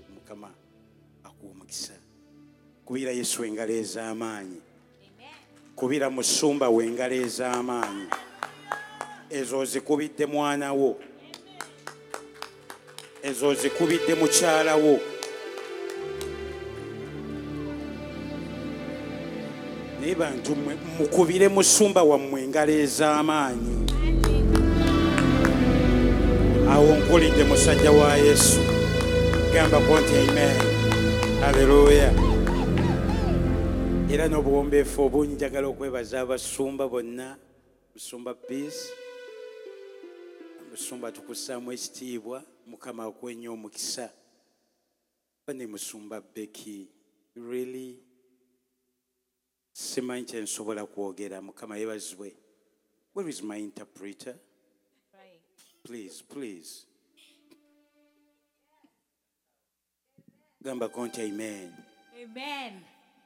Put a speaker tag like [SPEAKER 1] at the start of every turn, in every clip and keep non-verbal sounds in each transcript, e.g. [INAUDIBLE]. [SPEAKER 1] mukama akuwa omukisa kubira yesu engalo ez'amaanyi kubira musumba we engalo ez'amaanyi ezo ozikubidde mwana wo ezo ozikubidde mukyala wo naye bantu mmwe, mukubire musumba wammwe engalo ez'amaanyi awo nkulidde musajja wa yesu gambako nti amen haleluya era n'obuwombeefu obungi njagala okwebaza abasumba bonna musumba peace musumba tukussaamu ekitiibwa mukama akwenya omukisa bane musumba beki really simanyi kyensobola kwogera mukama yebazibwe where is my interpreter please please gambako nti amen
[SPEAKER 2] Amen.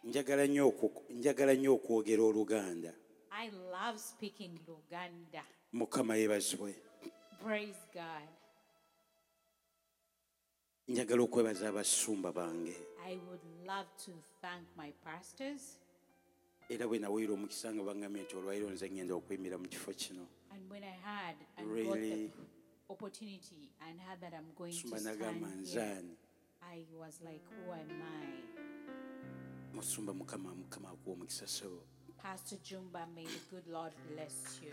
[SPEAKER 1] njagala nnyo oku- njagala nnyo okwogera oluganda
[SPEAKER 2] I love speaking Luganda.
[SPEAKER 1] mukama yebazibwe
[SPEAKER 2] Praise God.
[SPEAKER 1] njagala okwebaza abasumba bange
[SPEAKER 2] I would love to thank my pastors.
[SPEAKER 1] era bwe nawulira omukisa nga bangambye nti olwaliro nze ngenda okuyimira mu kifo kino
[SPEAKER 2] And when I had and got the
[SPEAKER 1] Really?
[SPEAKER 2] opportunity and heard that I'm going
[SPEAKER 1] musumba
[SPEAKER 2] to stand
[SPEAKER 1] nagamba
[SPEAKER 2] here,
[SPEAKER 1] nzaani
[SPEAKER 2] I was like, who am I?
[SPEAKER 1] musumba mukama mukama akuwa omukisa sebo
[SPEAKER 2] Pastor Jumba, may the good Lord bless you.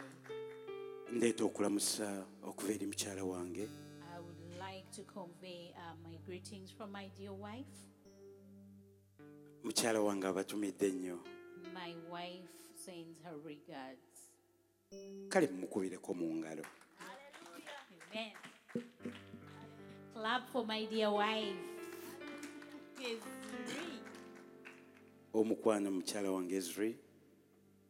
[SPEAKER 1] ndeeta okulamusa okuva eri mukyala wange
[SPEAKER 2] I would like to convey uh, my greetings from my dear wife,
[SPEAKER 1] mukyala wange abatumidde ennyo
[SPEAKER 2] my wife sends her regards.
[SPEAKER 1] kale mumukubireko mu ngalo
[SPEAKER 2] Amen. Clap for my dear wife. Desiree,
[SPEAKER 1] omukwano mukyala wange ezri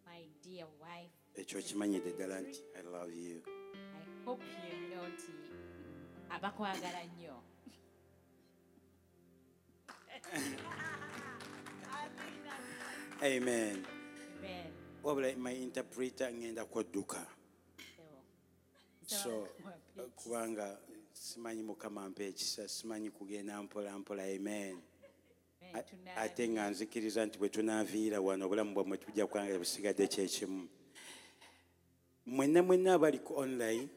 [SPEAKER 2] my dear wife.
[SPEAKER 1] ekyo okimanyidde ddala nti i love you
[SPEAKER 2] I hope you know nti abakwagala nnyo.
[SPEAKER 1] amen
[SPEAKER 2] Amen.
[SPEAKER 1] wabula my interpreter ngenda kwadduka so kubanga simanyi mukama mpa ekisa simanyi kugenda mpola mpola amen
[SPEAKER 2] Amen.
[SPEAKER 1] ate
[SPEAKER 2] Tonight,
[SPEAKER 1] nga nzikiriza nti bwe tunaaviira wano obulamu bwammwe tujja kubanga busigadde kyekimu mwenna mwenna abali ku online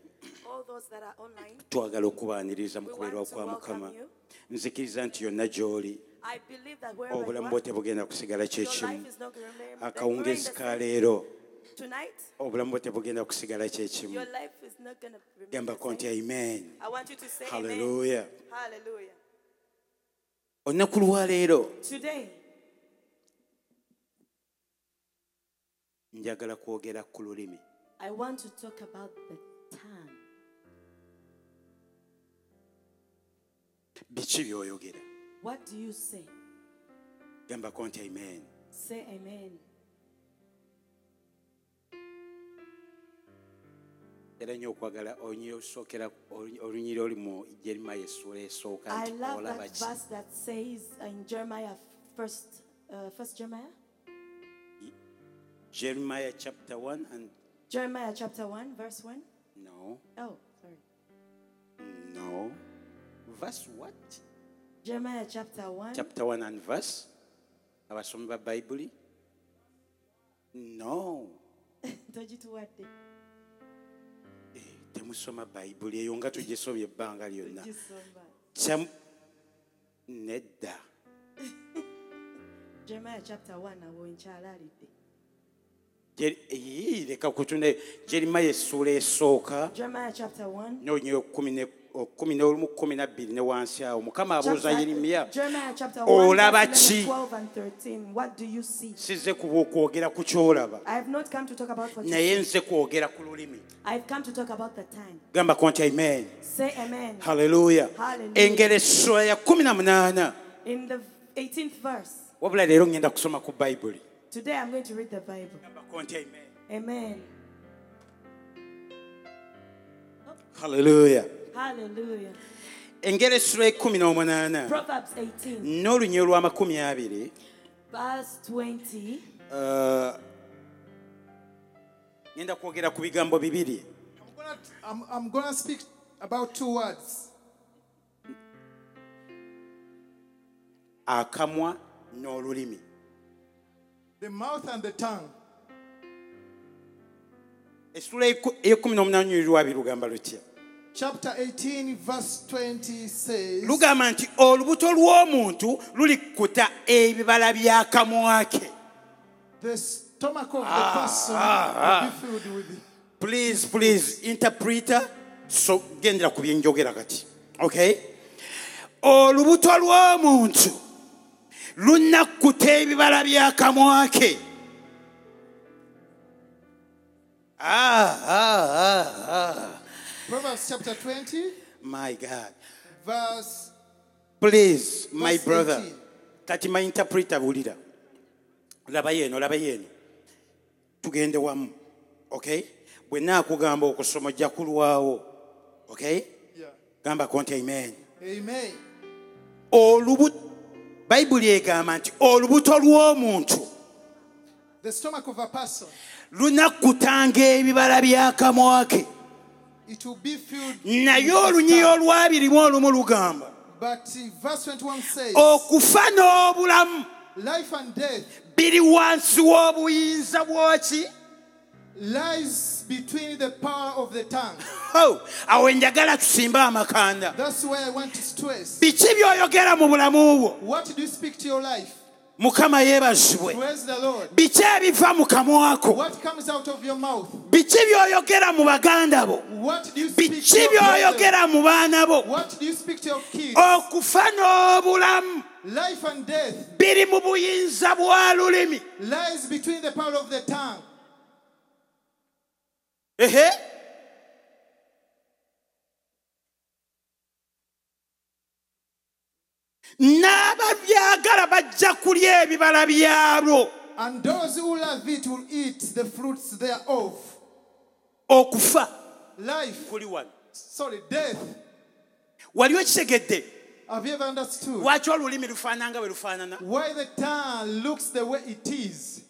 [SPEAKER 3] all those that are online,
[SPEAKER 1] twagala okubaaniriza mu
[SPEAKER 3] We
[SPEAKER 1] kubeerwa
[SPEAKER 3] want to
[SPEAKER 1] kwa
[SPEAKER 3] welcome
[SPEAKER 1] mukama
[SPEAKER 3] you.
[SPEAKER 1] nzikiriza nti yonna gy'oli
[SPEAKER 3] I believe that wherever you
[SPEAKER 1] obulamu
[SPEAKER 3] are,
[SPEAKER 1] bwo tebugenda kusigala
[SPEAKER 3] your
[SPEAKER 1] kyekimu
[SPEAKER 3] life is not going to remain the
[SPEAKER 1] akawungeezi ka
[SPEAKER 3] same.
[SPEAKER 1] leero
[SPEAKER 3] Tonight,
[SPEAKER 1] obulamu bwo tebugenda kusigala kyekimu
[SPEAKER 3] your life is not going to remain
[SPEAKER 1] gambako
[SPEAKER 3] the
[SPEAKER 1] nti
[SPEAKER 3] same.
[SPEAKER 1] amen
[SPEAKER 3] I want you to say amen.
[SPEAKER 1] halleluya
[SPEAKER 3] Hallelujah.
[SPEAKER 1] olunaku lwaleero
[SPEAKER 3] Today,
[SPEAKER 1] njagala kwogera ku lulimi
[SPEAKER 3] I want to talk about the tongue.
[SPEAKER 1] biki byoyogera
[SPEAKER 3] What do you say?
[SPEAKER 1] gambako nti amen
[SPEAKER 3] Say amen.
[SPEAKER 1] era nnyo okwagala olunyira olusookera olunyira oli mu jeremiya essuula esooka
[SPEAKER 3] I
[SPEAKER 1] nti
[SPEAKER 3] love
[SPEAKER 1] olaba
[SPEAKER 3] that
[SPEAKER 1] ki
[SPEAKER 3] verse that says in Jeremiah first, uh, first Jeremiah,
[SPEAKER 1] jeremiya chapter 1 and
[SPEAKER 3] Jeremiah chapter one, verse one.
[SPEAKER 1] no
[SPEAKER 3] Oh, sorry.
[SPEAKER 1] no verse what
[SPEAKER 3] Jeremiah chapter one,
[SPEAKER 1] chapter 1 and verse abasomi ba bayibuli no
[SPEAKER 3] togituwadde.
[SPEAKER 1] Eh, temusoma bayibuli eyo nga tugisomye ebbanga lyonna
[SPEAKER 3] Togisomba.
[SPEAKER 1] Kyam- nedda
[SPEAKER 3] Jeremiah chapter 1 awo nkyalaalidde.
[SPEAKER 1] Jer- ii, leka kutunda jeremiya essuula esooka
[SPEAKER 3] Jeremiah chapter 1.
[SPEAKER 1] nonyera okumi n'olumu kumi nabbiri ne wansi awo mukama abuuza yeremiya
[SPEAKER 3] Chapter- Jeremiah chapter 1.
[SPEAKER 1] Olaba
[SPEAKER 3] verse
[SPEAKER 1] ki?
[SPEAKER 3] 11, 12 and 13. What do you see?
[SPEAKER 1] sizze kuba okwogera ku kyolaba
[SPEAKER 3] I have not come to talk about what you
[SPEAKER 1] naye
[SPEAKER 3] see.
[SPEAKER 1] nze kwogera ku lulimi
[SPEAKER 3] I've come to talk about the tongue.
[SPEAKER 1] gambako nti amen
[SPEAKER 3] Say amen.
[SPEAKER 1] haleluya
[SPEAKER 3] Hallelujah.
[SPEAKER 1] engero essula ya kumi na munaana
[SPEAKER 3] In the 18th verse,
[SPEAKER 1] wabula leero ngenda kusoma ku bayibuli
[SPEAKER 3] today I'm going to read the Bible.
[SPEAKER 1] gambako nti amen
[SPEAKER 3] Amen.
[SPEAKER 1] haleluya
[SPEAKER 3] Hallelujah.
[SPEAKER 1] engero essula ekkumi n'omunaana
[SPEAKER 3] Proverbs 18,
[SPEAKER 1] n'olunyiro lw'amakumi abiri
[SPEAKER 3] verse 20.
[SPEAKER 1] uh, ngenda kwogera ku bigambo bibiri
[SPEAKER 4] I'm gonna, I'm, I'm gonna speak about two words.
[SPEAKER 1] akamwa n'olulimi
[SPEAKER 4] The mouth and the tongue.
[SPEAKER 1] essula ey'ekumi n'omunaana lwa birugamba lutya
[SPEAKER 4] Chapter 18, verse 20 says,
[SPEAKER 1] lugamba nti olubuto lw'omuntu lulikkuta ebibala byakamwa ke
[SPEAKER 4] The stomach of the
[SPEAKER 1] Ah,
[SPEAKER 4] person
[SPEAKER 1] ah,
[SPEAKER 4] will be filled with.
[SPEAKER 1] please please interpreter so gendera ku byenjogera kati okay olubuto lw'omuntu lunakkuta ebibala byakamwa ke Ah, ah, ah, ah.
[SPEAKER 4] Proverbs chapter 20,
[SPEAKER 1] my god
[SPEAKER 4] verse.
[SPEAKER 1] please my
[SPEAKER 4] Verse
[SPEAKER 1] brother
[SPEAKER 4] 18.
[SPEAKER 1] kati my interpreter bulira laba yeno laba yeno tugende wamu okay bwe naakugamba okusoma ojja kulwawo okay
[SPEAKER 4] Yeah.
[SPEAKER 1] gambako nti amen
[SPEAKER 4] Amen.
[SPEAKER 1] olubu bayibuli egamba nti olubuto lw'omuntu
[SPEAKER 4] The stomach of a person,
[SPEAKER 1] lunakkutanga ebibala byakamwa ke
[SPEAKER 4] it will be filled.
[SPEAKER 1] naye
[SPEAKER 4] with
[SPEAKER 1] olunyiyo
[SPEAKER 4] tongue.
[SPEAKER 1] olwabirimu olumu lugamba
[SPEAKER 4] But verse 21 says,
[SPEAKER 1] okufa n'obulamu
[SPEAKER 4] Life and death
[SPEAKER 1] biri wansi w'obuyinza bwoki
[SPEAKER 4] lies between the power of the tongue.
[SPEAKER 1] Oh, awo njagala tusimbe amakanda
[SPEAKER 4] That's why I want to stress.
[SPEAKER 1] biki byoyogera mu bulamu bwo
[SPEAKER 4] What do you speak to your life?
[SPEAKER 1] mukama yeebazibwe
[SPEAKER 4] Praise the Lord.
[SPEAKER 1] biki ebiva mu kamwako
[SPEAKER 4] What comes out of your mouth?
[SPEAKER 1] biki byoyogera mu baganda bo
[SPEAKER 4] What do you speak to
[SPEAKER 1] biki
[SPEAKER 4] your brother?
[SPEAKER 1] byoyogera mu baana bo
[SPEAKER 4] What do you speak to your kids?
[SPEAKER 1] Oh. okufa n'obulamu
[SPEAKER 4] Life and death
[SPEAKER 1] biri mu buyinza bwa lulimi
[SPEAKER 4] lies between the power of the tongue.
[SPEAKER 1] ehe n'ababyagala bajja kulya ebibala byalwo
[SPEAKER 4] And those who love it will eat the fruits thereof.
[SPEAKER 1] okufa
[SPEAKER 4] Life,
[SPEAKER 1] kuli wano
[SPEAKER 4] sorry, death.
[SPEAKER 1] wali okitegedde
[SPEAKER 4] Have you ever understood
[SPEAKER 1] lwaki olulimi lufaananga bwe lufaanana
[SPEAKER 4] why the tongue looks the way it is?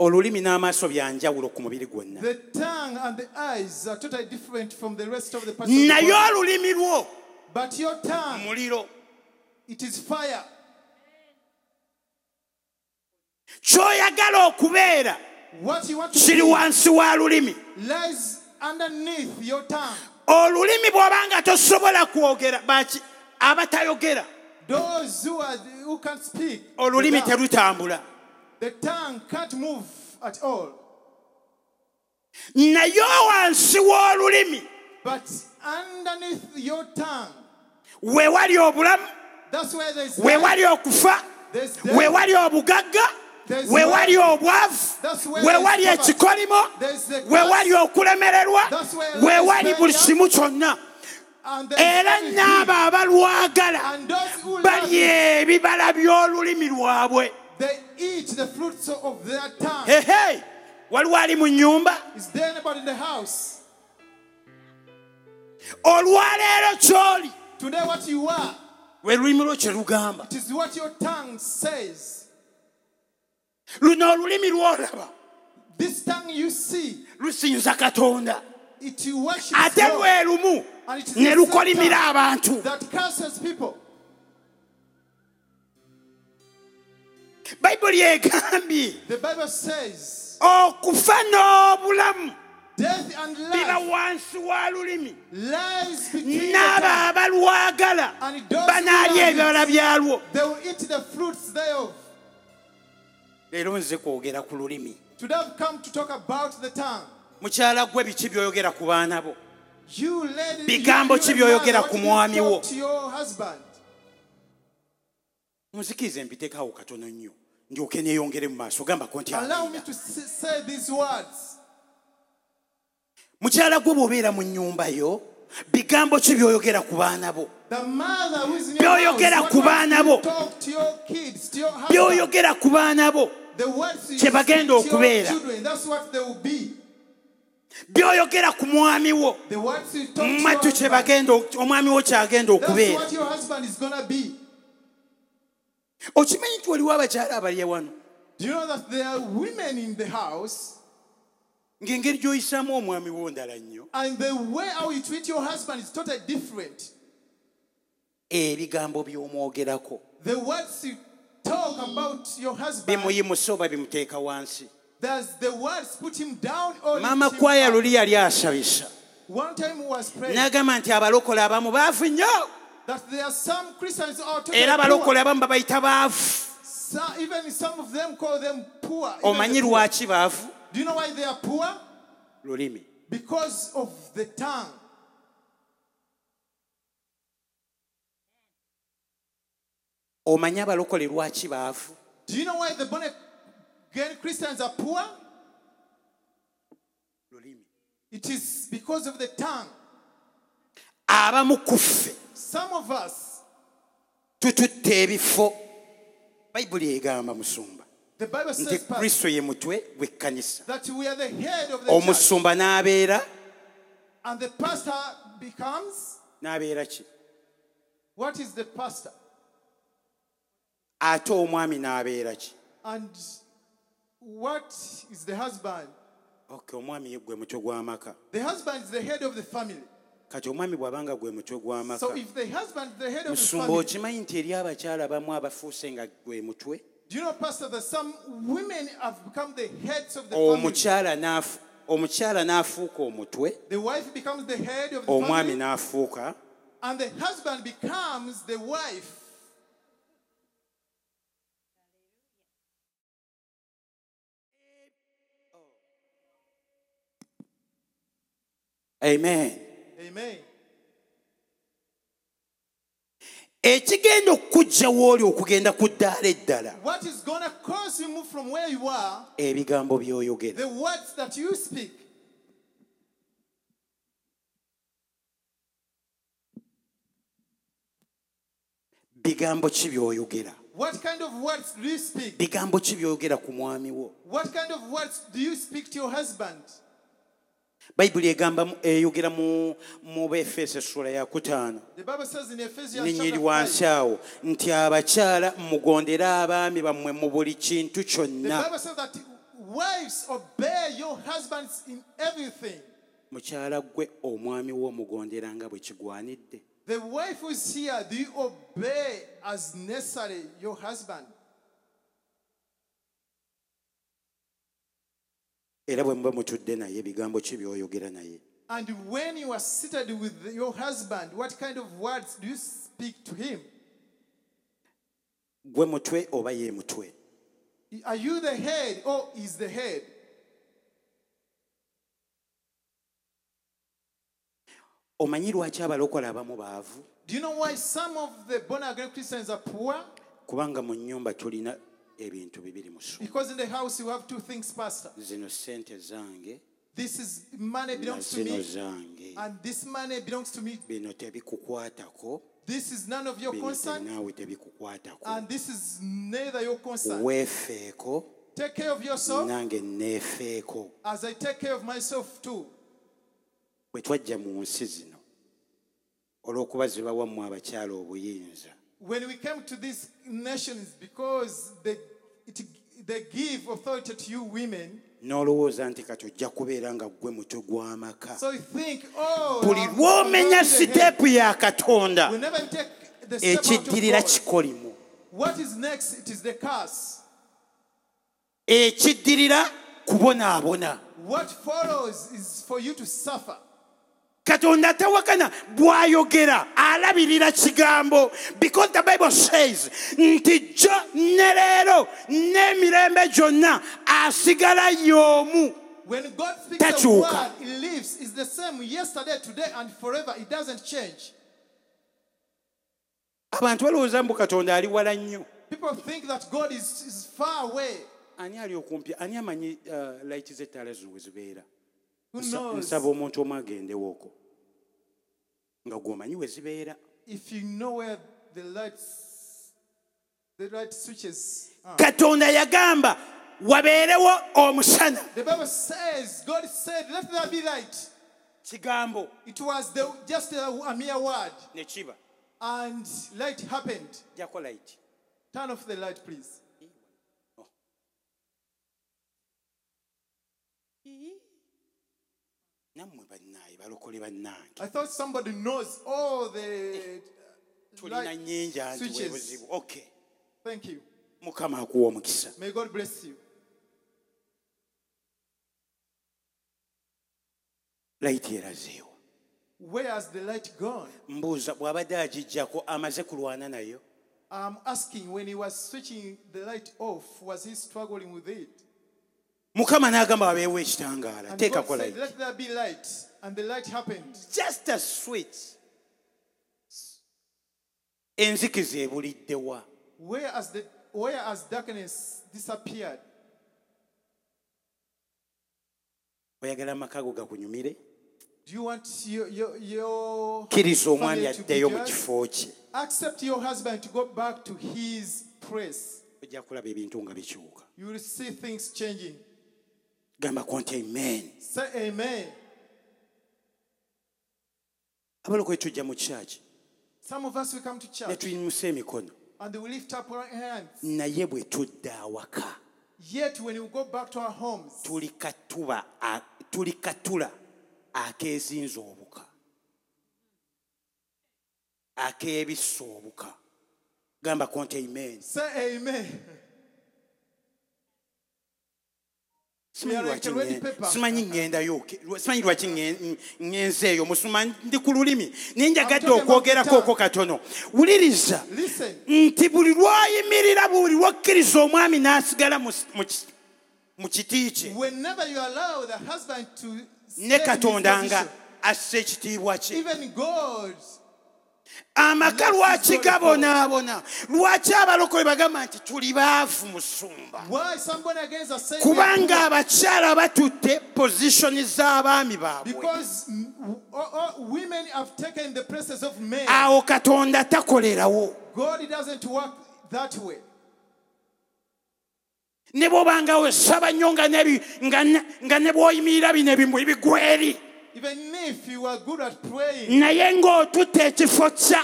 [SPEAKER 1] olulimi n'amaaso byanjawulo ku mubiri gwonna
[SPEAKER 4] The tongue and the eyes are totally different from the rest of the person. of the
[SPEAKER 1] naye
[SPEAKER 4] body.
[SPEAKER 1] olulimi lwo
[SPEAKER 4] But your tongue,
[SPEAKER 1] muliro
[SPEAKER 4] it is fire.
[SPEAKER 1] kyoyagala okubeera
[SPEAKER 4] What you want to
[SPEAKER 1] kiri
[SPEAKER 4] be
[SPEAKER 1] wansi wa lulimi
[SPEAKER 4] lies underneath your tongue.
[SPEAKER 1] olulimi bw'obanga tosobola kwogera baki abatayogera
[SPEAKER 4] Those who are who can't speak,
[SPEAKER 1] olulimi
[SPEAKER 4] the tongue-
[SPEAKER 1] terutambula
[SPEAKER 4] the tongue can't move at all.
[SPEAKER 1] naye wansi w'olulimi
[SPEAKER 4] But underneath your tongue,
[SPEAKER 1] we wali obulamu
[SPEAKER 4] that's where there's
[SPEAKER 1] we
[SPEAKER 4] life.
[SPEAKER 1] wali okufa
[SPEAKER 4] There's death.
[SPEAKER 1] we wali obugagga
[SPEAKER 4] There's
[SPEAKER 1] we
[SPEAKER 4] no-
[SPEAKER 1] wali obwavu
[SPEAKER 4] That's where
[SPEAKER 1] we
[SPEAKER 4] there's
[SPEAKER 1] wali
[SPEAKER 4] poverty.
[SPEAKER 1] ekikolimo
[SPEAKER 4] There's the
[SPEAKER 1] we
[SPEAKER 4] curse.
[SPEAKER 1] wali okulemererwa
[SPEAKER 4] That's where
[SPEAKER 1] we
[SPEAKER 4] lies
[SPEAKER 1] wali buli kimu
[SPEAKER 4] failure.
[SPEAKER 1] kyonna
[SPEAKER 4] and there's
[SPEAKER 1] era
[SPEAKER 4] vanity.
[SPEAKER 1] n'abo abalwagala
[SPEAKER 4] and those who love
[SPEAKER 1] balya
[SPEAKER 4] it,
[SPEAKER 1] ebibala by'olulimi lwabwe
[SPEAKER 4] they eat the fruits of their tongue.
[SPEAKER 1] hehe waliwo ali mu nnyumba
[SPEAKER 4] Is there anybody in the house?
[SPEAKER 1] olwaleero ky'oli
[SPEAKER 4] Today, what you are,
[SPEAKER 1] lwe lulimi lwo kye lugamba
[SPEAKER 4] it is what your tongue says.
[SPEAKER 1] luno olulimi lw'olaba
[SPEAKER 4] This tongue you see,
[SPEAKER 1] lusinza katonda
[SPEAKER 4] it worships
[SPEAKER 1] ate
[SPEAKER 4] God,
[SPEAKER 1] lwe lumu
[SPEAKER 4] and it is
[SPEAKER 1] ne
[SPEAKER 4] the same
[SPEAKER 1] lukolimira
[SPEAKER 4] tongue
[SPEAKER 1] abantu
[SPEAKER 4] that curses people.
[SPEAKER 1] bayibuli egambye
[SPEAKER 4] The Bible says,
[SPEAKER 1] okufa n'obulamu
[SPEAKER 4] death and
[SPEAKER 1] biba
[SPEAKER 4] life
[SPEAKER 1] wansi wa lulimi
[SPEAKER 4] lies between the
[SPEAKER 1] n'abo
[SPEAKER 4] tongue.
[SPEAKER 1] abalwagala
[SPEAKER 4] And those who
[SPEAKER 1] banaalya
[SPEAKER 4] love it.
[SPEAKER 1] ebibala byalwo
[SPEAKER 4] They will eat the fruits thereof.
[SPEAKER 1] leero nze kwogera ku lulimi
[SPEAKER 4] Today I've come to talk about the tongue.
[SPEAKER 1] mukyala gwe biki byoyogera ku baana bo
[SPEAKER 4] You lady,
[SPEAKER 1] Bigambo
[SPEAKER 4] you-
[SPEAKER 1] ki
[SPEAKER 4] you man,
[SPEAKER 1] by'oyogera
[SPEAKER 4] what
[SPEAKER 1] ku
[SPEAKER 4] do you
[SPEAKER 1] mwami wo?
[SPEAKER 4] talk to your husband?
[SPEAKER 1] munzikirize mbiteekawo katono nnyo ndyoke neeyongere mu maaso gambako nti
[SPEAKER 4] Allow me
[SPEAKER 1] amiina.
[SPEAKER 4] to s- say these words.
[SPEAKER 1] mukyala gwe bw'obeera mu nnyumba yo bigambo ki byoyogera ku baana bo
[SPEAKER 4] The mother who is in your
[SPEAKER 1] By'oyogera
[SPEAKER 4] house,
[SPEAKER 1] ku
[SPEAKER 4] what
[SPEAKER 1] baana
[SPEAKER 4] words
[SPEAKER 1] bo.
[SPEAKER 4] you talk to your kids, to your husband?
[SPEAKER 1] byoyogera ku baana bo
[SPEAKER 4] The words
[SPEAKER 1] kye
[SPEAKER 4] you speak
[SPEAKER 1] bagenda
[SPEAKER 4] to your
[SPEAKER 1] okubeera.
[SPEAKER 4] children, that's what they will be.
[SPEAKER 1] byoyogera ku mwami wo
[SPEAKER 4] The words you talk
[SPEAKER 1] mu
[SPEAKER 4] to
[SPEAKER 1] matu kye
[SPEAKER 4] your husband,
[SPEAKER 1] bagenda omwami wo kyagenda
[SPEAKER 4] that's
[SPEAKER 1] okubeera
[SPEAKER 4] what your husband is going to be.
[SPEAKER 1] okimanyi nti waliwo abakyala abalya wano
[SPEAKER 4] Do you know that there are women in the house
[SPEAKER 1] ng'engeri gy'oyisaamu omwami wo ndala nnyo
[SPEAKER 4] and the way how you treat your husband is totally different?
[SPEAKER 1] ebigambo by'omwogerako
[SPEAKER 4] The words you talk about your husband,
[SPEAKER 1] bimuyimusa oba bimuteeka wansi
[SPEAKER 4] does the words put him down or
[SPEAKER 1] maama
[SPEAKER 4] lift him
[SPEAKER 1] kwaya
[SPEAKER 4] up?
[SPEAKER 1] luli yali asabisa
[SPEAKER 4] One time he was praying
[SPEAKER 1] n'agamba nti abalokole abamu baavu nnyo
[SPEAKER 4] that there are some Christians who are totally
[SPEAKER 1] era
[SPEAKER 4] poor.
[SPEAKER 1] abalokole abamu babayita baavu
[SPEAKER 4] So, even some of them call them poor. Even
[SPEAKER 1] omanyi
[SPEAKER 4] the poor.
[SPEAKER 1] lwaki baavu
[SPEAKER 4] Do you know why they are poor?
[SPEAKER 1] lulimi
[SPEAKER 4] Because of the tongue.
[SPEAKER 1] omanyi abalokole lwaki baavu
[SPEAKER 4] Do you know why the born again Christians are poor?
[SPEAKER 1] lulimi
[SPEAKER 4] It is because of the tongue.
[SPEAKER 1] abamu ku ffe
[SPEAKER 4] Some of us,
[SPEAKER 1] tututta ebifo bayibuli egamba musumba
[SPEAKER 4] the Bible
[SPEAKER 1] nti
[SPEAKER 4] says, Pastor,
[SPEAKER 1] kristo ye mutwe gw'ekkanisa
[SPEAKER 4] that we are the head of the church,
[SPEAKER 1] omusumba n'abeera
[SPEAKER 4] and the pastor becomes
[SPEAKER 1] n'abeera ki
[SPEAKER 4] what is the pastor?
[SPEAKER 1] ate omwami n'abeera ki
[SPEAKER 4] And what is the husband?
[SPEAKER 1] ok omwami ye gwe mutwe gw'amaka
[SPEAKER 4] The husband is the head of the family.
[SPEAKER 1] kati omwami bw'abanga gwe mutwe gw'amaka
[SPEAKER 4] So if the husband is the head of the
[SPEAKER 1] musumba
[SPEAKER 4] family,
[SPEAKER 1] okimanyi nti eri abakyala abamu abafuuse nga gwe mutwe
[SPEAKER 4] do you know, Pastor, that some women have become the heads of the
[SPEAKER 1] Oh,
[SPEAKER 4] family?
[SPEAKER 1] omukyala n'afu- omukyala n'afuuka omutwe
[SPEAKER 4] The wife becomes the head of the
[SPEAKER 1] omwami
[SPEAKER 4] family,
[SPEAKER 1] n'afuuka
[SPEAKER 4] and the husband becomes the wife.
[SPEAKER 1] amen
[SPEAKER 4] Amen.
[SPEAKER 1] ekigenda okukujja wooli okugenda ku ddaala eddala
[SPEAKER 4] What is going to cause you move from where you are?
[SPEAKER 1] ebigambo by'oyogera
[SPEAKER 4] The words that you speak.
[SPEAKER 1] bigambo ki by'oyogera
[SPEAKER 4] What kind of words do you speak?
[SPEAKER 1] bigambo ki by'oyogera ku mwami wo
[SPEAKER 4] What kind of words do you speak to your husband?
[SPEAKER 1] bayibuli egamba mu- eyogera mu mu befeso essula ya kutaano
[SPEAKER 4] The Bible says in Ephesians
[SPEAKER 1] nenyiri
[SPEAKER 4] chapter
[SPEAKER 1] wansi
[SPEAKER 4] 5,
[SPEAKER 1] awo nti abakyala mugondere abaami bammwe mu buli kintu
[SPEAKER 4] the
[SPEAKER 1] kyonna
[SPEAKER 4] Bible says that wives obey your husbands in everything.
[SPEAKER 1] mukyala gwe omwami wo omugondera nga bwe kigwanidde
[SPEAKER 4] The wife who is here, do you obey as necessary your husband?
[SPEAKER 1] era bwe muba mutudde naye bigambo ki by'oyogera naye
[SPEAKER 4] And when you are seated with your husband, what kind of words do you speak to him?
[SPEAKER 1] gwe mutwe oba ye mutwe
[SPEAKER 4] Are you the head or is the head?
[SPEAKER 1] omanyi lwaki abalokola abamu baavu
[SPEAKER 4] Do you know why some of the born again Christians are poor?
[SPEAKER 1] kubanga mu nnyumba tulina ebintu bibiri musu
[SPEAKER 4] Because in the house you have two things, Pastor.
[SPEAKER 1] zino sente zange
[SPEAKER 4] This is money
[SPEAKER 1] na
[SPEAKER 4] belongs
[SPEAKER 1] zino
[SPEAKER 4] to me,
[SPEAKER 1] zange
[SPEAKER 4] and this money belongs to me.
[SPEAKER 1] bino tebikukwatako
[SPEAKER 4] This is none of your
[SPEAKER 1] bino
[SPEAKER 4] concern,
[SPEAKER 1] naawe tebikukwatako
[SPEAKER 4] and this is neither your concern.
[SPEAKER 1] weefeeko
[SPEAKER 4] Take care of yourself
[SPEAKER 1] nange neefeeko
[SPEAKER 4] as I take care of myself too.
[SPEAKER 1] bwe twajja mu nsi zino olw'okuba zibawammwe abakyala obuyinza
[SPEAKER 4] When we came to these nations, because they, it, they give authority to you women,
[SPEAKER 1] n'olowooza nti kati ojja kubeera nga ggwe mutwe gw'amaka
[SPEAKER 4] so you think, oh,
[SPEAKER 1] buli
[SPEAKER 4] I'm- I'm
[SPEAKER 1] lw'omenya
[SPEAKER 4] not the head.
[SPEAKER 1] siteepu ya katonda
[SPEAKER 4] Whenever you take the step out of
[SPEAKER 1] ekiddirira
[SPEAKER 4] God,
[SPEAKER 1] kikolimu
[SPEAKER 4] what is next? It is the curse.
[SPEAKER 1] ekiddirira kubonaabona
[SPEAKER 4] What follows is for you to suffer.
[SPEAKER 1] katonda tawakana bw'ayogera alabirira kigambo because the bible says nti jjo ne leero n'emirembe gyonna asigala y'omu
[SPEAKER 4] When God speaks a
[SPEAKER 1] Tachuka.
[SPEAKER 4] word, it lives. It's the same yesterday, today, and forever. It doesn't change.
[SPEAKER 1] abantu balowooza mbu katonda ali wala nnyo
[SPEAKER 4] People think that God is, is far away.
[SPEAKER 1] ani ali okumpi ani amanyi uh, layiti z'ettaala zino we zibeera
[SPEAKER 4] Who
[SPEAKER 1] Nsa-
[SPEAKER 4] knows?
[SPEAKER 1] nsaba omuntu omu agendewo okwo nga gw'omanyi we zibeera
[SPEAKER 4] If you know where the lights, the light switches. uh,
[SPEAKER 1] Ah.
[SPEAKER 4] are.
[SPEAKER 1] katonda yagamba wabeerewo omusana
[SPEAKER 4] The Bible says, God said, "Let there be light."
[SPEAKER 1] kigambo
[SPEAKER 4] It was the, just a, a mere word,
[SPEAKER 1] ne kiba
[SPEAKER 4] and light happened.
[SPEAKER 1] jako layiti
[SPEAKER 4] Turn off the light, please.
[SPEAKER 1] nammwe bannaayi balokole bannange
[SPEAKER 4] I thought somebody knows all the
[SPEAKER 1] tulina
[SPEAKER 4] uh, light
[SPEAKER 1] nnyinja nti bwe
[SPEAKER 4] switches.
[SPEAKER 1] buzibu okay
[SPEAKER 4] Thank you.
[SPEAKER 1] mukama akuwa omukisa
[SPEAKER 4] May God bless you.
[SPEAKER 1] layiti erazeewa
[SPEAKER 4] Where has the light gone?
[SPEAKER 1] mbuuza bw'abadde agijjako amaze kulwana nayo
[SPEAKER 4] I'm asking when he was switching the light off, was he struggling with it?
[SPEAKER 1] mukama n'agamba wabeewo ekitangaala
[SPEAKER 4] And
[SPEAKER 1] teekako
[SPEAKER 4] God said,
[SPEAKER 1] layiti
[SPEAKER 4] Let there be light. And the light happened.
[SPEAKER 1] just a switch enzikiza ebuliddewa
[SPEAKER 4] Where has, the, where has darkness disappeared?
[SPEAKER 1] oyagala amaka go gakunyumire
[SPEAKER 4] Do you want your, your, your
[SPEAKER 1] kkiriza omwami
[SPEAKER 4] family to be
[SPEAKER 1] addeyo mu
[SPEAKER 4] judged?
[SPEAKER 1] kifo kye
[SPEAKER 4] Accept your husband to go back to his place.
[SPEAKER 1] ojja kulaba ebintu nga bikyuka
[SPEAKER 4] You will see things changing.
[SPEAKER 1] gambako nti amen
[SPEAKER 4] Say amen.
[SPEAKER 1] abalokwe tujja mu kyaki
[SPEAKER 4] Some of us, we come to
[SPEAKER 1] ne
[SPEAKER 4] church
[SPEAKER 1] tuyimusa emikono
[SPEAKER 4] and we lift up our hands.
[SPEAKER 1] naye bwe tudda awaka
[SPEAKER 4] Yet when we go back to our homes,
[SPEAKER 1] tuli katuba a- tuli katula akeezinza obuka akeebissa obuka gambako nti amen
[SPEAKER 4] say amen.
[SPEAKER 1] Simanyi
[SPEAKER 4] They are
[SPEAKER 1] lwaki
[SPEAKER 4] like a red
[SPEAKER 1] ŋŋenda-
[SPEAKER 4] pepper.
[SPEAKER 1] simanyi ŋŋendayo ke- lwa- simanyi lwaki ŋŋen- ŋŋenza eyo musuma ndi ku lulimi naye njagadde
[SPEAKER 4] talking about
[SPEAKER 1] okwogerako
[SPEAKER 4] the
[SPEAKER 1] ko katono wuliriza
[SPEAKER 4] Listen.
[SPEAKER 1] nti buli lwayimirira buli lwokkiriza omwami n'asigala mu s- mu ki- mu kiti kye
[SPEAKER 4] Whenever you allow the husband to stay
[SPEAKER 1] ne
[SPEAKER 4] in his
[SPEAKER 1] katonda nga
[SPEAKER 4] position,
[SPEAKER 1] assa ekitiibwa kye
[SPEAKER 4] even God,
[SPEAKER 1] amaka lwaki gabonaabona lwaki abalokole bagamba nti tuli baafu musumba
[SPEAKER 4] why someone against us saying we are
[SPEAKER 1] kubanga
[SPEAKER 4] poor?
[SPEAKER 1] abakyala batutte pozishoni z'abaami baabwe
[SPEAKER 4] because mm, w- oh, oh, women have taken the places of men.
[SPEAKER 1] awo katonda takolerawo
[SPEAKER 4] God doesn't work that way.
[SPEAKER 1] ne bwobangawo essaba nnyo nga nebi- nga ne- nga ne bw'oyimirira bino ebimu bigweri
[SPEAKER 4] Even if you are good at praying,
[SPEAKER 1] naye ng'otutte ekifo kya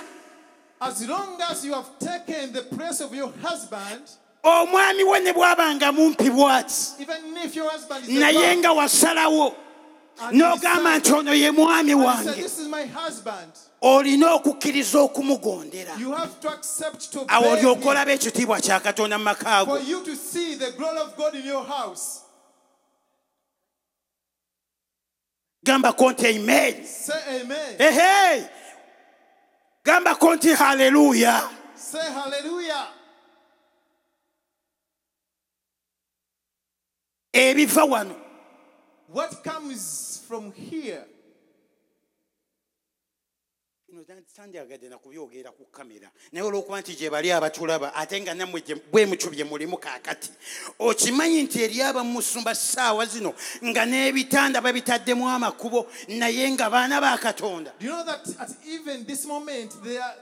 [SPEAKER 4] as long as you have taken the place of your husband,
[SPEAKER 1] omwami we ne bw'abanga mumpi bwati
[SPEAKER 4] even if your husband is a
[SPEAKER 1] naye
[SPEAKER 4] man,
[SPEAKER 1] nga wasalawo
[SPEAKER 4] and you
[SPEAKER 1] n'ogamba
[SPEAKER 4] decide-
[SPEAKER 1] nti ono ye mwami
[SPEAKER 4] and you say,
[SPEAKER 1] wange
[SPEAKER 4] this is my husband,
[SPEAKER 1] olina okukkiriza okumugondera
[SPEAKER 4] you have to accept to
[SPEAKER 1] awo
[SPEAKER 4] obey
[SPEAKER 1] olyoka
[SPEAKER 4] him.
[SPEAKER 1] olaba ekitiibwa kya katonda mu
[SPEAKER 4] for
[SPEAKER 1] makaago
[SPEAKER 4] you to see the glory of God in your house.
[SPEAKER 1] gambako nti amen
[SPEAKER 4] Say amen.
[SPEAKER 1] Eh. ehe gambako nti haleluya
[SPEAKER 4] Say hallelujah.
[SPEAKER 1] ebiva wano
[SPEAKER 4] What comes from here?
[SPEAKER 1] Bino sandyagadde nakubyogera ku kamera naye olwokuba nti gye bali abatulaba ate nga nammwe gye- bwe mutyo bye mulimu kaakati okimanyi nti eri abamusumba ssaawa zino nga n'ebitanda babitaddemu amakubo naye nga baana ba katonda
[SPEAKER 4] Do you know that at even this moment there are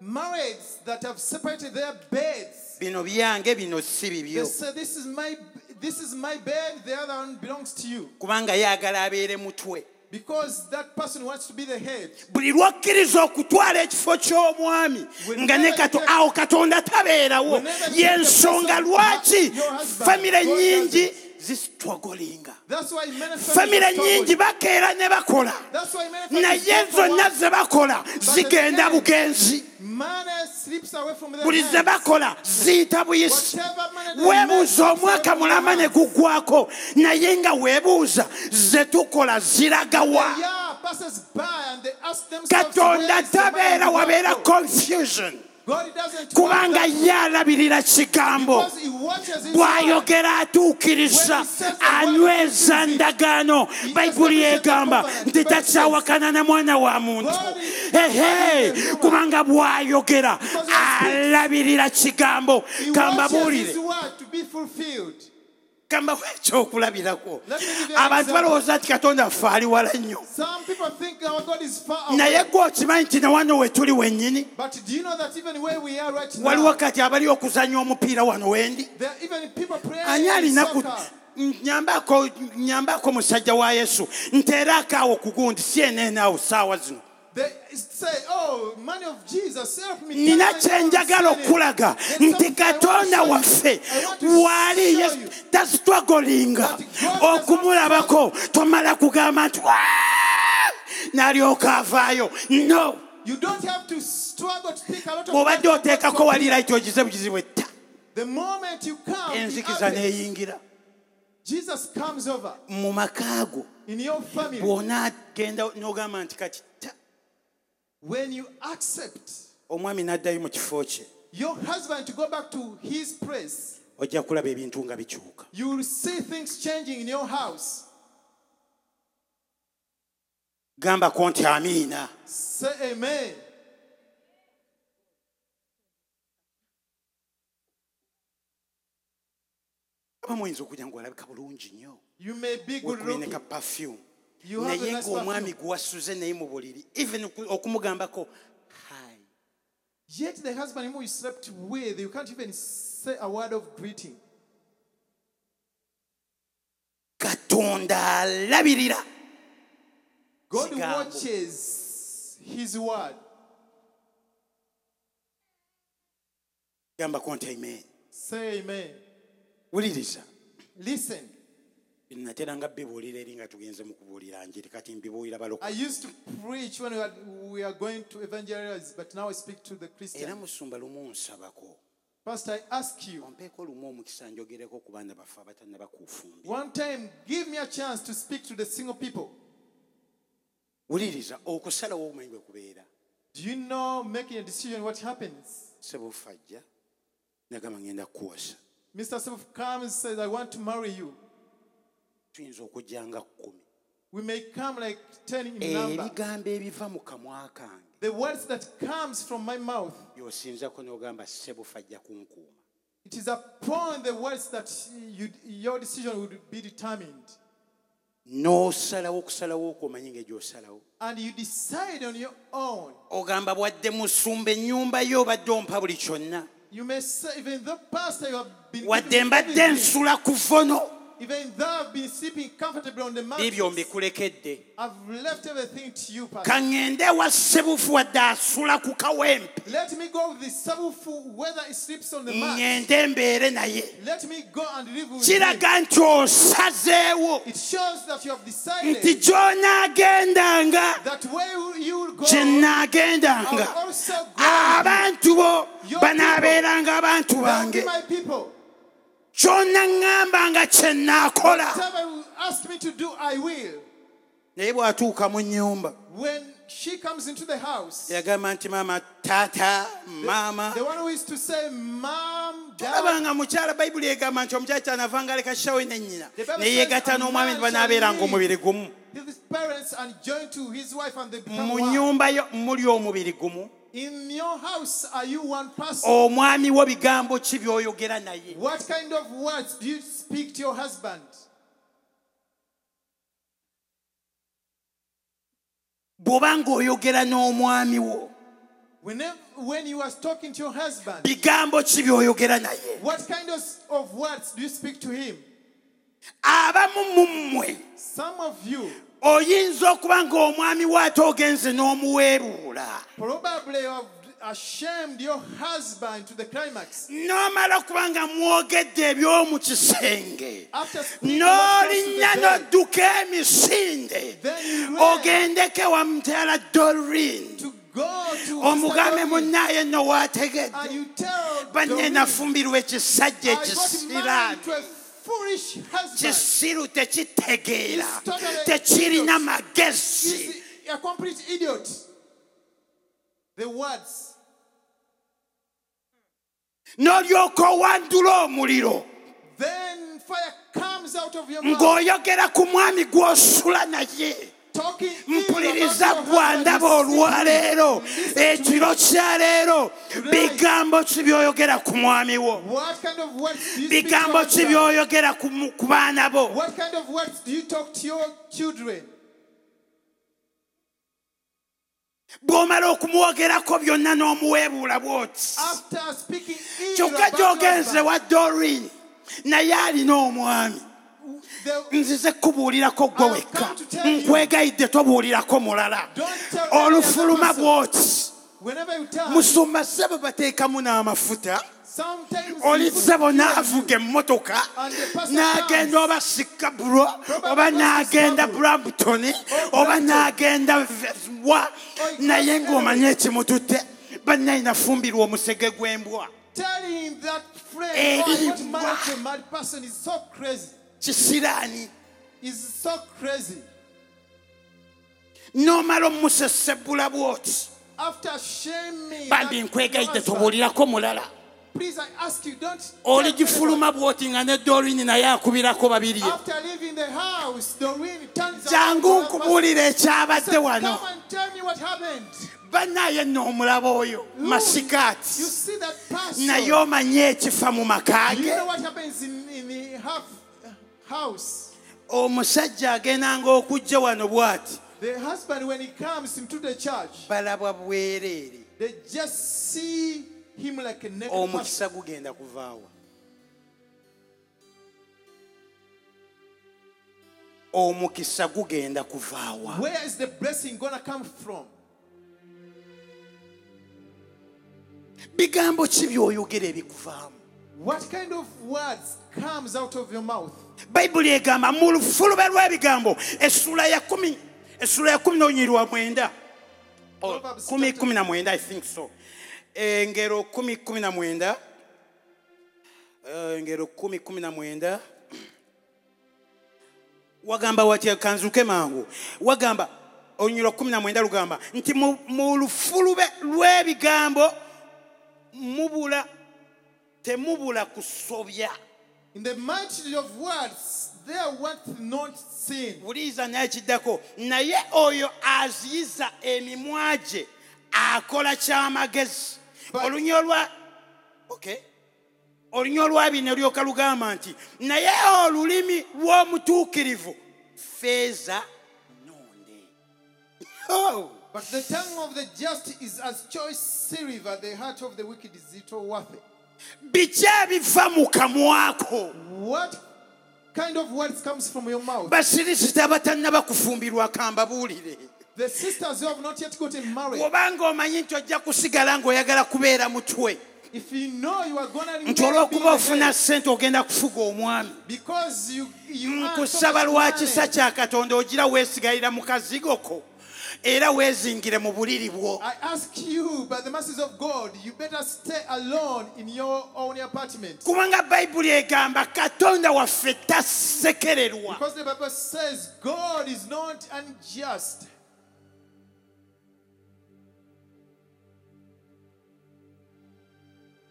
[SPEAKER 4] marrieds that have separated their beds.
[SPEAKER 1] bino byange bino si
[SPEAKER 4] They
[SPEAKER 1] bibyo
[SPEAKER 4] say this is my this is my bed, the other one belongs to you.
[SPEAKER 1] kubanga yaagala abeere mutwe
[SPEAKER 4] Because that person wants to be the head.
[SPEAKER 1] buli lwokkiriza okutwala ekifo ky'omwami nga ne kato awo katonda tabeerawo yensonga lwaki famire nyingi zisitwagolinga
[SPEAKER 4] That's why many
[SPEAKER 1] famire
[SPEAKER 4] families struggle.
[SPEAKER 1] nyingi bakeera ne bakola
[SPEAKER 4] That's why many families
[SPEAKER 1] naye
[SPEAKER 4] struggle.
[SPEAKER 1] zonna ze bakola zigenda bugenzi
[SPEAKER 4] Money slips away from their
[SPEAKER 1] buli ze
[SPEAKER 4] hands.
[SPEAKER 1] bakola ziyita buyisi
[SPEAKER 4] Whatever money they make slips
[SPEAKER 1] weebuuza
[SPEAKER 4] away
[SPEAKER 1] omwaka
[SPEAKER 4] from their
[SPEAKER 1] mulama ne
[SPEAKER 4] hands.
[SPEAKER 1] guggwako naye nga weebuuza ze tukola ziragawa
[SPEAKER 4] The year passes by and they ask themselves,
[SPEAKER 1] katonda
[SPEAKER 4] "Where is the money
[SPEAKER 1] tabeera
[SPEAKER 4] to go
[SPEAKER 1] wabeera
[SPEAKER 4] for?"
[SPEAKER 1] confusion
[SPEAKER 4] God doesn't want
[SPEAKER 1] kubanga
[SPEAKER 4] that
[SPEAKER 1] ye alabirira kigambo
[SPEAKER 4] because he watches his word.
[SPEAKER 1] bw'ayogera atuukiriza anyweza ndagaano bayibuli egamba nti takyawakana na mwana wa muntu ehe kubanga bw'ayogera alabirira kigambo
[SPEAKER 4] He watches
[SPEAKER 1] kambabuulire
[SPEAKER 4] his word to be fulfilled.
[SPEAKER 1] kambawo ekyokulabirako abantu balowooza nti katonda ffe ali wala nnyo
[SPEAKER 4] Some people think our God is far
[SPEAKER 1] naye
[SPEAKER 4] away.
[SPEAKER 1] gwe okimanyi nti ne wano we tuli wennyini
[SPEAKER 4] But do you know that even where we are right
[SPEAKER 1] waliwo
[SPEAKER 4] now,
[SPEAKER 1] kati abali okuzannya omupiira wano wendi
[SPEAKER 4] there are even people
[SPEAKER 1] ani
[SPEAKER 4] praying in
[SPEAKER 1] alina ku-
[SPEAKER 4] soccer.
[SPEAKER 1] nyambako nyambako musajja wa yesu nteeraako awo kugundi si eneenaawo saawa zino
[SPEAKER 4] They say, oh, man of Jesus, help me.
[SPEAKER 1] nina
[SPEAKER 4] Tell me
[SPEAKER 1] kyenjagala
[SPEAKER 4] what I'm sinning.
[SPEAKER 1] okulaga
[SPEAKER 4] There's
[SPEAKER 1] nti
[SPEAKER 4] something I want to
[SPEAKER 1] katonda
[SPEAKER 4] show you.
[SPEAKER 1] waffe
[SPEAKER 4] I want to
[SPEAKER 1] waali
[SPEAKER 4] show
[SPEAKER 1] yes-
[SPEAKER 4] you.
[SPEAKER 1] tasitwagolinga
[SPEAKER 4] That God does
[SPEAKER 1] okumulabako tomala kugamba nti "Waa!" n'alyoka avaayo no
[SPEAKER 4] You don't have to struggle to think a lot of
[SPEAKER 1] bw'obadde oteekako wali layiti ogize bugizi bwetta
[SPEAKER 4] The moment you come, he
[SPEAKER 1] enzikiza
[SPEAKER 4] appears.
[SPEAKER 1] n'eyingira
[SPEAKER 4] Jesus comes over
[SPEAKER 1] mu makaago
[SPEAKER 4] in your family.
[SPEAKER 1] bw'onaagenda n'ogamba nti kati ta
[SPEAKER 4] When you accept
[SPEAKER 1] omwami n'addayo mu kifo kye
[SPEAKER 4] your husband to go back to his place,
[SPEAKER 1] ojja kulaba ebintu nga bikyuka
[SPEAKER 4] you will see things changing in your house.
[SPEAKER 1] gambako nti amiina
[SPEAKER 4] Say amen.
[SPEAKER 1] aba muyinza okujja ng'olabika bulungi nnyo
[SPEAKER 4] You may be good looking.
[SPEAKER 1] wekulineka perfume
[SPEAKER 4] You have a
[SPEAKER 1] naye
[SPEAKER 4] nice
[SPEAKER 1] ng'omwami
[SPEAKER 4] perfume.
[SPEAKER 1] gwewasuze naye mu buliri even oku- okumugambako hi
[SPEAKER 4] Yet the husband whom you slept with, you can't even say a word of greeting.
[SPEAKER 1] katonda alabirira
[SPEAKER 4] God
[SPEAKER 1] Sigambo.
[SPEAKER 4] watches his word.
[SPEAKER 1] gambako nti amen
[SPEAKER 4] Say amen.
[SPEAKER 1] wuliriza
[SPEAKER 4] Listen,
[SPEAKER 1] bino natera nga bibuulira eri nga tugenze mu kubuulira njiri kati mbibuulira
[SPEAKER 4] I
[SPEAKER 1] baloko
[SPEAKER 4] used to preach when we are, we are going to evangelize, but now I speak to the
[SPEAKER 1] era
[SPEAKER 4] Christian.
[SPEAKER 1] musumba lumu nsabako
[SPEAKER 4] First, I ask you,
[SPEAKER 1] ompeeko lumu omukisa njogereko ku baana baffe abatanna bakuufumbi
[SPEAKER 4] one time, give me a chance to speak to the single people.
[SPEAKER 1] wuliriza okusalawo obumanyi bwe kubeera
[SPEAKER 4] Do you know making a decision what happens?
[SPEAKER 1] sebufajja nagamba ngenda kukuwasa
[SPEAKER 4] Mr. Self comes says, I want to marry you.
[SPEAKER 1] tuyinza okujja nga kkumi
[SPEAKER 4] We may come like 10 in number.
[SPEAKER 1] ebigambo ebiva mu kamwa kange
[SPEAKER 4] The words that comes from my mouth
[SPEAKER 1] yosinzako n'ogamba sebufajja kunkuuma
[SPEAKER 4] It is upon the words that you, your decision would be determined.
[SPEAKER 1] n'osalawo okusalawo okwomanyi nga gy'osalawo
[SPEAKER 4] And you decide on your own.
[SPEAKER 1] ogamba bwadde musumba ennyumba yo obadde ompa buli kyonna
[SPEAKER 4] You may say, even though, Pastor, you have been.
[SPEAKER 1] wadde
[SPEAKER 4] given
[SPEAKER 1] mbadde
[SPEAKER 4] everything,
[SPEAKER 1] nsula ku vono
[SPEAKER 4] Even though I've been sleeping comfortably on the
[SPEAKER 1] ebyo
[SPEAKER 4] mountain,
[SPEAKER 1] mbikulekedde
[SPEAKER 4] I've left everything to you, Pastor.
[SPEAKER 1] kaŋŋende wa ssebufu wadde asula ku kawempe
[SPEAKER 4] Let me go with the Sabufu, whether it sleeps on the mat.
[SPEAKER 1] ŋŋende mbeere naye
[SPEAKER 4] Let me go and live with him.
[SPEAKER 1] kiraga nti osazeewo
[SPEAKER 4] It shows that you have
[SPEAKER 1] nti
[SPEAKER 4] decided
[SPEAKER 1] gy'onaagendanga
[SPEAKER 4] that where you will go,
[SPEAKER 1] gye
[SPEAKER 4] I'll
[SPEAKER 1] nnaagendanga
[SPEAKER 4] also
[SPEAKER 1] Ah,
[SPEAKER 4] go.
[SPEAKER 1] abantu bo
[SPEAKER 4] Your
[SPEAKER 1] banaabeeranga abantu
[SPEAKER 4] They'll
[SPEAKER 1] bange
[SPEAKER 4] be my people.
[SPEAKER 1] ky'onnaŋŋamba nga kye nnaakola
[SPEAKER 4] Whatever you ask me to do, I will.
[SPEAKER 1] naye bw'atuuka mu nnyumba
[SPEAKER 4] When she comes into the house,
[SPEAKER 1] yagamba nti maama taata maama
[SPEAKER 4] the one who is to say, Mom, Dad,
[SPEAKER 1] tolabanga mukyala bayibuli egamba nti omukyala kyanava nga aleka shawe ne nnyina
[SPEAKER 4] The Bible
[SPEAKER 1] ne yeegatta
[SPEAKER 4] says,
[SPEAKER 1] n'omwami
[SPEAKER 4] "A man
[SPEAKER 1] banaabeeranga
[SPEAKER 4] shall
[SPEAKER 1] omubiri gumu
[SPEAKER 4] his parents and joined to his wife and they become
[SPEAKER 1] mu
[SPEAKER 4] one.
[SPEAKER 1] nnyumba yo muli omubiri gumu
[SPEAKER 4] In your house, are you one person?
[SPEAKER 1] omwami wo bigambo ki by'oyogera naye
[SPEAKER 4] What kind of words do you speak to your husband?
[SPEAKER 1] bw'obanga oyogera n'omwami wo
[SPEAKER 4] Whenever, when you are talking to your husband,
[SPEAKER 1] bigambo ki by'oyogera naye
[SPEAKER 4] what kind of, of words do you speak to him?
[SPEAKER 1] abamu mu mmwe
[SPEAKER 4] Some of you,
[SPEAKER 1] oyinza okuba ng'omwami wo ate ogenze n'omuweeruula
[SPEAKER 4] probably you have ashamed your husband to the climax.
[SPEAKER 1] n'omala okuba nga mwogedde eby'omu kisenge
[SPEAKER 4] After speaking what comes to the
[SPEAKER 1] n'olinnya
[SPEAKER 4] bed,
[SPEAKER 1] n'odduka emisinde
[SPEAKER 4] Then you ran.
[SPEAKER 1] ogendeke wa mukyala dorin
[SPEAKER 4] to go to
[SPEAKER 1] Oh, omugambe
[SPEAKER 4] Mr. Doggy,
[SPEAKER 1] munnaye nno
[SPEAKER 4] and
[SPEAKER 1] waategedde
[SPEAKER 4] you tell
[SPEAKER 1] banne
[SPEAKER 4] Doggy,
[SPEAKER 1] nafumbirwa ekisajja
[SPEAKER 4] I got married
[SPEAKER 1] ekisiraani
[SPEAKER 4] to a foolish husband.
[SPEAKER 1] kisiru tekitegeera
[SPEAKER 4] He's totally
[SPEAKER 1] tekirina
[SPEAKER 4] idiot.
[SPEAKER 1] magezi
[SPEAKER 4] He's a complete idiot. The words.
[SPEAKER 1] n'olyoka owandula omuliro
[SPEAKER 4] Then fire comes out of your mouth.
[SPEAKER 1] ng'oyogera ku mwami gw'osula naye
[SPEAKER 4] Talking evil about your
[SPEAKER 1] mpuliriza gwandaba
[SPEAKER 4] husband.
[SPEAKER 1] olwaleero ekiro kya leero bigambo ki by'oyogera ku mwami wo
[SPEAKER 4] What kind of words do you speak to your
[SPEAKER 1] bigambo ki
[SPEAKER 4] husband?
[SPEAKER 1] by'oyogera ku mu- ku baana bo
[SPEAKER 4] What kind of words do you talk to your children?
[SPEAKER 1] bw'omala okumwogerako byonna n'omuweebuula bw'oti
[SPEAKER 4] After speaking evil
[SPEAKER 1] kyokka
[SPEAKER 4] about your
[SPEAKER 1] gyogenze
[SPEAKER 4] husband,
[SPEAKER 1] wa dorin naye alina omwami
[SPEAKER 4] the-
[SPEAKER 1] nzize kubuulirako gwe wekka nkwegayidde tobuulirako mulala olufuluma bw'oti
[SPEAKER 4] whenever you tell
[SPEAKER 1] musumba ssebo bateekamu n'amafuta
[SPEAKER 4] Sometimes
[SPEAKER 1] olizza
[SPEAKER 4] people
[SPEAKER 1] bona
[SPEAKER 4] fear you.
[SPEAKER 1] avuga emmotoka
[SPEAKER 4] And the person
[SPEAKER 1] n'agenda oba sikabulwa oba n'agenda
[SPEAKER 4] Oh,
[SPEAKER 1] brampton oba n'agenda v- wa naye ng'omanye ekimututte bannaye nafumbirwa omusege gw'embwa
[SPEAKER 4] Telling that
[SPEAKER 1] Eh,
[SPEAKER 4] friend,
[SPEAKER 1] [LAUGHS]
[SPEAKER 4] oh,
[SPEAKER 1] wow.
[SPEAKER 4] what married to a married person is so crazy.
[SPEAKER 1] kisiraani
[SPEAKER 4] Is so crazy.
[SPEAKER 1] n'omala omusesebbula bw'oti
[SPEAKER 4] After shaming, that
[SPEAKER 1] bambi nkwegayidde
[SPEAKER 4] husband,
[SPEAKER 1] tobuulirako mulala
[SPEAKER 4] please I ask you, don't.
[SPEAKER 1] oligifuluma bw'oti nga ne dolini naye akubirako babiri
[SPEAKER 4] After leaving the house, the wind turns
[SPEAKER 1] jangu
[SPEAKER 4] around to that person.
[SPEAKER 1] nkubuulira ekyabadde wano
[SPEAKER 4] Come and tell me what happened.
[SPEAKER 1] bannaye n'omulaba oyo
[SPEAKER 4] Look,
[SPEAKER 1] masikaati
[SPEAKER 4] You see that person.
[SPEAKER 1] naye omanye ekifa mu maka
[SPEAKER 4] You
[SPEAKER 1] ge
[SPEAKER 4] know what happens in, in the half, house.
[SPEAKER 1] omusajja agendanga okujja wano bw'ati
[SPEAKER 4] The husband, when he comes into the church,
[SPEAKER 1] balabwa bwereere
[SPEAKER 4] they just see him like a naked
[SPEAKER 1] Oh,
[SPEAKER 4] person.
[SPEAKER 1] omukisa gugenda kuvaawa omukisa gugenda kuvaawa
[SPEAKER 4] Where is the blessing gonna come from?
[SPEAKER 1] bigambo ki byoyogera ebikuvaamu
[SPEAKER 4] What kind of words comes out of your mouth?
[SPEAKER 1] bayibuli egamba mu lufulube lw'ebigambo essula ya kumi essula ya kumi n'onyirwa mwenda Oh,
[SPEAKER 4] Proverbs
[SPEAKER 1] kumi
[SPEAKER 4] chapter-
[SPEAKER 1] kumi na mwenda i think so engero kumi kumi na mwenda Eh, engero kumi kumi na mwenda wagamba watya kanzuke mangu wagamba onyirwa kumi na mwenda lugamba nti mu- mu lufulube lw'ebigambo mubula temubula kusobya
[SPEAKER 4] In the multitude of words, there worth not seen.
[SPEAKER 1] buliiza naye kiddako naye oyo aziyiza emimwa gye akola kyamagezi
[SPEAKER 4] But-
[SPEAKER 1] olunya olwa okay. olunya olwa bino lyoka lugamba nti naye olulimi lw'omutuukirivu feeza nnonde Oh!
[SPEAKER 4] But the tongue of the just is as choice silver, the heart of the wicked is little worth it.
[SPEAKER 1] biki ebiva mu kamwako
[SPEAKER 4] What kind of words comes from your mouth?
[SPEAKER 1] basirisita abatannaba kufumbirwa kambabuulire
[SPEAKER 4] The sisters who have not yet gotten married,
[SPEAKER 1] obanga omanyi nti ojja kusigala ng'oyagala kubeera mutwe
[SPEAKER 4] if you know you are gonna remain
[SPEAKER 1] nti olw'okuba
[SPEAKER 4] being
[SPEAKER 1] ofuna
[SPEAKER 4] ahead,
[SPEAKER 1] ssente ogenda kufuga omwami
[SPEAKER 4] because you you earn so
[SPEAKER 1] nkusaba
[SPEAKER 4] much
[SPEAKER 1] lwa kisa
[SPEAKER 4] money,
[SPEAKER 1] kya katonda ogira weesigalira mu kazigo ko era weezingire mu buliri bwo
[SPEAKER 4] I ask you, by the mercies of God, you better stay alone in your own apartment.
[SPEAKER 1] kubanga bayibuli egamba katonda waffe tasekererwa
[SPEAKER 4] Because the Bible says God is not unjust.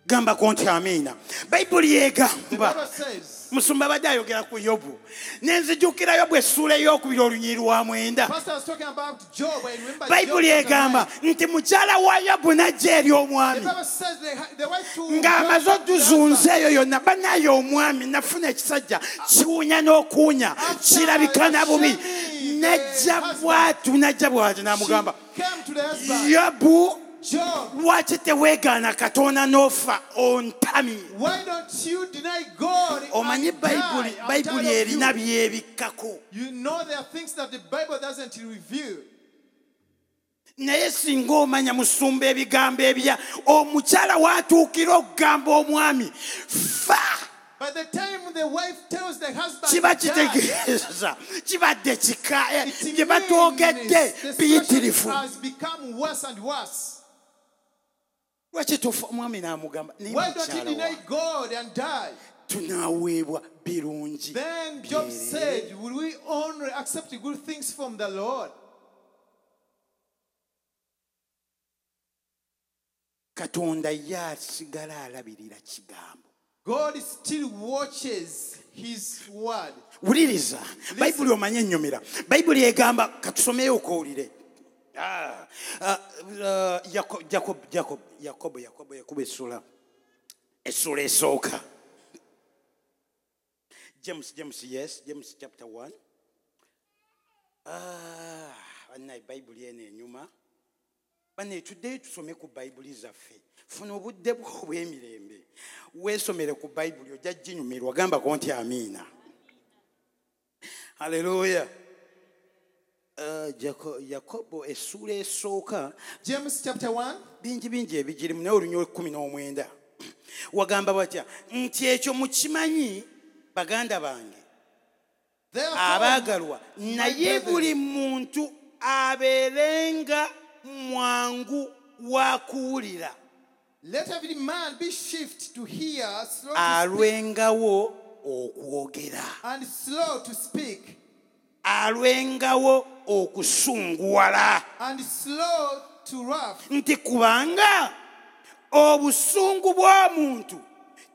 [SPEAKER 1] gambako nti amiina bayibuli
[SPEAKER 4] The
[SPEAKER 1] egamba
[SPEAKER 4] Bible says,
[SPEAKER 1] musumba abadde ayogera ku yobu nenzijukira yobu essuula ey'okubiri olunyiri lwa mwenda
[SPEAKER 4] Pastor was talking about Job. I remember
[SPEAKER 1] bayibuli
[SPEAKER 4] Job chapter
[SPEAKER 1] egamba
[SPEAKER 4] nine.
[SPEAKER 1] nti mukyala wa yobu n'ajja eri
[SPEAKER 4] The
[SPEAKER 1] omwami
[SPEAKER 4] Bible says the, the wife to
[SPEAKER 1] ng'amaze
[SPEAKER 4] Job,
[SPEAKER 1] otuzunza eyo yonna banaye omwami nafuna ekisajja kiwunya n'okuwunya kirabika nabubi najja bwatu najja bwati namugamba
[SPEAKER 4] she came to the husband.
[SPEAKER 1] yobu
[SPEAKER 4] Job,
[SPEAKER 1] lwaki teweegaana katonda n'ofa ontami
[SPEAKER 4] why don't you deny God? and
[SPEAKER 1] omanyi
[SPEAKER 4] die?
[SPEAKER 1] bayibuli
[SPEAKER 4] I'm
[SPEAKER 1] bayibuli
[SPEAKER 4] tired of
[SPEAKER 1] erina
[SPEAKER 4] you.
[SPEAKER 1] byebikkako
[SPEAKER 4] You know there are things that the Bible doesn't reveal.
[SPEAKER 1] naye singa omanya musumba ebigambo ebya omukyala waatuukira okugamba omwami fa
[SPEAKER 4] By the time the wife tells the husband,
[SPEAKER 1] kiba
[SPEAKER 4] "Die,"
[SPEAKER 1] kitegeeza kibadde kika eh,
[SPEAKER 4] it
[SPEAKER 1] bye batwogedde
[SPEAKER 4] means the situation
[SPEAKER 1] biyitirifu
[SPEAKER 4] has become worse and worse.
[SPEAKER 1] lwaki tofa omwami n'amugamba naye
[SPEAKER 4] Why don't you
[SPEAKER 1] mukyala
[SPEAKER 4] deny
[SPEAKER 1] wa
[SPEAKER 4] God and die?
[SPEAKER 1] tunaaweebwa birungi
[SPEAKER 4] Then Job said, Will we only accept good things from the Lord?
[SPEAKER 1] katonda ye asigala alabirira kigambo
[SPEAKER 4] God still watches his word.
[SPEAKER 1] wuliriza bayibuli omanye ennyumira bayibuli egamba katusomeyo okowulire Ah, ah, ah, Yako- Jakobo Jakobo- yakobo yakobo yakobo essula essula esooka james james yes james chapter 1 bannaye bayibuli eno enyuma bane tuddeyo tusome ku bayibuli zaffe funa obudde bwo obw'emirembe weesomere ku bayibuli ojja ginyumirwa gambako nti amiina haleluya Eh, Jako- yakobo essuula esooka
[SPEAKER 4] James chapter 1,
[SPEAKER 1] bingi bingi ebigirimu naye olunya olukumi n'omwenda [CLEARS THROAT] wagamba batya nti ekyo mukimanyi baganda bange
[SPEAKER 4] Therefore,
[SPEAKER 1] abaagalwa naye buli muntu abeerenga mwangu wa kuwulira
[SPEAKER 4] let every man be swift to hear, slow to speak,
[SPEAKER 1] alwengawo okwogera
[SPEAKER 4] and slow to speak,
[SPEAKER 1] alwengawo okusunguwala
[SPEAKER 4] and slow to wrath.
[SPEAKER 1] nti kubanga obusungu bw'omuntu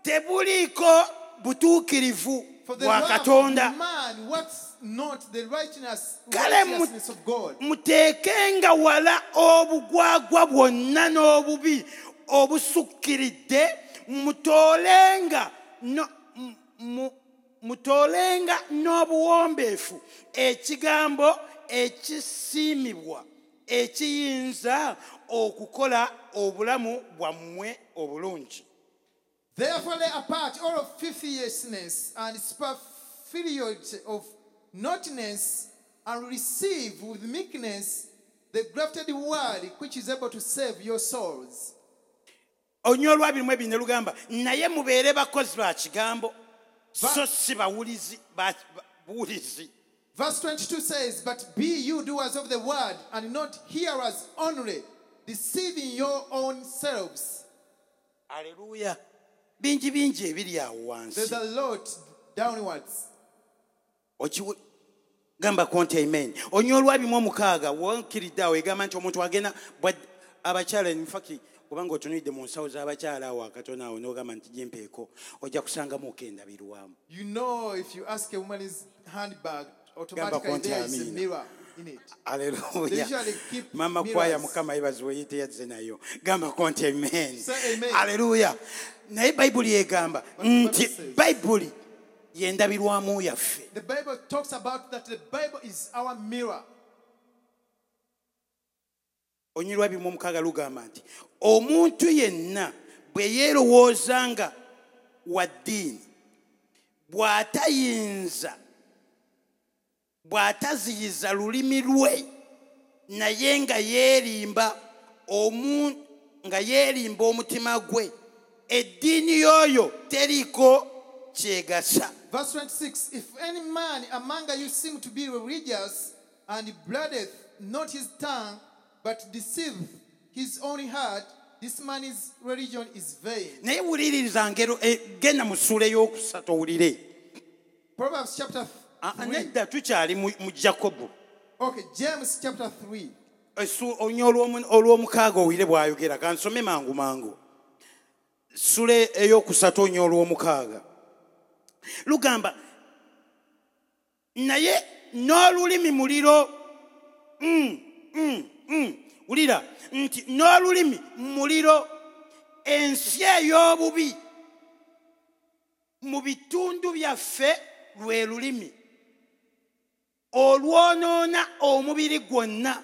[SPEAKER 1] tebuliiko butuukirivu
[SPEAKER 4] For the
[SPEAKER 1] bwa
[SPEAKER 4] wrath of
[SPEAKER 1] katonda
[SPEAKER 4] man works not the righteousness,
[SPEAKER 1] Kale mu-
[SPEAKER 4] righteousness of God.
[SPEAKER 1] muteekenga wala obugwagwa bwonna n'obubi obusukkiridde mutoolenga no- mu- mu- mutoolenga n'obuwombeefu ekigambo ekisiimibwa ekiyinza okukola obulamu bwammwe obulungi
[SPEAKER 4] Therefore lay apart all of fifthiousness and superfluity of naughtiness and receive with meekness the grafted word which is able to save your souls.
[SPEAKER 1] onywa olwabirimu ebiri ne lugamba naye mubeere bakozi ba kigambo so si bawulizi ba- ba- buwulizi
[SPEAKER 4] Verse 22 says, But be you doers of the word and not hearers only, deceiving your own selves.
[SPEAKER 1] aleluya bingi bingi ebiri awo
[SPEAKER 4] There's
[SPEAKER 1] wansi
[SPEAKER 4] a lot downwards.
[SPEAKER 1] Okiwe- gambako nti amen onywa olwabimu omukaaga wankiridde awo egamba nti omuntu agenda bwad- abakyala infaki kubanga otunulidde mu nsawo z'abakyala awo akatona awo n'ogamba nti gyempeeko ojja kusangamuko endabirwamu
[SPEAKER 4] You know, if you ask a woman's handbag,
[SPEAKER 1] Gamba
[SPEAKER 4] automatically
[SPEAKER 1] konti
[SPEAKER 4] there is a
[SPEAKER 1] amina.
[SPEAKER 4] mirror in it. They
[SPEAKER 1] Hallelujah.
[SPEAKER 4] usually keep
[SPEAKER 1] mama
[SPEAKER 4] mirrors.
[SPEAKER 1] kwaya mukama ibazibwe yite yazze nayo gambako nti amen
[SPEAKER 4] Say amen.
[SPEAKER 1] aleluya naye bayibuli egamba nti
[SPEAKER 4] says?
[SPEAKER 1] bayibuli yendabirwamu yaffe
[SPEAKER 4] The Bible talks about that the Bible is our mirror.
[SPEAKER 1] onyirwa bimu omukaaga lugamba nti omuntu yenna bwe yeerowooza nga wa ddiini bw'atayinza bw'ataziyiza lulimi lwe naye nga yeerimba omu- nga yeerimba omutima gwe eddiini y'oyo teriko kyegasa
[SPEAKER 4] Verse 26 If any man among you seem to be religious and bloodeth not his tongue, but deceiveth his own heart, this man's religion is vain.
[SPEAKER 1] naye wuliririza ngero eh, genda mu ssula ey'okusatu owulire
[SPEAKER 4] Proverbs chapter
[SPEAKER 1] Ah, ah,
[SPEAKER 4] 3.
[SPEAKER 1] nedda tukyali mu mu jakobo
[SPEAKER 4] Okay, James chapter 3.
[SPEAKER 1] Essu- onya olw'omu- olw'omukaaga owire bw'ayogera kansome mangu mangu sula ey'okusatu onya olw'omukaaga lugamba naye n'olulimi muliro Mm, mm, mm. wulira nti n'olulimi muliro ensi ey'obubi mu bitundu byaffe lwe lulimi olwonoona omubiri gwonna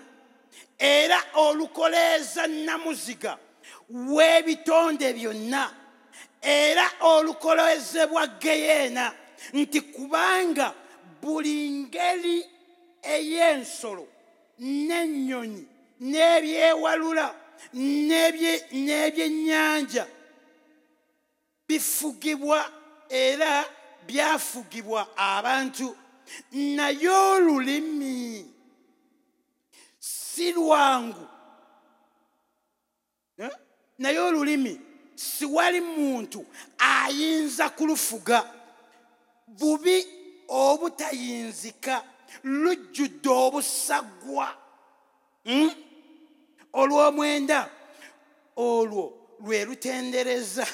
[SPEAKER 1] era olukoleeza nnamuziga w'ebitonde byonna era olukolezebwa geyeena nti kubanga buli ngeri ey'ensolo n'ennyonyi n'ebyewalula n'ebye- n'ebyennyanja bifugibwa era byafugibwa abantu naye olulimi si lwangu Eh? naye olulimi siwali muntu ayinza kulufuga bubi obutayinzika lujjudde obusagwa Mm? olw'omwenda olwo lwe lutendereza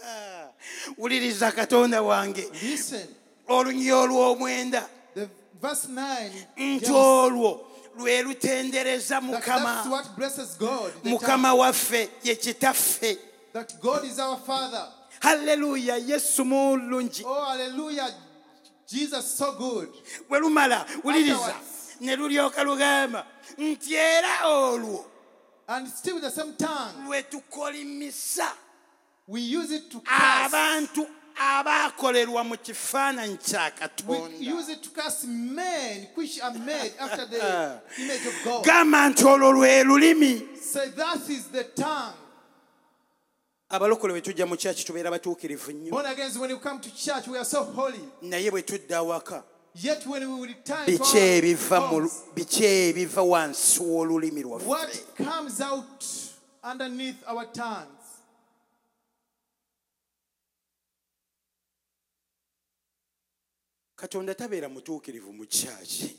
[SPEAKER 1] [LAUGHS] wuliriza katonda wange
[SPEAKER 4] Listen,
[SPEAKER 1] olunyi olw'omwenda
[SPEAKER 4] the verse 9.
[SPEAKER 1] nti
[SPEAKER 4] James,
[SPEAKER 1] olwo lwe lutendereza
[SPEAKER 4] that,
[SPEAKER 1] mukama
[SPEAKER 4] that's what blesses God. the
[SPEAKER 1] mukama waffe ye kitaffe
[SPEAKER 4] tongue, That God is our Father.
[SPEAKER 1] halleluya yesu mulungi
[SPEAKER 4] Oh, hallelujah. Jesus is so good.
[SPEAKER 1] bwe lumala wuliriza
[SPEAKER 4] Afterwards.
[SPEAKER 1] ne lulyoka lugamba nti era olwo
[SPEAKER 4] And still with the same tongue,
[SPEAKER 1] lwe tukolimisa
[SPEAKER 4] we use it to
[SPEAKER 1] Ah,
[SPEAKER 4] curse.
[SPEAKER 1] abantu abaakolerwa mu kifaananyi kya
[SPEAKER 4] We
[SPEAKER 1] katonda
[SPEAKER 4] use it to curse men which are made after the image of God.
[SPEAKER 1] gamba nti olwo lwe lulimi
[SPEAKER 4] Say that is the tongue.
[SPEAKER 1] abalokole bwe tujja mu kyaki tubeera batuukirivu nnyo
[SPEAKER 4] Born again, when you come to church, we are so holy.
[SPEAKER 1] naye bwe tudda awaka
[SPEAKER 4] Yet when we return to
[SPEAKER 1] biki ebiva
[SPEAKER 4] our
[SPEAKER 1] mu lu-
[SPEAKER 4] homes,
[SPEAKER 1] biki ebiva wansi w'olulimi
[SPEAKER 4] what
[SPEAKER 1] lwaffe
[SPEAKER 4] comes out underneath our tongues?
[SPEAKER 1] katonda tabeera mutuukirivu mu kyaki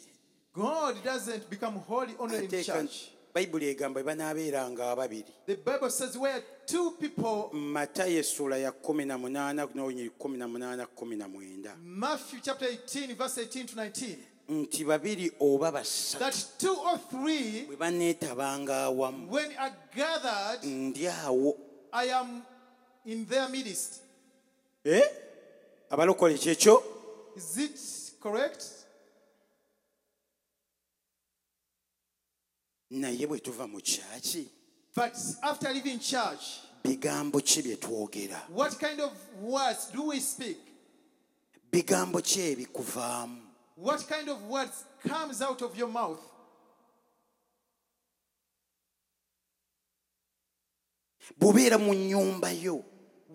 [SPEAKER 4] God doesn't become holy only in
[SPEAKER 1] Ateeka-
[SPEAKER 4] church.
[SPEAKER 1] bayibuli egamba banabeeranga ababiri
[SPEAKER 4] The Bible says where two people,
[SPEAKER 1] matayo essula ya 18 noonyi 18
[SPEAKER 4] Matthew chapter 18, verse 18 to 19,
[SPEAKER 1] nti babiri oba basatu
[SPEAKER 4] that two or three,
[SPEAKER 1] bwe baneetabanga awamu
[SPEAKER 4] when are gathered,
[SPEAKER 1] ndi awo
[SPEAKER 4] I am in their midst.
[SPEAKER 1] Eh? abalokole kyekyo
[SPEAKER 4] Is it correct?
[SPEAKER 1] naye bwe tuva mu kyaki
[SPEAKER 4] But after leaving church,
[SPEAKER 1] bigambo ki bye twogera
[SPEAKER 4] what kind of words do we speak?
[SPEAKER 1] bigambo ki ebikuvaamu
[SPEAKER 4] What kind of words comes out of your mouth?
[SPEAKER 1] bw'obeera mu nnyumba yo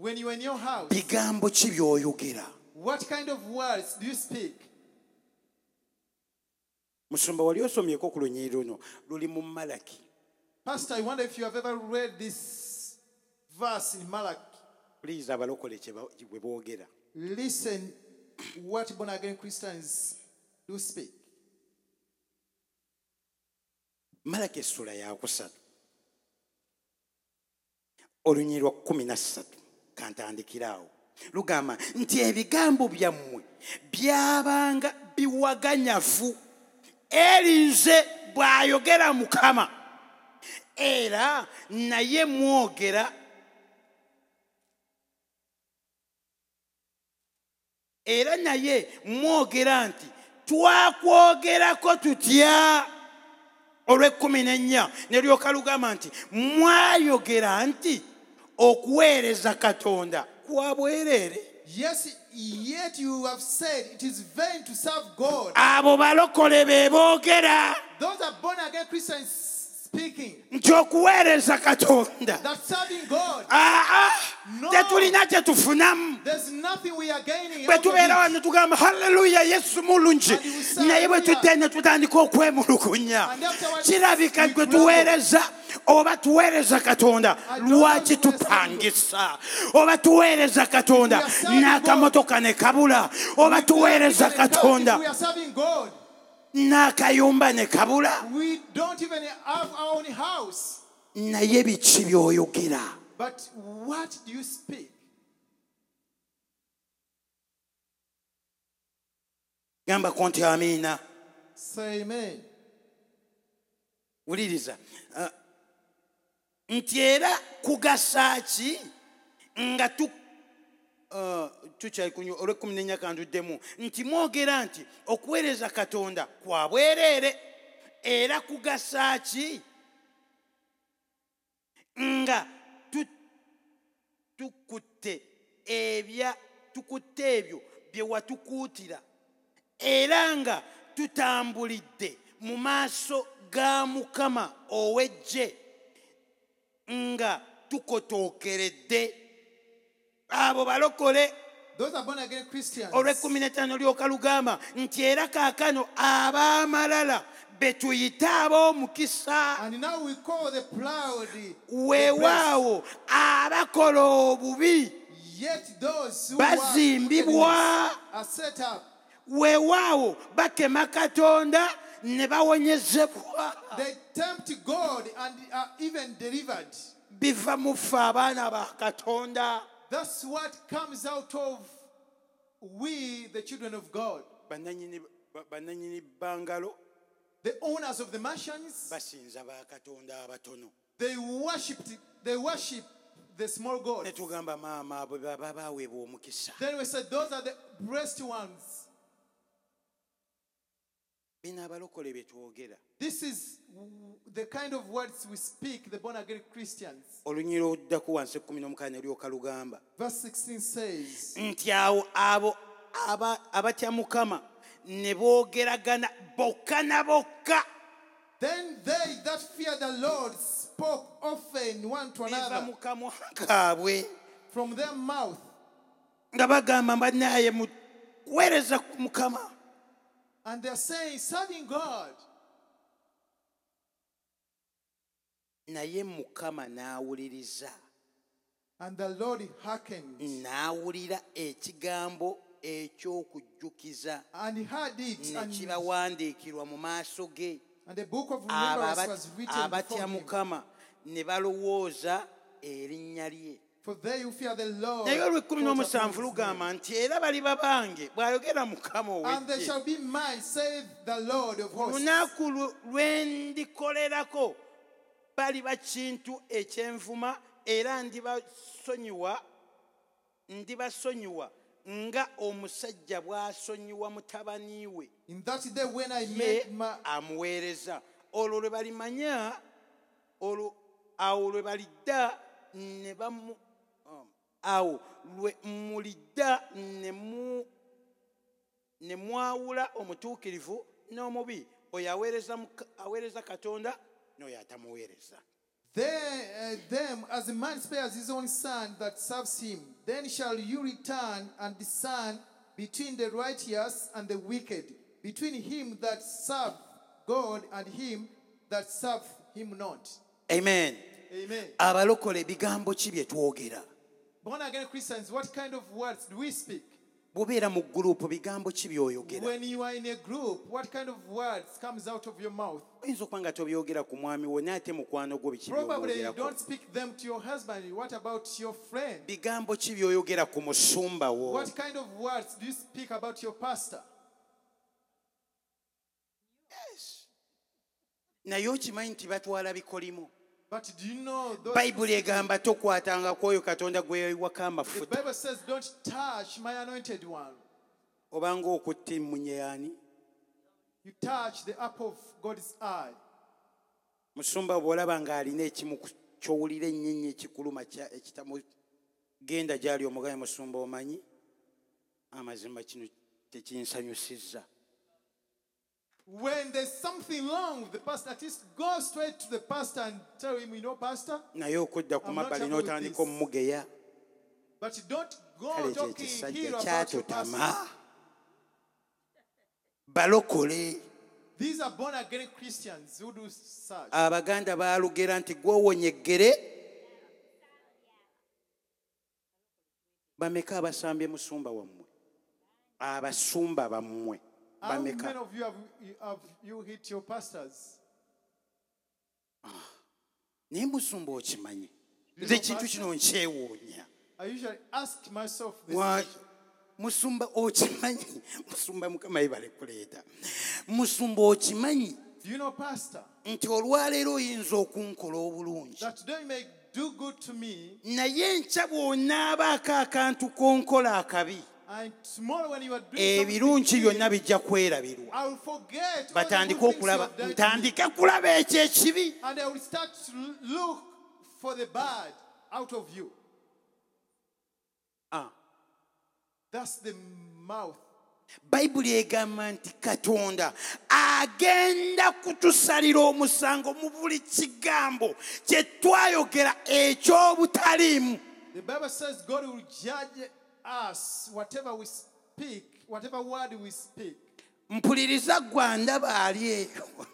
[SPEAKER 4] When you're in your house,
[SPEAKER 1] bigambo ki by'oyogera
[SPEAKER 4] what kind of words do you speak?
[SPEAKER 1] musumba wali osomyeko ku lunyiri luno luli mu malaki
[SPEAKER 4] Pastor, I wonder if you have ever read this verse in Malachi.
[SPEAKER 1] please abalokole kye ba- bwe boogera
[SPEAKER 4] Listen what born again Christians do speak.
[SPEAKER 1] malaki essula yakusatu olunyiri lwa kumi na ssatu kantandikiraawo lugamba nti ebigambo byammwe byabanga biwaganyafu eri nze bw'ayogera mukama era naye mwogera era naye mwogera nti twakwogerako tutya olw'ekkumi n'ennya ne lyoka lugamba nti mwayogera nti okuweereza katonda kwa bwereere
[SPEAKER 4] Yes, yet you have said it is vain to serve God.
[SPEAKER 1] abo balokole be boogera
[SPEAKER 4] Those are born again Christians speaking
[SPEAKER 1] nti okuweereza katonda
[SPEAKER 4] that serving God,
[SPEAKER 1] aa
[SPEAKER 4] No.
[SPEAKER 1] tetulina kye tufunamu
[SPEAKER 4] there's nothing we are gaining.
[SPEAKER 1] bwe
[SPEAKER 4] out of
[SPEAKER 1] tubeera
[SPEAKER 4] it.
[SPEAKER 1] wano tugamba halleluya yesu mulungi
[SPEAKER 4] And we say,
[SPEAKER 1] naye bwe
[SPEAKER 4] "Hallelujah."
[SPEAKER 1] tudde ne tutandika okwemulugunya
[SPEAKER 4] And afterwards,
[SPEAKER 1] kirabika
[SPEAKER 4] we
[SPEAKER 1] gwe
[SPEAKER 4] grumble.
[SPEAKER 1] tuweereza oba tuweereza katonda
[SPEAKER 4] I don't
[SPEAKER 1] lwaki
[SPEAKER 4] want to waste
[SPEAKER 1] tupangisa oba tuweereza katonda
[SPEAKER 4] We are serving
[SPEAKER 1] n'akamotoka ne kabula oba tuweereza
[SPEAKER 4] Even in church,
[SPEAKER 1] katonda
[SPEAKER 4] We are serving God.
[SPEAKER 1] n'akayumba ne kabula
[SPEAKER 4] We don't even have our own house.
[SPEAKER 1] naye biki by'oyogera
[SPEAKER 4] But what do you speak?
[SPEAKER 1] gambako nti amiina
[SPEAKER 4] Say amen.
[SPEAKER 1] wuliriza Ah, nti era kugasa ki nga tu Ah, tukyali kunywa olwekumi nenya kanduddemu nti mwogera nti okuweereza katonda kwa bwereere era kugasa ki nga tu- tukutte ebya tukutte ebyo bye watukuutira era nga tutambulidde mu maaso ga mukama ow'eggye nga tukotookeredde abo balokole
[SPEAKER 4] Those are born again Christians.
[SPEAKER 1] olw'ekkumi n'ettaano lyoka lugamba nti era kaakano ab'amalala be tuyita ab'omukisa
[SPEAKER 4] And now we call the proud. the blessed.
[SPEAKER 1] weewaawo abakola obubi
[SPEAKER 4] Yet those who work
[SPEAKER 1] Bazimbibwa.
[SPEAKER 4] wickedness are set up.
[SPEAKER 1] weewaawo bakema katonda ne bawonyezebwa
[SPEAKER 4] They tempt God and are even delivered.
[SPEAKER 1] biva mu ffe abaana ba katonda
[SPEAKER 4] That's what comes out of we, the children of God.
[SPEAKER 1] Bananyini- ba- bananyini bbangalo
[SPEAKER 4] The owners of the mansions,
[SPEAKER 1] basinza bakatonda abatono
[SPEAKER 4] they worshipped, they worship the small
[SPEAKER 1] ne
[SPEAKER 4] God.
[SPEAKER 1] tugamba maama abo baba baweebwa omukisa
[SPEAKER 4] Then we said, those are the blessed ones.
[SPEAKER 1] bino abalokole bye twogera
[SPEAKER 4] This is w- the kind of words we speak, the born again Christians.
[SPEAKER 1] olunyira oddaku wansi ekkumi n'omukaana eryoka lugamba
[SPEAKER 4] Verse 16 says,
[SPEAKER 1] nti awo abo aba- abatya mukama ne boogeragana bokka na bokka
[SPEAKER 4] Then they that fear the Lord spoke often one to
[SPEAKER 1] biva
[SPEAKER 4] another
[SPEAKER 1] mu kamwa kaabwe
[SPEAKER 4] from their mouth.
[SPEAKER 1] nga bagamba banaye muweereza ku mukama
[SPEAKER 4] And they're saying, serving God.
[SPEAKER 1] naye mukama n'awuliriza
[SPEAKER 4] And the Lord hearkened.
[SPEAKER 1] n'awulira ekigambo eky'okujjukiza
[SPEAKER 4] And he heard it.
[SPEAKER 1] ne
[SPEAKER 4] And,
[SPEAKER 1] kibawandiikirwa mu maaso ge
[SPEAKER 4] and the book of
[SPEAKER 1] abo
[SPEAKER 4] remembrance was
[SPEAKER 1] aba-
[SPEAKER 4] written
[SPEAKER 1] abatya
[SPEAKER 4] before him.
[SPEAKER 1] mukama ne balowooza erinnya lye
[SPEAKER 4] For they who fear the Lord.
[SPEAKER 1] naye olw'ekkumi
[SPEAKER 4] put upon his
[SPEAKER 1] n'omusanvu
[SPEAKER 4] name.
[SPEAKER 1] lugamba nti era bali babange bw'ayogera mukama
[SPEAKER 4] And they
[SPEAKER 1] ow'eggye
[SPEAKER 4] shall be mine, saith the Lord of hosts.
[SPEAKER 1] lunaku lwe- lwe ndikolerako baliba kintu ekyenvuma era ndibasonyiwa ndibasonyiwa nga omusajja bw'asonyiwa mutabani we
[SPEAKER 4] In that day when I
[SPEAKER 1] ye
[SPEAKER 4] made my
[SPEAKER 1] amuweereza olwo lwe balimanya olwo awo lwe balidda ne bamu um, awo lwe mulidda ne mu ne mwawula omutuukirivu n'omubi oyo aweereza Muka- aweereza katonda n'oyo atamuweereza
[SPEAKER 4] Then, uh, them, as a man spares his own son that serves him, then shall you return and discern between the righteous and the wicked, between him that serveth God and him that serveth him not.
[SPEAKER 1] amen
[SPEAKER 4] Amen.
[SPEAKER 1] abalokole ebigambo ki bye twogera
[SPEAKER 4] Born again Christians, what kind of words do we speak?
[SPEAKER 1] bw'obeera mu gurupu bigambo ki byoyogera
[SPEAKER 4] When you are in a group, what kind of words comes out of your mouth?
[SPEAKER 1] oyinza okuba nga tobyogera ku mwami wo n'ate mukwano gwo biki
[SPEAKER 4] Probably you
[SPEAKER 1] byomwogerako
[SPEAKER 4] don't speak them to your husband. What about your friend?
[SPEAKER 1] bigambo ki by'oyogera ku musumba wo
[SPEAKER 4] What kind of words do you speak about your pastor?
[SPEAKER 1] naye okimanyi nti batwala bikolimu
[SPEAKER 4] But do you know those
[SPEAKER 1] bayibuli egamba tokwatangako oyo katonda gweyayiwako
[SPEAKER 4] The
[SPEAKER 1] amafuta
[SPEAKER 4] Bible says, Don't touch my anointed one.
[SPEAKER 1] obanga okutta emunyeyaani
[SPEAKER 4] You touch the apple of God's eye.
[SPEAKER 1] musumba bw'olaba ng'alina ekimu ku- kyowulira ennyinyi ekikuluma kya- ekitamugenda gy'ali omugaye musumba omanyi amazima kino tekinsanyusizza
[SPEAKER 4] When there's something wrong with the pastor, at least go straight to the pastor and tell him, You know, pastor,
[SPEAKER 1] naye okudda ku
[SPEAKER 4] I'm not
[SPEAKER 1] mabbali
[SPEAKER 4] happy with
[SPEAKER 1] n'otandika
[SPEAKER 4] this.
[SPEAKER 1] omumugeya
[SPEAKER 4] but don't go
[SPEAKER 1] kale
[SPEAKER 4] talking
[SPEAKER 1] kyekisajja
[SPEAKER 4] here about your pastor.
[SPEAKER 1] kyatotama balokole
[SPEAKER 4] These are born again Christians who do such.
[SPEAKER 1] abaganda baalugera nti gwowonya eggere bameka abasambye musumba wammwe abasumba bammwe
[SPEAKER 4] How many
[SPEAKER 1] bameka
[SPEAKER 4] of you have, you- have you hit your pastors?
[SPEAKER 1] naye musumba okimanyi
[SPEAKER 4] You
[SPEAKER 1] nze
[SPEAKER 4] know,
[SPEAKER 1] ekintu
[SPEAKER 4] pastor-
[SPEAKER 1] kino nkyewuunya
[SPEAKER 4] I usually ask myself this
[SPEAKER 1] Wa-
[SPEAKER 4] question.
[SPEAKER 1] musumba okimanyi [LAUGHS] musumba mukama yebalekuleeta musumba okimanyi
[SPEAKER 4] Do you know, pastor,
[SPEAKER 1] nti olwaleero oyinza okunkola obulungi
[SPEAKER 4] that today you may do good to me,
[SPEAKER 1] naye nkya bw'onaabaako akantu konkola akabi
[SPEAKER 4] and tomorrow when you are doing something
[SPEAKER 1] ebirungi
[SPEAKER 4] to me,
[SPEAKER 1] Eh, byonna bijja kwerabirwa
[SPEAKER 4] I will forget all the
[SPEAKER 1] batandike
[SPEAKER 4] good things you
[SPEAKER 1] okulaba
[SPEAKER 4] have done to me,
[SPEAKER 1] ntandike kulaba ekyo ekibi
[SPEAKER 4] and I will start to l- look for the bad out of you.
[SPEAKER 1] Ah,
[SPEAKER 4] That's the mouth.
[SPEAKER 1] bayibuli egamba nti katonda agenda kutusalira omusango mu buli kigambo kye twayogera eky'obutaliimu
[SPEAKER 4] The Bible says God will judge us whatever we speak, whatever word we speak.
[SPEAKER 1] mpuliriza gwandaba ali eyo [LAUGHS]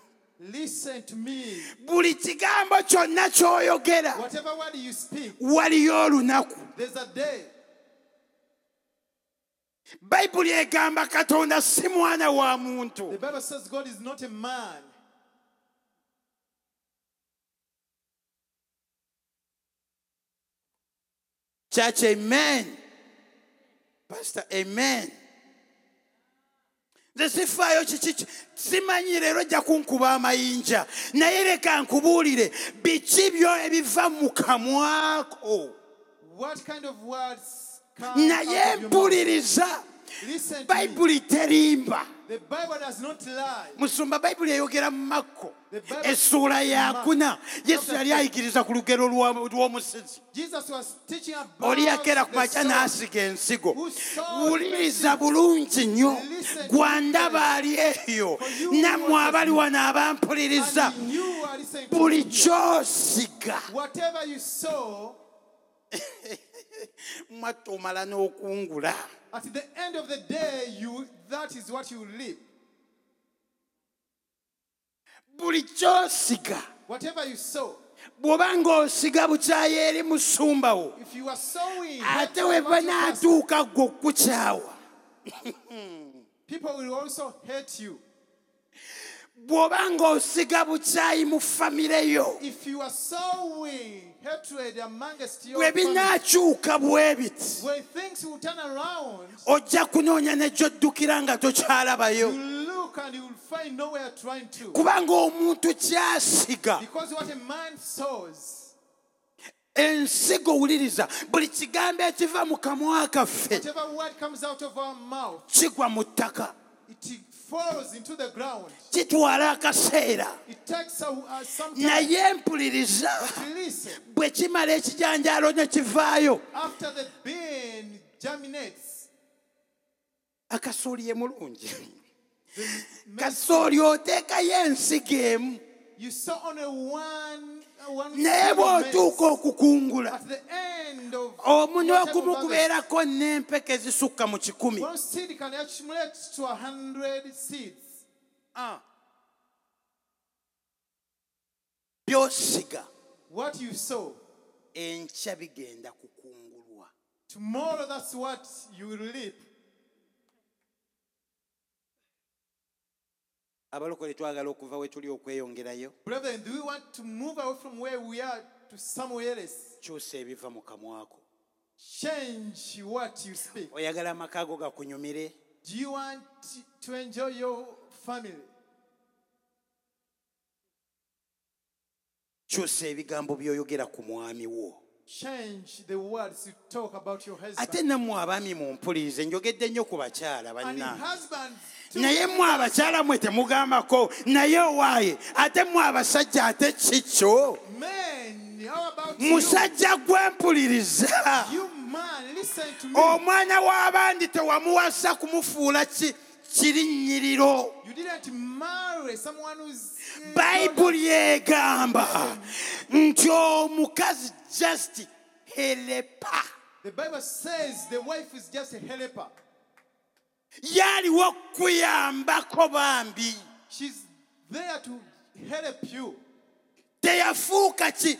[SPEAKER 4] Listen to me.
[SPEAKER 1] buli kigambo kyonna ky'oyogera
[SPEAKER 4] Whatever word you speak,
[SPEAKER 1] waliyo olunaku
[SPEAKER 4] there's a day.
[SPEAKER 1] bayibuli egamba katonda si mwana wa muntu
[SPEAKER 4] The Bible says God is not a man.
[SPEAKER 1] Church, amen. Pastor, amen. nze sifaayo kiki simanyi leero ojja kunkuba amayinja naye leka nkubuulire biki byo ebiva mu kamwako
[SPEAKER 4] What kind of words come out
[SPEAKER 1] naye
[SPEAKER 4] of your mouth?
[SPEAKER 1] mpuliriza
[SPEAKER 4] Listen to me.
[SPEAKER 1] bayibuli terimba
[SPEAKER 4] The Bible does not lie.
[SPEAKER 1] musumba bayibuli eyogera mu makko
[SPEAKER 4] The Bible-
[SPEAKER 1] essuula yakuna yesu yali ayigiriza ku lugero lwa- lw'omusizi
[SPEAKER 4] Jesus was teaching about
[SPEAKER 1] oli yakeera ku
[SPEAKER 4] the
[SPEAKER 1] makya
[SPEAKER 4] soul.
[SPEAKER 1] n'asiga ensigo
[SPEAKER 4] Who saw
[SPEAKER 1] wuliriza bulungi nnyo
[SPEAKER 4] Listen to
[SPEAKER 1] gwandaba
[SPEAKER 4] me.
[SPEAKER 1] ali eyo
[SPEAKER 4] For you
[SPEAKER 1] nammwe
[SPEAKER 4] were-
[SPEAKER 1] abali wano abampuliriza
[SPEAKER 4] And you are ali saying,
[SPEAKER 1] buli kyosiga
[SPEAKER 4] whatever you sow
[SPEAKER 1] mwatta omala n'okungula
[SPEAKER 4] at the end of the day, you that is what you will reap.
[SPEAKER 1] buli kyosiga
[SPEAKER 4] Whatever you sow,
[SPEAKER 1] bw'oba ng'osiga bukyayi eri musumbawo
[SPEAKER 4] if you are sowing,
[SPEAKER 1] ate
[SPEAKER 4] haters
[SPEAKER 1] we
[SPEAKER 4] about you first,
[SPEAKER 1] banaatuuka ggwe okukukyawa
[SPEAKER 4] people will also hate you.
[SPEAKER 1] bw'oba ng'osiga bukyayi mu famire yo
[SPEAKER 4] If you are sowing hatred amongst your
[SPEAKER 1] bwe
[SPEAKER 4] family,
[SPEAKER 1] binaakyuka bwe biti
[SPEAKER 4] when things will turn around,
[SPEAKER 1] ojja kunoonya nejjoddukira nga tokyalabayo
[SPEAKER 4] you look and you will find nowhere trying to.
[SPEAKER 1] kubanga omuntu kyasiga
[SPEAKER 4] Because what a man sows,
[SPEAKER 1] ensigo wuliriza buli kigambo ekiva mu kamwa kaffe
[SPEAKER 4] whatever word comes out of our mouth,
[SPEAKER 1] kigwa mu ttaka
[SPEAKER 4] it falls into the ground.
[SPEAKER 1] kitwala akaseera
[SPEAKER 4] It takes a, a, some time
[SPEAKER 1] naye mpuliriza
[SPEAKER 4] to listen.
[SPEAKER 1] bwe kimala ekijanjaalo ne kivaayo
[SPEAKER 4] After the bean germinates,
[SPEAKER 1] akasooli ye mulungi kasooli oteekayo ensigo emu
[SPEAKER 4] you sow only one, one
[SPEAKER 1] naye
[SPEAKER 4] seed of maize.
[SPEAKER 1] bw'otuuka okukungula
[SPEAKER 4] At the end of
[SPEAKER 1] omunwe
[SPEAKER 4] whatever
[SPEAKER 1] ogumu
[SPEAKER 4] harvest,
[SPEAKER 1] gubeerako n'empeke ezisukka mu kikumi
[SPEAKER 4] one seed can accumulate to a hundred seeds. Ah,
[SPEAKER 1] by'osiga
[SPEAKER 4] what you sow
[SPEAKER 1] enkya bigenda kukungulwa
[SPEAKER 4] tomorrow, that's what you will reap.
[SPEAKER 1] abalokole twagala okuva we tuli okweyongerayo
[SPEAKER 4] Brethren, do we want to move away from where we are to somewhere else?
[SPEAKER 1] kyusa ebiva mu kamwako
[SPEAKER 4] Change what you speak.
[SPEAKER 1] oyagala amaka go gakunyumire
[SPEAKER 4] Do you want to enjoy your family?
[SPEAKER 1] kyusa ebigambo by'oyogera ku mwami wo
[SPEAKER 4] Change the words you talk about your husband.
[SPEAKER 1] ate nammwe abaami mumpulirize njogedde nnyo ku bakyala
[SPEAKER 4] And your
[SPEAKER 1] bannange
[SPEAKER 4] husband too.
[SPEAKER 1] naye mmwe abakyala mmwe temugambako naye owaaye ate mmwe abasajja ate kikyo
[SPEAKER 4] Men, how about you?
[SPEAKER 1] musajja gwempuliriza
[SPEAKER 4] You man, listen to me.
[SPEAKER 1] omwana w'abandi tewamuwasa kumufuula ki- kirinnyiriro
[SPEAKER 4] You didn't marry someone who's. eh,
[SPEAKER 1] bayibuli egamba nti omukazi just helepa
[SPEAKER 4] The Bible says the wife is just a helper.
[SPEAKER 1] yaaliwo okukuyambako bambi
[SPEAKER 4] She's there to help you.
[SPEAKER 1] teyafuuka ki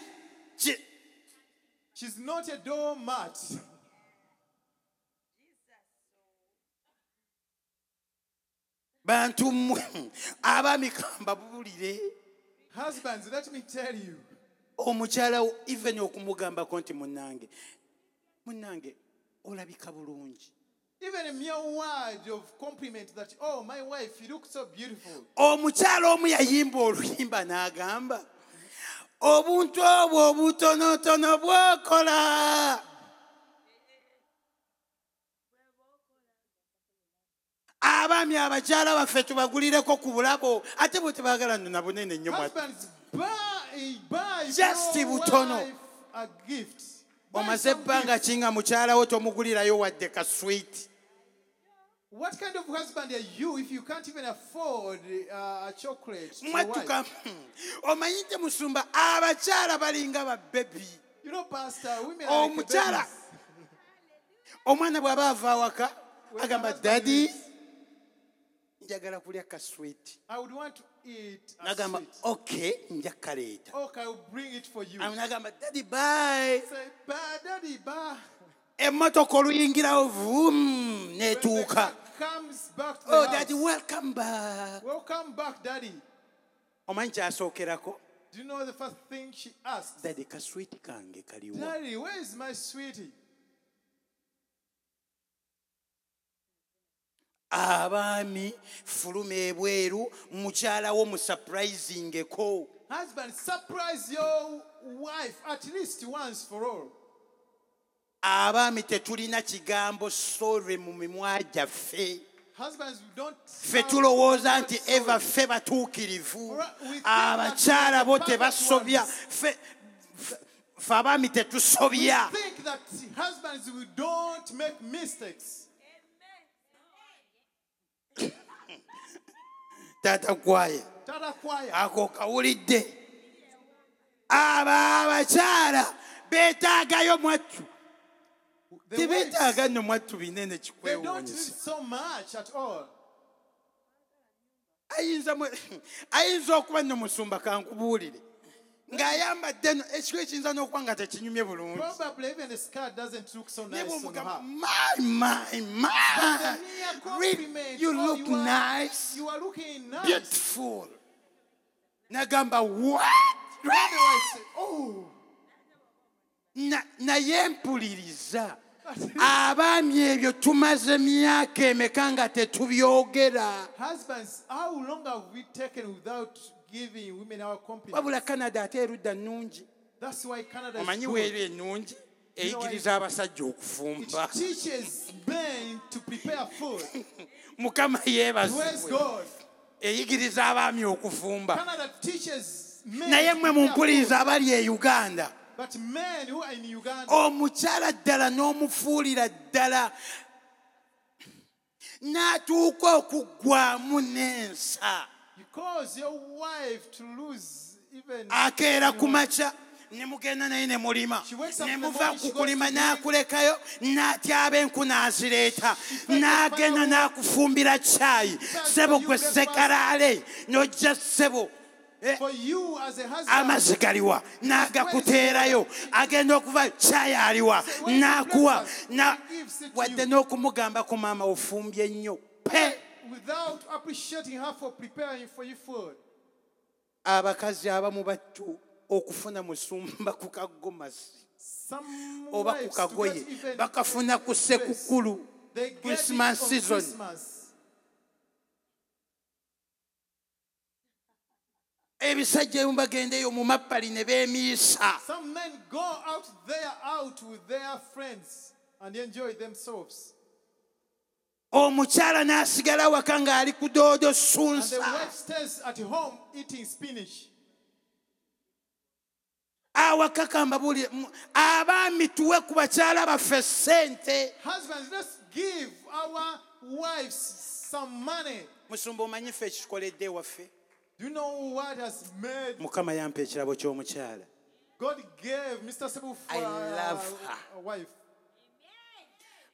[SPEAKER 1] ki-
[SPEAKER 4] She's not a doormat.
[SPEAKER 1] bantu mmwe abaami kamba buulire
[SPEAKER 4] Husbands, let me tell you.
[SPEAKER 1] omukyalawo even okumugambako nti munnange munnange olabika bulungi
[SPEAKER 4] Even a mere word of compliment that, oh, my wife, you look so beautiful.
[SPEAKER 1] omukyala omu yayimba oluyimba n'agamba obuntu obwo obutonotono bwokola abaami abakyala baffe tubagulireko ku bulabo ate bwe tebaagala nona bunene nnyo mwa-
[SPEAKER 4] Husbands, buy, buy
[SPEAKER 1] Just
[SPEAKER 4] your
[SPEAKER 1] butono.
[SPEAKER 4] wife a gift.
[SPEAKER 1] Oh,
[SPEAKER 4] Buy
[SPEAKER 1] omaze
[SPEAKER 4] some
[SPEAKER 1] ebbanga
[SPEAKER 4] gift.
[SPEAKER 1] ki nga mukyalawo tomugulirayo wadde ka switi
[SPEAKER 4] What kind of husband are you if you can't even afford uh, a chocolate? to your wife?
[SPEAKER 1] mwatuka omanyi nti Hmm. musumba abakyala balinga babebi
[SPEAKER 4] You know, Pastor, women are
[SPEAKER 1] Oh,
[SPEAKER 4] like the
[SPEAKER 1] mukyala.
[SPEAKER 4] babies.
[SPEAKER 1] omwana bw'aba ava awaka
[SPEAKER 4] When
[SPEAKER 1] agamba
[SPEAKER 4] your husband
[SPEAKER 1] dadi
[SPEAKER 4] leaves,
[SPEAKER 1] njagala kulya ka switi
[SPEAKER 4] I would want to eat a
[SPEAKER 1] nagamba
[SPEAKER 4] sweet.
[SPEAKER 1] okay nja kaleeta
[SPEAKER 4] Okay, I'll bring it for you.
[SPEAKER 1] Awo nagamba dadi bye
[SPEAKER 4] Say, "Ba, daddy, ba."
[SPEAKER 1] emmotoka oluyingirawo vum
[SPEAKER 4] When the
[SPEAKER 1] netuuka
[SPEAKER 4] car comes back to the
[SPEAKER 1] oh dadi
[SPEAKER 4] house,
[SPEAKER 1] welcome back
[SPEAKER 4] welcome back, daddy.
[SPEAKER 1] omanyi kyasookerako
[SPEAKER 4] Do you know the first thing she asked?
[SPEAKER 1] dadi ka switi kange kaliwo
[SPEAKER 4] Daddy, where is my sweetie?
[SPEAKER 1] abaami fuluma ebweru mukyalawo musuprisingeko
[SPEAKER 4] Husband, surprise your wife at least once for all.
[SPEAKER 1] abaami tetulina kigambo sorry mu mimwa gyaffe
[SPEAKER 4] Husbands, we don't.
[SPEAKER 1] ffe
[SPEAKER 4] have
[SPEAKER 1] tulowooza
[SPEAKER 4] word
[SPEAKER 1] nti
[SPEAKER 4] sorry.
[SPEAKER 1] eva ffe batuukirivu
[SPEAKER 4] Ra- we think
[SPEAKER 1] abakyala
[SPEAKER 4] that
[SPEAKER 1] bo
[SPEAKER 4] we are the
[SPEAKER 1] tebasobya
[SPEAKER 4] perfect
[SPEAKER 1] ffe ffe abaami tetusobya
[SPEAKER 4] Think that husbands, we don't make mistakes.
[SPEAKER 1] taata kwaye
[SPEAKER 4] Tata choir.
[SPEAKER 1] Ah, ako kawulidde abo abakyala beetaagayo mwattu
[SPEAKER 4] The wives,
[SPEAKER 1] tebeetaaga nno mwattu binene
[SPEAKER 4] they don't need
[SPEAKER 1] kikwewuunyisa
[SPEAKER 4] so much at all.
[SPEAKER 1] ayinza mu- ayinza okuba nno musumba kankubuulire ng'ayambadde no ekiko ekiyinza n'okuba nga tekinyumye bulungi
[SPEAKER 4] Probably even the skirt doesn't look so
[SPEAKER 1] ne
[SPEAKER 4] nice on
[SPEAKER 1] bwomugamba
[SPEAKER 4] her.
[SPEAKER 1] my my my
[SPEAKER 4] The mere
[SPEAKER 1] Rick,
[SPEAKER 4] compliment,
[SPEAKER 1] you
[SPEAKER 4] oh,
[SPEAKER 1] look
[SPEAKER 4] you are-
[SPEAKER 1] nice
[SPEAKER 4] You are looking nice.
[SPEAKER 1] beautiful nagamba what
[SPEAKER 4] What do I say? Oh,
[SPEAKER 1] Na- naye mpuliriza abaami ebyo tumaze myaka emeka nga tetubyogera
[SPEAKER 4] husbands, how long have we taken without giving women our compliments?
[SPEAKER 1] wabula canada ate erudda nnungi
[SPEAKER 4] That's why Canada is
[SPEAKER 1] omanyi
[SPEAKER 4] good.
[SPEAKER 1] weeri ennungi eyigiriza abasajja okufumba
[SPEAKER 4] It teaches men to prepare
[SPEAKER 1] [LAUGHS]
[SPEAKER 4] food.
[SPEAKER 1] mukama
[SPEAKER 4] Praise
[SPEAKER 1] yeebazibwe
[SPEAKER 4] God.
[SPEAKER 1] eyigiriza abaami okufumba
[SPEAKER 4] Canada teaches men.
[SPEAKER 1] naye
[SPEAKER 4] to
[SPEAKER 1] mmwe
[SPEAKER 4] prepare food.
[SPEAKER 1] mumpuliriza abali e uganda
[SPEAKER 4] But men who are in Uganda,
[SPEAKER 1] Oh. omukyala ddala n'omufuulira ddala n'atuuka okuggwamu n'ensa
[SPEAKER 4] you cause your wife to lose even.
[SPEAKER 1] akeera ku makya ne mugenda naye ne mulima ne muva ku kulima n'akulekayo n'atyaba enku n'azireeta n'agenda n'akufumbira caayi ssebo gwe sekalaale n'ojja ssebo Eh,
[SPEAKER 4] For you as a husband,
[SPEAKER 1] amazzi galiwa n'agakuteerayo agenda okuva kyayaliwa n'akuwa na- wadde n'okumugamba ku maama ofumbye nnyo pe
[SPEAKER 4] without appreciating her for preparing for you food,
[SPEAKER 1] abakazi abamu battu okufuna musumba ku kaggomasi
[SPEAKER 4] some
[SPEAKER 1] oba ku
[SPEAKER 4] wives to
[SPEAKER 1] kagoye
[SPEAKER 4] get even-
[SPEAKER 1] bakafuna ku sekukulu
[SPEAKER 4] They get
[SPEAKER 1] Christmas
[SPEAKER 4] it on
[SPEAKER 1] season.
[SPEAKER 4] Christmas.
[SPEAKER 1] ebisajja ebimu bagendeyo mu mappali ne beemiisa
[SPEAKER 4] Some men go out there out with their friends and enjoy themselves.
[SPEAKER 1] omukyala n'asigala waka ng'ali ku doodo
[SPEAKER 4] And the
[SPEAKER 1] sunsa
[SPEAKER 4] wife stays at home eating spinach.
[SPEAKER 1] awaka kambabuulire mu- abaami tuwe ku bakyala baffe ssente
[SPEAKER 4] Husbands, let's give our wives some money.
[SPEAKER 1] musumba omanyi ffe ekitukoledde ewaffe
[SPEAKER 4] Do you know what has made
[SPEAKER 1] mukama yampa ekirabo ky'omukyala
[SPEAKER 4] God gave Mr. Sebu for
[SPEAKER 1] I love
[SPEAKER 4] a-
[SPEAKER 1] her.
[SPEAKER 4] a wife?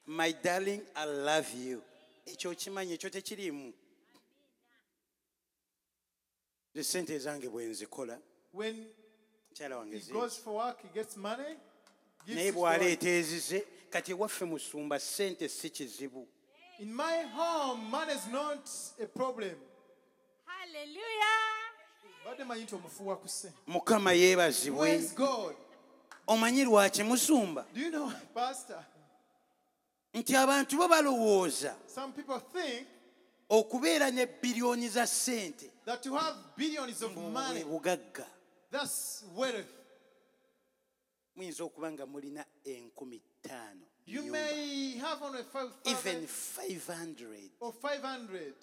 [SPEAKER 1] my darling i love you ekyo okimanyi ekyo tekiriimu ze sente zange bwe nzikola
[SPEAKER 4] When
[SPEAKER 1] mukyala wange
[SPEAKER 4] he
[SPEAKER 1] zi-
[SPEAKER 4] goes for work, he gets money. gives
[SPEAKER 1] naye
[SPEAKER 4] it to wife.
[SPEAKER 1] bw'aleeta ezize kati ewaffe musumba sente si kizibu
[SPEAKER 4] In my home, money is not a problem.
[SPEAKER 2] Hallelujah.
[SPEAKER 4] Badde manyi nti omufu wakuse.
[SPEAKER 1] mukama yeebazibwe
[SPEAKER 4] Praise God.
[SPEAKER 1] omanyi lwaki musumba
[SPEAKER 4] Do you know, [LAUGHS] Pastor?
[SPEAKER 1] nti abantu bo balowooza
[SPEAKER 4] Some people think
[SPEAKER 1] okubeera ne biliyoni za ssente
[SPEAKER 4] that to have billions of money,
[SPEAKER 1] bwe bugagga
[SPEAKER 4] that's wealth.
[SPEAKER 1] muyinza okuba nga mulina enkumi ttaano
[SPEAKER 4] You
[SPEAKER 1] mu nyumba.
[SPEAKER 4] may have only
[SPEAKER 1] even
[SPEAKER 4] 5,000
[SPEAKER 1] 500
[SPEAKER 4] or 500,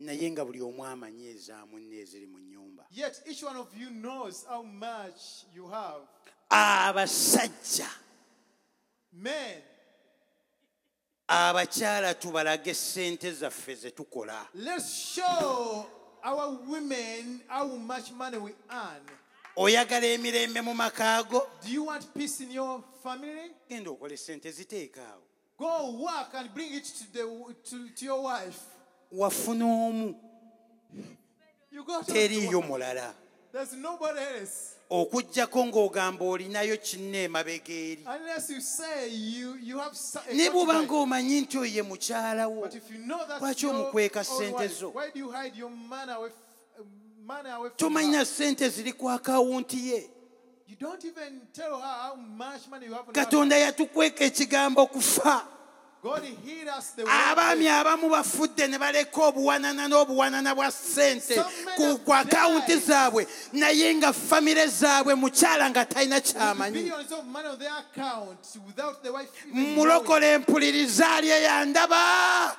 [SPEAKER 1] naye nga buli omu amanyi eza munne eziri mu nnyumba
[SPEAKER 4] yet each one of you knows how much you have.
[SPEAKER 1] abasajja
[SPEAKER 4] Men,
[SPEAKER 1] abakyala tubalage sente zaffe ze tukola
[SPEAKER 4] let's show our women how much money we earn.
[SPEAKER 1] oyagala emirembe mu makaago
[SPEAKER 4] Do you want peace in your family?
[SPEAKER 1] genda okola esente ziteeka awo
[SPEAKER 4] Go work and bring it to, the, to, to your wife.
[SPEAKER 1] wafuna omu
[SPEAKER 4] You go to
[SPEAKER 1] teriiyo mulala
[SPEAKER 4] There's nobody else.
[SPEAKER 1] okugjako ng'ogamba olinayo kinna emabega eri
[SPEAKER 4] Unless you say you, you have so- a
[SPEAKER 1] ne bw'oba
[SPEAKER 4] concubine.
[SPEAKER 1] ng'omanyi nti oyo ye mukyala wo
[SPEAKER 4] But if you know that
[SPEAKER 1] Lwaki
[SPEAKER 4] your
[SPEAKER 1] omukweka
[SPEAKER 4] own
[SPEAKER 1] ssente
[SPEAKER 4] wife,
[SPEAKER 1] zo?
[SPEAKER 4] why do you hide your man away, f- man away from
[SPEAKER 1] tomanyi
[SPEAKER 4] her?
[SPEAKER 1] na ssente ziri ku akawunti ye
[SPEAKER 4] You don't even tell her how much money you have. on her.
[SPEAKER 1] katonda yatukweka ekigambo kufa
[SPEAKER 4] God healed us the
[SPEAKER 1] abaami
[SPEAKER 4] way.
[SPEAKER 1] abamu bafudde ne baleka obuwanana n'obuwanana bwa ssente
[SPEAKER 4] Some men
[SPEAKER 1] ku
[SPEAKER 4] have
[SPEAKER 1] ku akawunti
[SPEAKER 4] died.
[SPEAKER 1] zaabwe naye nga famire zaabwe mukyala nga talina
[SPEAKER 4] With
[SPEAKER 1] kyamanyi
[SPEAKER 4] Billions of money on their account without the wife. even knowing.
[SPEAKER 1] mulokole empuliriza ali eyandaba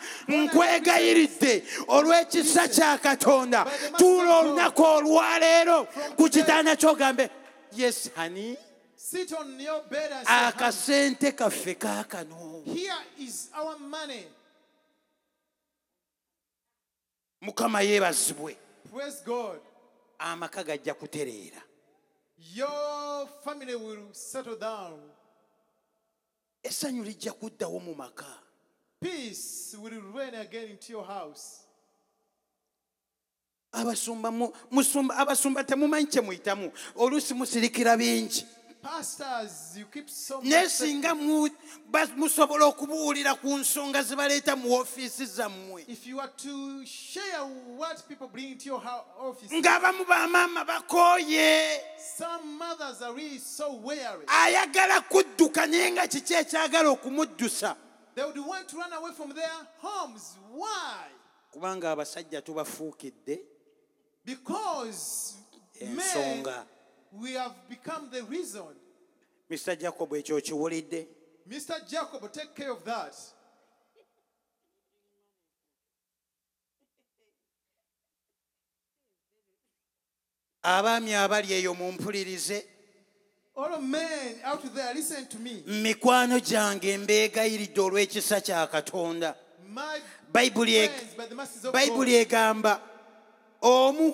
[SPEAKER 1] nkwegayiridde olw'ekisa kya katonda tuula olunaku olwaleero ku kitaana kyogambe yes hani
[SPEAKER 4] Sit on your bed and say,
[SPEAKER 1] Ah,
[SPEAKER 4] "Honey,
[SPEAKER 1] akasente kaffe kaakano
[SPEAKER 4] Here is our money.
[SPEAKER 1] mukama yeebazibwe
[SPEAKER 4] Praise God.
[SPEAKER 1] amaka gajja kutereera
[SPEAKER 4] Your family will settle down.
[SPEAKER 1] essanyu lijja kuddawo mu maka
[SPEAKER 4] Peace will reign again into your house.
[SPEAKER 1] abasumba mu- musumba- abasumba temumanyi kye muyitamu oluusi musirikira bingi
[SPEAKER 4] Pastors, you keep so much.
[SPEAKER 1] naye singa mu- ba- musobola okubuulira ku nsonga zibaleeta mu woofiisi zammwe
[SPEAKER 4] If you are to share what people bring into your hou- office,
[SPEAKER 1] ng'abamu bamaama bakooye
[SPEAKER 4] some mothers are really so weary.
[SPEAKER 1] Ah. ayagala kudduka naye nga kiki ekyagala okumuddusa
[SPEAKER 4] They would want to run away from their homes. Why?
[SPEAKER 1] kubanga abasajja tubafuukidde
[SPEAKER 4] Because men,
[SPEAKER 1] ensonga
[SPEAKER 4] we have become the reason.
[SPEAKER 1] mr jacob ekyo okiwulidde
[SPEAKER 4] Mr. Jacob, take care of that.
[SPEAKER 1] abaami abali eyo mumpulirize
[SPEAKER 4] All men out there, listen to me.
[SPEAKER 1] mikwano gyange mbeegayiridde olw'ekisa kya katonda
[SPEAKER 4] My
[SPEAKER 1] bayibuli eg-
[SPEAKER 4] friends, by the masses of
[SPEAKER 1] bayibuli
[SPEAKER 4] God,
[SPEAKER 1] egamba omu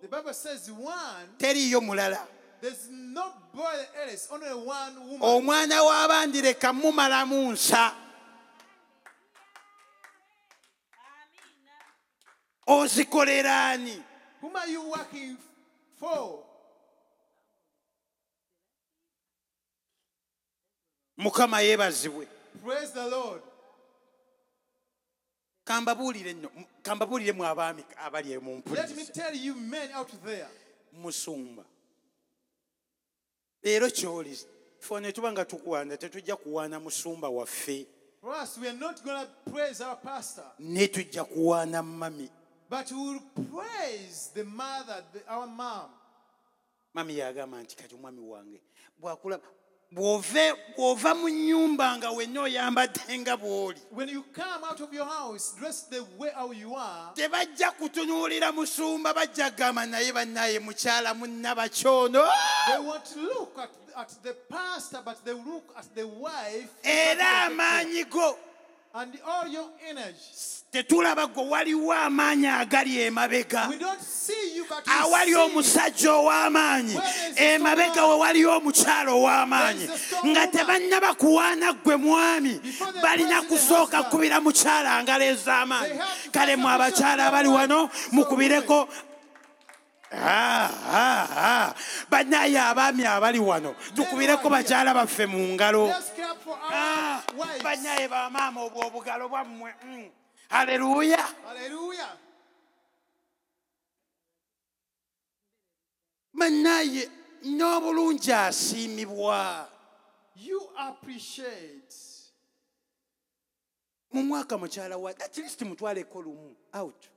[SPEAKER 4] the Bible says one,
[SPEAKER 1] teriiyo mulala
[SPEAKER 4] there's no boy else, only one woman.
[SPEAKER 1] omwana w'abandi leka mumalamu nsa ozikoleraani
[SPEAKER 4] Whom are you working for?
[SPEAKER 1] mukama yeebazibwe
[SPEAKER 4] Praise the Lord.
[SPEAKER 1] kambabuulire nno kambabuuliremu abaami abali eyo
[SPEAKER 4] Let me
[SPEAKER 1] mumpuliriza
[SPEAKER 4] tell you, men out there,
[SPEAKER 1] musumba leero kyoli fe ne tuba nga tukuwaana tetujja kuwaana musumba waffe
[SPEAKER 4] for us, we are not going to praise our pastor,
[SPEAKER 1] ne tujja kuwaana mami
[SPEAKER 4] but we will praise the mother, the, our mom.
[SPEAKER 1] mami yagamba nti kati omwami wange bwakulaba bw'ove- bw'ova mu nnyumba nga wenna oyambadde nga bw'oli
[SPEAKER 4] When you come out of your house, dress the way how you are.
[SPEAKER 1] tebajja kutunuulira musumba bajja kugamba naye bannaye mukyala munnabakyono
[SPEAKER 4] They won't look at, at the pastor, but they look at the wife.
[SPEAKER 1] era amaanyi go
[SPEAKER 4] And all your energy.
[SPEAKER 1] tetulaba gwe waliwo amaanyi agali emabega
[SPEAKER 4] We don't see you, but we
[SPEAKER 1] awali
[SPEAKER 4] see you.
[SPEAKER 1] Ah, omusajja ow'amaanyi emabega we waliyo omukyala ow'amaanyi nga tebannaba kuwaana ggwe mwami balina kusooka kubira mukyala ngalo ez'amaanyi kale mwe abakyala abali wano mukubireko Ah, ah, ah. bannaye abaami abali wano tukubireko bakyala baffe mu ngalo
[SPEAKER 4] Let's clap for our
[SPEAKER 1] Ah,
[SPEAKER 4] wives.
[SPEAKER 1] bannaye bamaama obwo obugalo bwammwe mm. haleluya
[SPEAKER 4] Hallelujah.
[SPEAKER 1] bannaye n'obulungi asiimibwa
[SPEAKER 4] You appreciate.
[SPEAKER 1] mu mwaka mukyala wa at least mutwaleko lumu out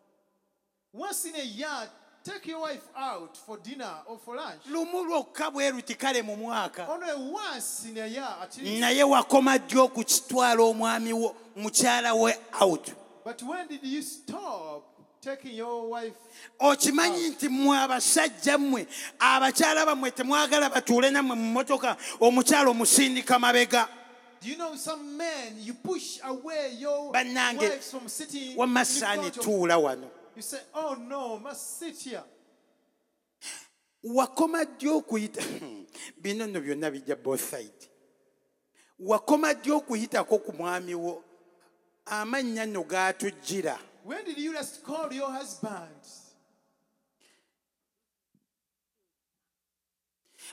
[SPEAKER 4] Once in a year, take your wife out for dinner or for lunch.
[SPEAKER 1] lumu lwokka bwe luti kale mu mwaka
[SPEAKER 4] Only once in a year, at least.
[SPEAKER 1] naye wakoma ddi okukitwala omwami wo mukyala we out
[SPEAKER 4] But when did you stop taking your wife?
[SPEAKER 1] okimanyi nti mmwe abasajja mmwe abakyala bammwe temwagala batuule nammwe mu mmotoka omukyala omusindika mabega
[SPEAKER 4] Do you know some men, you push away your
[SPEAKER 1] Bannange,
[SPEAKER 4] wives from sitting in
[SPEAKER 1] wamasaani
[SPEAKER 4] front of,
[SPEAKER 1] tuula wano
[SPEAKER 4] You say, oh no, must sit here.
[SPEAKER 1] wakoma ddi okuyita Hmm, bino nno byonna bijja bothside wakoma ddi okuyitako ku mwami wo amannya nno gaatujjira
[SPEAKER 4] When did you last call your husband?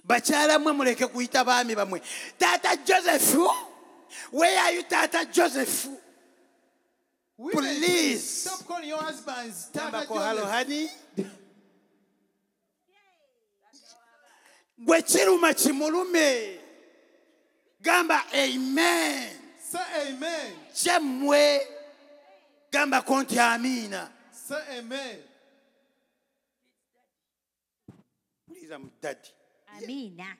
[SPEAKER 1] bakyala mmwe muleke kuyita baami bammwe taata josefu weyayo taata josefu
[SPEAKER 4] Women,
[SPEAKER 1] Please.
[SPEAKER 4] Stop calling your husbands. Tata
[SPEAKER 1] tambako
[SPEAKER 4] Joseph.
[SPEAKER 1] halohani gwe kiruma kimulume gamba amen
[SPEAKER 4] Say amen.
[SPEAKER 1] kyammwe gambako nti amiina
[SPEAKER 4] Say amen.
[SPEAKER 1] puliriza mudadi
[SPEAKER 2] amiina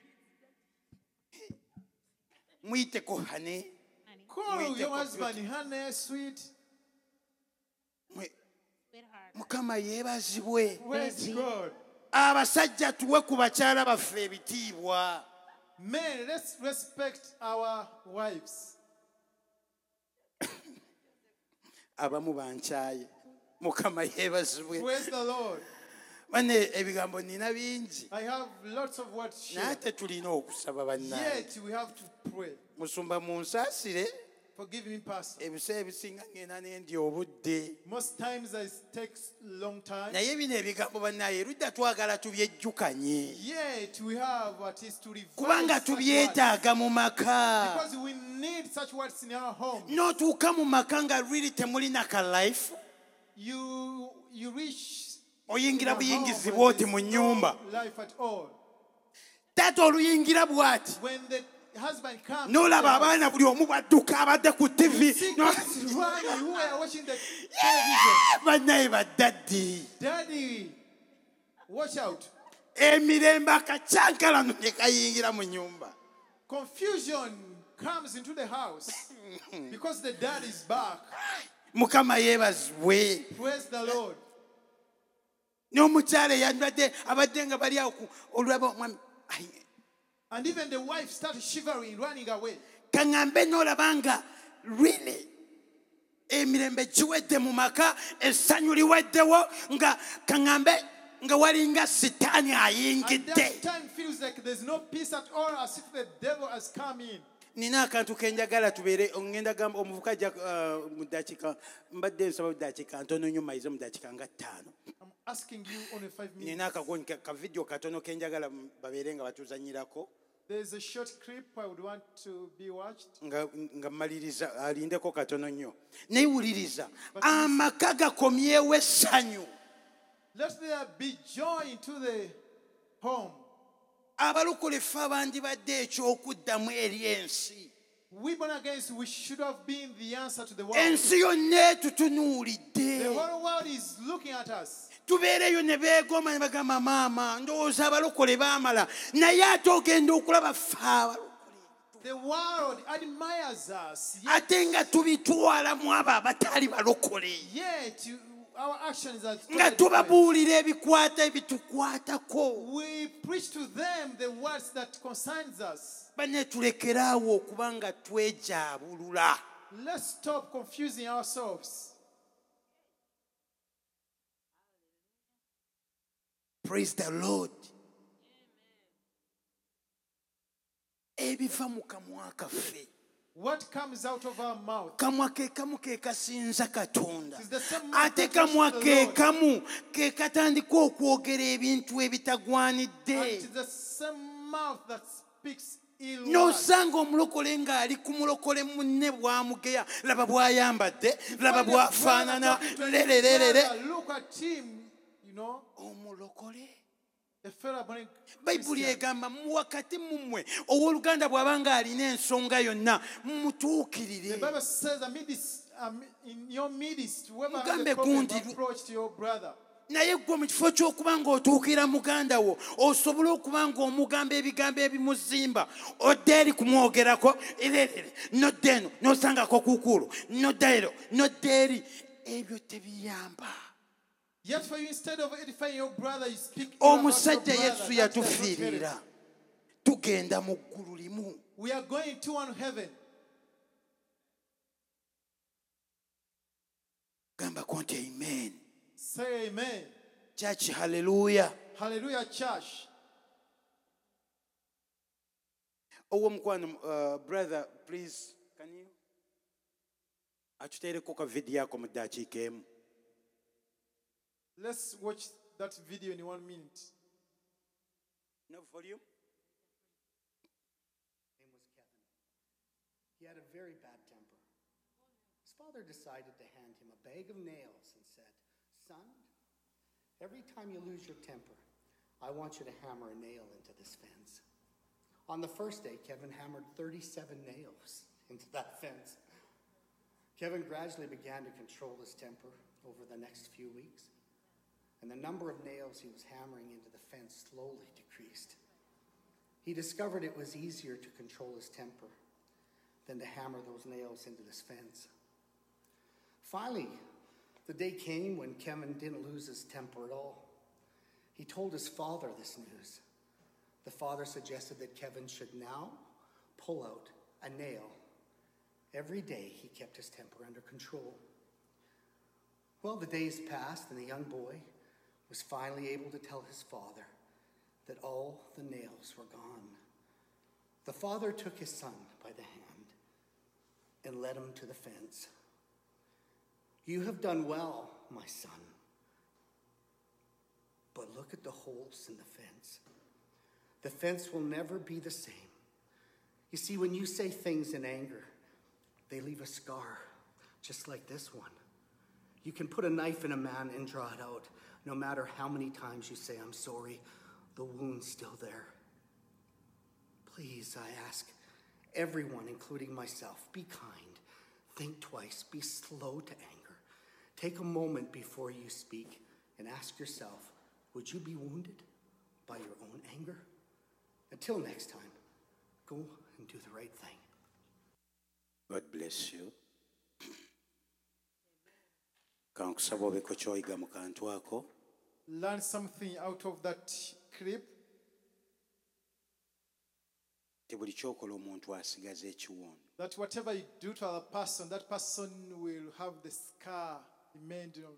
[SPEAKER 1] muyiteko hane
[SPEAKER 4] Call
[SPEAKER 1] Mwite
[SPEAKER 4] your
[SPEAKER 1] kwa
[SPEAKER 4] husband, honey, sweet.
[SPEAKER 1] Mwe- mukama yeebazibwe
[SPEAKER 4] Praise
[SPEAKER 2] Baby.
[SPEAKER 4] God.
[SPEAKER 1] abasajja tuwe ku bakyala baffe ebitiibwa
[SPEAKER 4] Men, let's respect our wives.
[SPEAKER 1] abamu bankyaye mukama yeebazibwe
[SPEAKER 4] Praise the Lord.
[SPEAKER 1] bane ebigambo nina bingi
[SPEAKER 4] I have lots of words to share.
[SPEAKER 1] naye tetulina okusaba bannaye
[SPEAKER 4] Yet we have to pray.
[SPEAKER 1] musumba munsaasire
[SPEAKER 4] Forgive me, Pastor.
[SPEAKER 1] ebiseera ebisinga ngenda nendya obudde
[SPEAKER 4] Most times it takes long time.
[SPEAKER 1] naye bino ebigambo bannaye erudda twagala tubyejjukanye
[SPEAKER 4] Yet we have at least to revise
[SPEAKER 1] kubanga
[SPEAKER 4] such words.
[SPEAKER 1] tubyetaaga mu maka
[SPEAKER 4] Because we need such words in our home.
[SPEAKER 1] n'otuuka mu maka nga lwiri temulina ka life
[SPEAKER 4] You you reach
[SPEAKER 1] oyingira
[SPEAKER 4] your home
[SPEAKER 1] buyingizi
[SPEAKER 4] when
[SPEAKER 1] bw'oti
[SPEAKER 4] there's
[SPEAKER 1] mu
[SPEAKER 4] no
[SPEAKER 1] nnyumba
[SPEAKER 4] life at all.
[SPEAKER 1] taata oluyingira bw'ati
[SPEAKER 4] When the husband comes,
[SPEAKER 1] n'olaba abaana buli omu badduka abadde ku tivi
[SPEAKER 4] see
[SPEAKER 1] no-
[SPEAKER 4] kids running who are watching the television.
[SPEAKER 1] [LAUGHS] bannaye baddaddi
[SPEAKER 4] Daddy, watch out.
[SPEAKER 1] emirembe akacyankalano ne kayingira mu nyumba
[SPEAKER 4] Confusion comes into the house because the dad is back.
[SPEAKER 1] mukama yeebazibwe
[SPEAKER 4] Praise the Lord.
[SPEAKER 1] n'omukyala eyandwadde abadde nga bali awo ku- olulaba omwami "Ayi,
[SPEAKER 4] And even the wife started shivering, running away.
[SPEAKER 1] kaŋŋambe n'olaba nga lwini emirembe giwedde mu maka essanyu liweddewo nga kaŋŋambe nga walinga sitaani
[SPEAKER 4] And that
[SPEAKER 1] ayingidde
[SPEAKER 4] time feels like there's no peace at all, as if the devil has come in.
[SPEAKER 1] nina akantu kenjagala tubeere ngenda gamba omuvuka ajja ah, mu dakiika mbadde nsaba dakiika ntono nnyo mayize mu dakiika nga ttaano
[SPEAKER 4] I'm asking you only five minutes.
[SPEAKER 1] nina akagoni ka- kavidiyo katono kenjagala m- babeere nga batuzanyirako
[SPEAKER 4] There's a short clip I would want to be watched.
[SPEAKER 1] nga nga mmaliriza alindeko katono nnyo neyiwuliriza amaka gakomyewo essanyu
[SPEAKER 4] Let there be joy into the home.
[SPEAKER 1] abalukulifu abandibadde ekyokuddamu eri ensi
[SPEAKER 4] We born again, we should have been the answer to the world.
[SPEAKER 1] ensi yonna etutunuulidde
[SPEAKER 4] The whole world is looking at us.
[SPEAKER 1] tubeereyo ne beegomba ne bagamba maama ndowooza abalokole baamala naye ate ogenda okulaba ffe abalokole
[SPEAKER 4] The world admires us,
[SPEAKER 1] ate nga tubitwalamu abo abataali balokole
[SPEAKER 4] yet you- our actions are.
[SPEAKER 1] nga
[SPEAKER 4] totally
[SPEAKER 1] tubabuulira ebikwata ebitukwatako
[SPEAKER 4] different. We preach to them the words that concerns us.
[SPEAKER 1] bane tulekeraawo okuba nga twejaabulula
[SPEAKER 4] Let's stop confusing ourselves.
[SPEAKER 1] praise the lord ebiva mu kamwa kaffe
[SPEAKER 4] What comes out of our mouth?
[SPEAKER 1] kamwa ke kamu ke kasinza katonda
[SPEAKER 4] It's the same mouth
[SPEAKER 1] ate
[SPEAKER 4] that
[SPEAKER 1] kamwa
[SPEAKER 4] touches the
[SPEAKER 1] ke
[SPEAKER 4] Lord.
[SPEAKER 1] kamu ke katandika okwogera ebintu
[SPEAKER 4] And
[SPEAKER 1] ebitagwanidde
[SPEAKER 4] it's the same mouth that speaks ill words.
[SPEAKER 1] n'osanga omulokole ng'ali ku mulokole munne bwamugeya laba bw'ayambadde laba
[SPEAKER 4] Find a brother
[SPEAKER 1] bw'afaanana
[SPEAKER 4] talking to his
[SPEAKER 1] lerererere
[SPEAKER 4] brother, Look at him, you know,
[SPEAKER 1] omulokole
[SPEAKER 4] a fellow born
[SPEAKER 1] bayibuli
[SPEAKER 4] Christian.
[SPEAKER 1] egamba mu wakati mummwe owooluganda bw'aba ng'alina ensonga yonna
[SPEAKER 4] The
[SPEAKER 1] mumutuukirire
[SPEAKER 4] Bible says, amidst, um, in your midst, whoever has
[SPEAKER 1] Mugambe
[SPEAKER 4] a problem,
[SPEAKER 1] gundi-
[SPEAKER 4] approach to your brother.
[SPEAKER 1] naye ggwe mu kifo ky'okuba ng'otuukira muganda wo osobole okuba ng'omugamba ebigambo ebimuzimba odda eri kumwogerako ererere nodda eno n'osangako kukuulu nodda ero nodda eri ebyo tebiyamba
[SPEAKER 4] Yet for you, instead of edifying your brother, you speak ill about your
[SPEAKER 1] omusajja
[SPEAKER 4] brother.
[SPEAKER 1] Oh, yesu
[SPEAKER 4] That's the root
[SPEAKER 1] yatufiirira
[SPEAKER 4] headache.
[SPEAKER 1] tugenda mu ggulu limu
[SPEAKER 4] We are going to one heaven.
[SPEAKER 1] gambako nti amen
[SPEAKER 4] Say amen.
[SPEAKER 1] kyaki haleluya
[SPEAKER 4] Hallelujah, church.
[SPEAKER 1] ow'omukwano uh, brother please can you atuteereko ka vidiyo ako mu ddakiika emu
[SPEAKER 4] Let's watch that video in one minute.
[SPEAKER 1] no volume
[SPEAKER 5] name was Kevin. He had a very bad temper. His father decided to hand him a bag of nails and said, Son, every time you lose your temper, I want you to hammer a nail into this fence. On the first day, Kevin hammered 37 nails [LAUGHS] into that fence. Kevin gradually began to control his temper over the next few weeks, and the number of nails he was hammering into the fence slowly decreased. He discovered it was easier to control his temper than to hammer those nails into this fence. Finally, the day came when Kevin didn't lose his temper at all. He told his father this news. The father suggested that Kevin should now pull out a nail. Every day he kept his temper under control. Well, the days passed, and the young boy was finally able to tell his father that all the nails were gone. The father took his son by the hand and led him to the fence. You have done well, my son. But look at the holes in the fence. The fence will never be the same. You see, when you say things in anger, they leave a scar, just like this one. You can put a knife in a man and draw it out. No matter how many times you say, I'm sorry, the wound's still there. Please, I ask everyone, including myself, be kind. Think twice. Be slow to anger. Take a moment before you speak and ask yourself would you be wounded by your own anger? Until next time, go and do the right thing.
[SPEAKER 1] God bless you. kankusaba obeko kyoyiga mu kantu ako
[SPEAKER 4] Learn something out of that clip.
[SPEAKER 1] tebuli kyokola omuntu asigaza ekiwundu
[SPEAKER 4] That whatever you do to other person, that person will have the scar remained. on-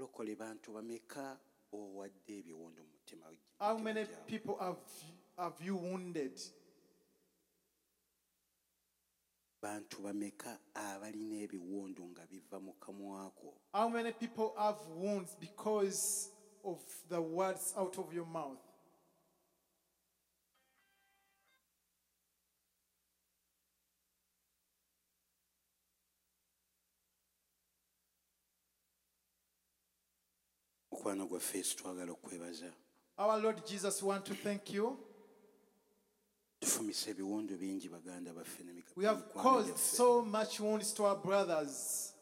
[SPEAKER 1] mulokole bantu bameka owadde ebiwundu mu mutima
[SPEAKER 4] How many
[SPEAKER 1] gyabwe?
[SPEAKER 4] people have have you wounded?
[SPEAKER 1] bantu bameka abalina ebiwundu nga biva mu kamwako
[SPEAKER 4] How many people have wounds because of the words out of your mouth?
[SPEAKER 1] mukwano gwaffe yesu twagala okwebaza
[SPEAKER 4] Our Lord Jesus want to thank you.
[SPEAKER 1] tufumisa ebiwundu bingi baganda baffe ne mika-
[SPEAKER 4] We have
[SPEAKER 1] mikwano
[SPEAKER 4] caused
[SPEAKER 1] gyaffe.
[SPEAKER 4] so much wounds to our brothers,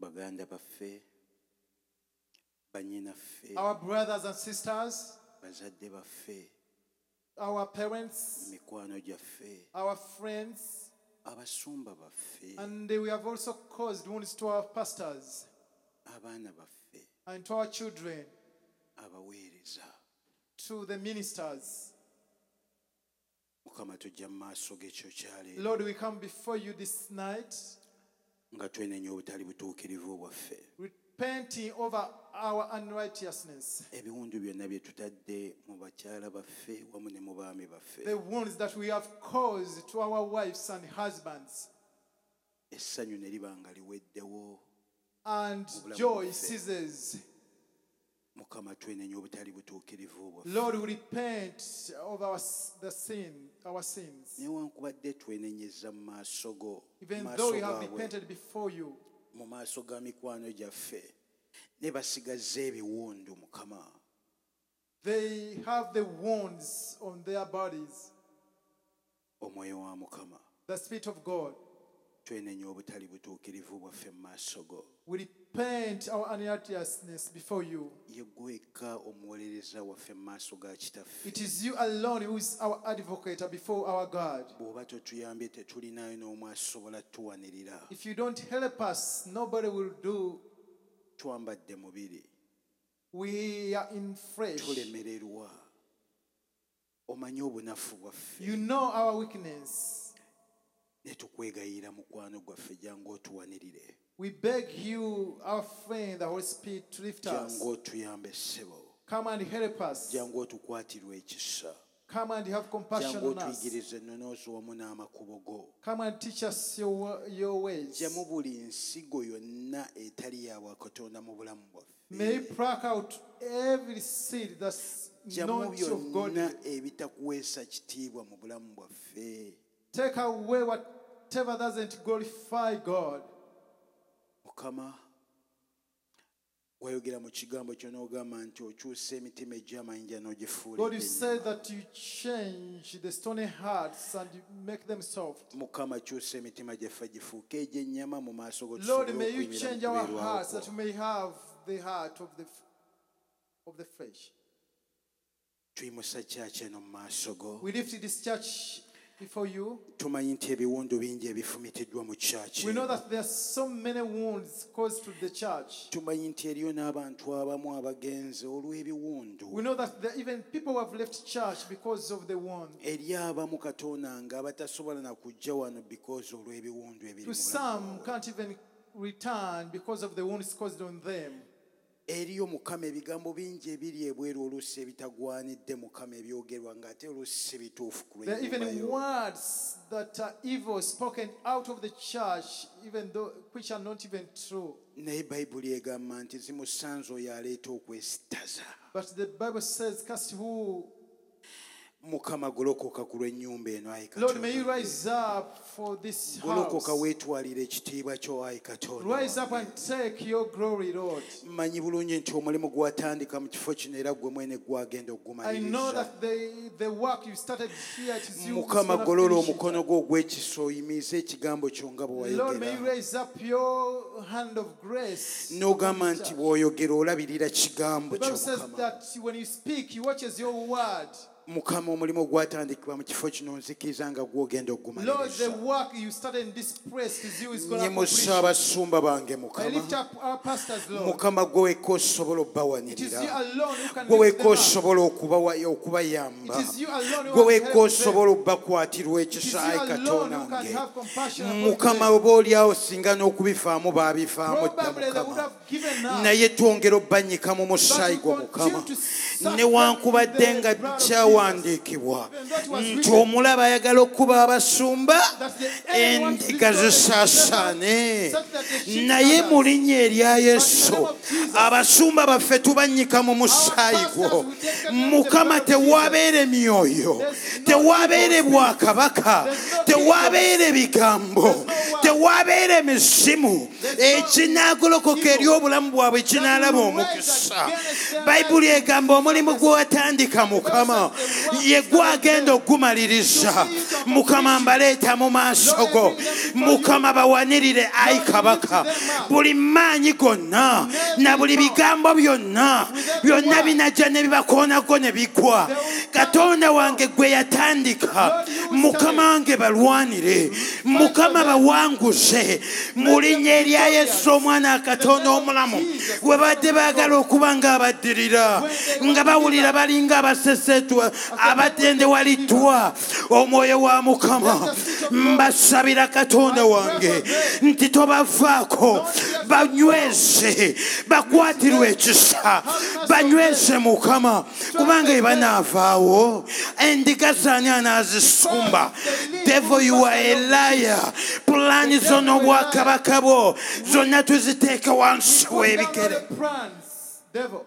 [SPEAKER 1] baganda baffe banyinaffe
[SPEAKER 4] our brothers and sisters,
[SPEAKER 1] bazadde baffe
[SPEAKER 4] our parents,
[SPEAKER 1] mikwano gyaffe
[SPEAKER 4] our friends,
[SPEAKER 1] abasumba baffe
[SPEAKER 4] and we have also caused wounds to our pastors
[SPEAKER 1] abaana baffe
[SPEAKER 4] and to our children,
[SPEAKER 1] abaweereza
[SPEAKER 4] to the ministers.
[SPEAKER 1] mukama tujja mu maaso g'ekyo kyaleero
[SPEAKER 4] Lord, we come before you this night,
[SPEAKER 1] nga twenenya obutali butuukirivu bwaffe
[SPEAKER 4] repenting over our unrighteousness,
[SPEAKER 1] ebiwundu byonna bye tutadde mu bakyala baffe wamu ne mu baami baffe
[SPEAKER 4] the wounds that we have caused to our wives and husbands.
[SPEAKER 1] essanyu ne liba nga liweddewo
[SPEAKER 4] and joy ceases.
[SPEAKER 1] mukama twenenya obutali butuukirivu bwaffe
[SPEAKER 4] Lord, we repent of our s- the sin, our sins.
[SPEAKER 1] newankubadde twenenyeza mu maaso go mu
[SPEAKER 4] Even
[SPEAKER 1] maaso
[SPEAKER 4] though we have
[SPEAKER 1] gaabwe,
[SPEAKER 4] repented before you,
[SPEAKER 1] mu maaso ga mikwano gyaffe ne basigazza ebiwundu mukama
[SPEAKER 4] they have the wounds on their bodies.
[SPEAKER 1] omwoyo wa mukama
[SPEAKER 4] The Spirit of God,
[SPEAKER 1] twenenya obutali butuukirivu bwaffe mu maaso go
[SPEAKER 4] we repent our unrighteousness before you.
[SPEAKER 1] yeggweka omuwolereza waffe mu maaso ga kitaffe
[SPEAKER 4] It is you alone who is our advocate before our God.
[SPEAKER 1] bw'oba totuyambye tetulinayo n'omu asobola tuwanirira
[SPEAKER 4] If you don't help us, nobody will do.
[SPEAKER 1] twambadde mubiri
[SPEAKER 4] We are in flesh.
[SPEAKER 1] tulemererwa omanyi obunafu bwaffe
[SPEAKER 4] You know our weakness.
[SPEAKER 1] ne tukwegayirira mukwano gwaffe jangu otuwanirire
[SPEAKER 4] We beg you, our friend, the Holy Spirit, to lift us.
[SPEAKER 1] jangu otuyambe ssebo
[SPEAKER 4] Come and help us.
[SPEAKER 1] jangu otukwatirwe ekisa
[SPEAKER 4] Come and have compassion
[SPEAKER 1] jangu
[SPEAKER 4] on us.
[SPEAKER 1] otuyigirize ennonoozi wamu n'amakubo go
[SPEAKER 4] Come and teach us your, wa- your ways.
[SPEAKER 1] gyamu buli nsigo yonna etali yaabwa katonda mu bulamu
[SPEAKER 4] May
[SPEAKER 1] bwaffe
[SPEAKER 4] you pluck out every seed that's
[SPEAKER 1] gyamu
[SPEAKER 4] not of
[SPEAKER 1] byonna
[SPEAKER 4] God.
[SPEAKER 1] ebitakuweesa kitiibwa mu bulamu bwaffe
[SPEAKER 4] Take away whatever doesn't glorify God.
[SPEAKER 1] mukama wayogera mu kigambo kyonaogamba nti okyusa emitima egy'amayinja n'ogifuula
[SPEAKER 4] Lord, you say
[SPEAKER 1] egyennyama.
[SPEAKER 4] that you change the stony hearts and you make them soft.
[SPEAKER 1] mukama kyusa emitima gyaffe gifuuke egyennyama mu maaso go
[SPEAKER 4] Lord,
[SPEAKER 1] tusobole
[SPEAKER 4] may you
[SPEAKER 1] okuyimirira mu
[SPEAKER 4] change our
[SPEAKER 1] kubeerwawo
[SPEAKER 4] hearts
[SPEAKER 1] kwo.
[SPEAKER 4] that we may have the heart of the, f- of the flesh.
[SPEAKER 1] tuyimusa kyaki eno mu maaso go
[SPEAKER 4] We lift this church before you.
[SPEAKER 1] tumanyi nti ebiwundu bingi ebifumitiddwa mu kyaki
[SPEAKER 4] We know that there are so many wounds caused to the church.
[SPEAKER 1] tumanyi nti eriyo n'abantu abamu abagenze olw'ebiwundu
[SPEAKER 4] We know that there are even people who have left church because of the wound.
[SPEAKER 1] eri abamu katonda nga abatasobola na kujja wano because olw'ebiwundu ebiri
[SPEAKER 4] To
[SPEAKER 1] mu bulamu.
[SPEAKER 4] some, can't even return because of the wounds caused on them.
[SPEAKER 1] eriyo mukama ebigambo bingi ebiri ebweru oluusi ebitagwanidde mukama ebyogerwa ng'ate oluusi si bituufu ku
[SPEAKER 4] There are even
[SPEAKER 1] lw'ennyumba yo.
[SPEAKER 4] words that are evil spoken out of the church, even though which are not even true.
[SPEAKER 1] naye bayibuli egamba nti zimusanze oyo aleeta okwesittaza
[SPEAKER 4] But the Bible says, Cast who?
[SPEAKER 1] mukama golokoka ku lw'ennyumba eno ayi
[SPEAKER 4] Lord, may you
[SPEAKER 1] Katonda.
[SPEAKER 4] rise up for this
[SPEAKER 1] golokoka
[SPEAKER 4] house.
[SPEAKER 1] weetwalire ekitiibwa kyo ayi katonda
[SPEAKER 4] Rise up and take your glory, Lord.
[SPEAKER 1] mmanyi bulungi nti omulimu gwatandika mu kifo kino era gwe mwene gwagenda
[SPEAKER 4] I know
[SPEAKER 1] ogumaliriza
[SPEAKER 4] that the, the work you started here, it is you who's
[SPEAKER 1] mukama
[SPEAKER 4] gonna
[SPEAKER 1] golola
[SPEAKER 4] finish it.
[SPEAKER 1] omukono gwo ogw'ekisa oyimize ekigambo kyo nga bwe
[SPEAKER 4] Lord, may you
[SPEAKER 1] wayogera
[SPEAKER 4] raise up your hand of grace.
[SPEAKER 1] n'ogamba
[SPEAKER 4] upon the
[SPEAKER 1] nti
[SPEAKER 4] church.
[SPEAKER 1] bw'oyogera olabirira kigambo
[SPEAKER 4] The
[SPEAKER 1] kyo
[SPEAKER 4] Bible says
[SPEAKER 1] mukama
[SPEAKER 4] that when you speak, He watches your word.
[SPEAKER 1] mukama omulimu ogwatandikibwa mu kifo kino nzikiriza nga gwogenda
[SPEAKER 4] Lord, the
[SPEAKER 1] ogumaliriza
[SPEAKER 4] work you started in this place is you is going to accomplish.
[SPEAKER 1] nyimusa abasumba bange
[SPEAKER 4] I
[SPEAKER 1] mukama
[SPEAKER 4] lift up our pastors, Lord.
[SPEAKER 1] mukama gwe weka osobola
[SPEAKER 4] It is
[SPEAKER 1] obbawanirira
[SPEAKER 4] you alone who can
[SPEAKER 1] gwe weka
[SPEAKER 4] lift them up.
[SPEAKER 1] osobola okubawa- okubayamba
[SPEAKER 4] It is you alone
[SPEAKER 1] gwe
[SPEAKER 4] who can
[SPEAKER 1] weka
[SPEAKER 4] help
[SPEAKER 1] osobola
[SPEAKER 4] them.
[SPEAKER 1] obakwatirwa
[SPEAKER 4] It is you
[SPEAKER 1] ekisa ayi
[SPEAKER 4] alone
[SPEAKER 1] katonda
[SPEAKER 4] who can
[SPEAKER 1] wange
[SPEAKER 4] have compassion upon
[SPEAKER 1] mukama
[SPEAKER 4] them.
[SPEAKER 1] obaolyawo singa n'okubifaamu baabifaamu dda
[SPEAKER 4] Probably they would
[SPEAKER 1] mukama
[SPEAKER 4] have given up.
[SPEAKER 1] naye twongera obbanyika mu musaayi gwo mukama newankubadde nga kyawandiikibwa nti omulaba ayagala okuba abasumba endiga zisaasaane naye mu linnya erya yesu abasumba baffe tubanyika mu musaayi gwo mukama tewabeere myoyo tewabeere bwakabaka tewabeere bigambo tewabeere mizimu ekinaagolokoka eri obulamu bwabwe kinaalaba omukisa bayibuli egamba omulimu gwewatandika mukama ye gwagenda ogumaliriza mukama mbaleeta mu maaso go mukama bawanirire ayi kabaka buli maanyi gonna na buli bigambo byonna byonna binajja ne bibakoonako ne bigwa katonda wange gwe yatandika mukama wange balwanire mukama bawanguze mu linnya erya yesu omwana akatonda omulamu we badde baagala okuba ngaabaddirira nga bawulira balinga abasesetwa abadendewaliddwa omwoyo wa mukama mbasabira katonda wange nti tobavaako banyweze bakwatirwe ekisa banyweze mukama kubanga ebanaavaawo endiga zaani anaazisumba devo you are a liar pulaani zo n'obwakabaka bwo zonna tuziteeke [LAUGHS] wansi w'ebikere
[SPEAKER 4] Whatever plans, devil,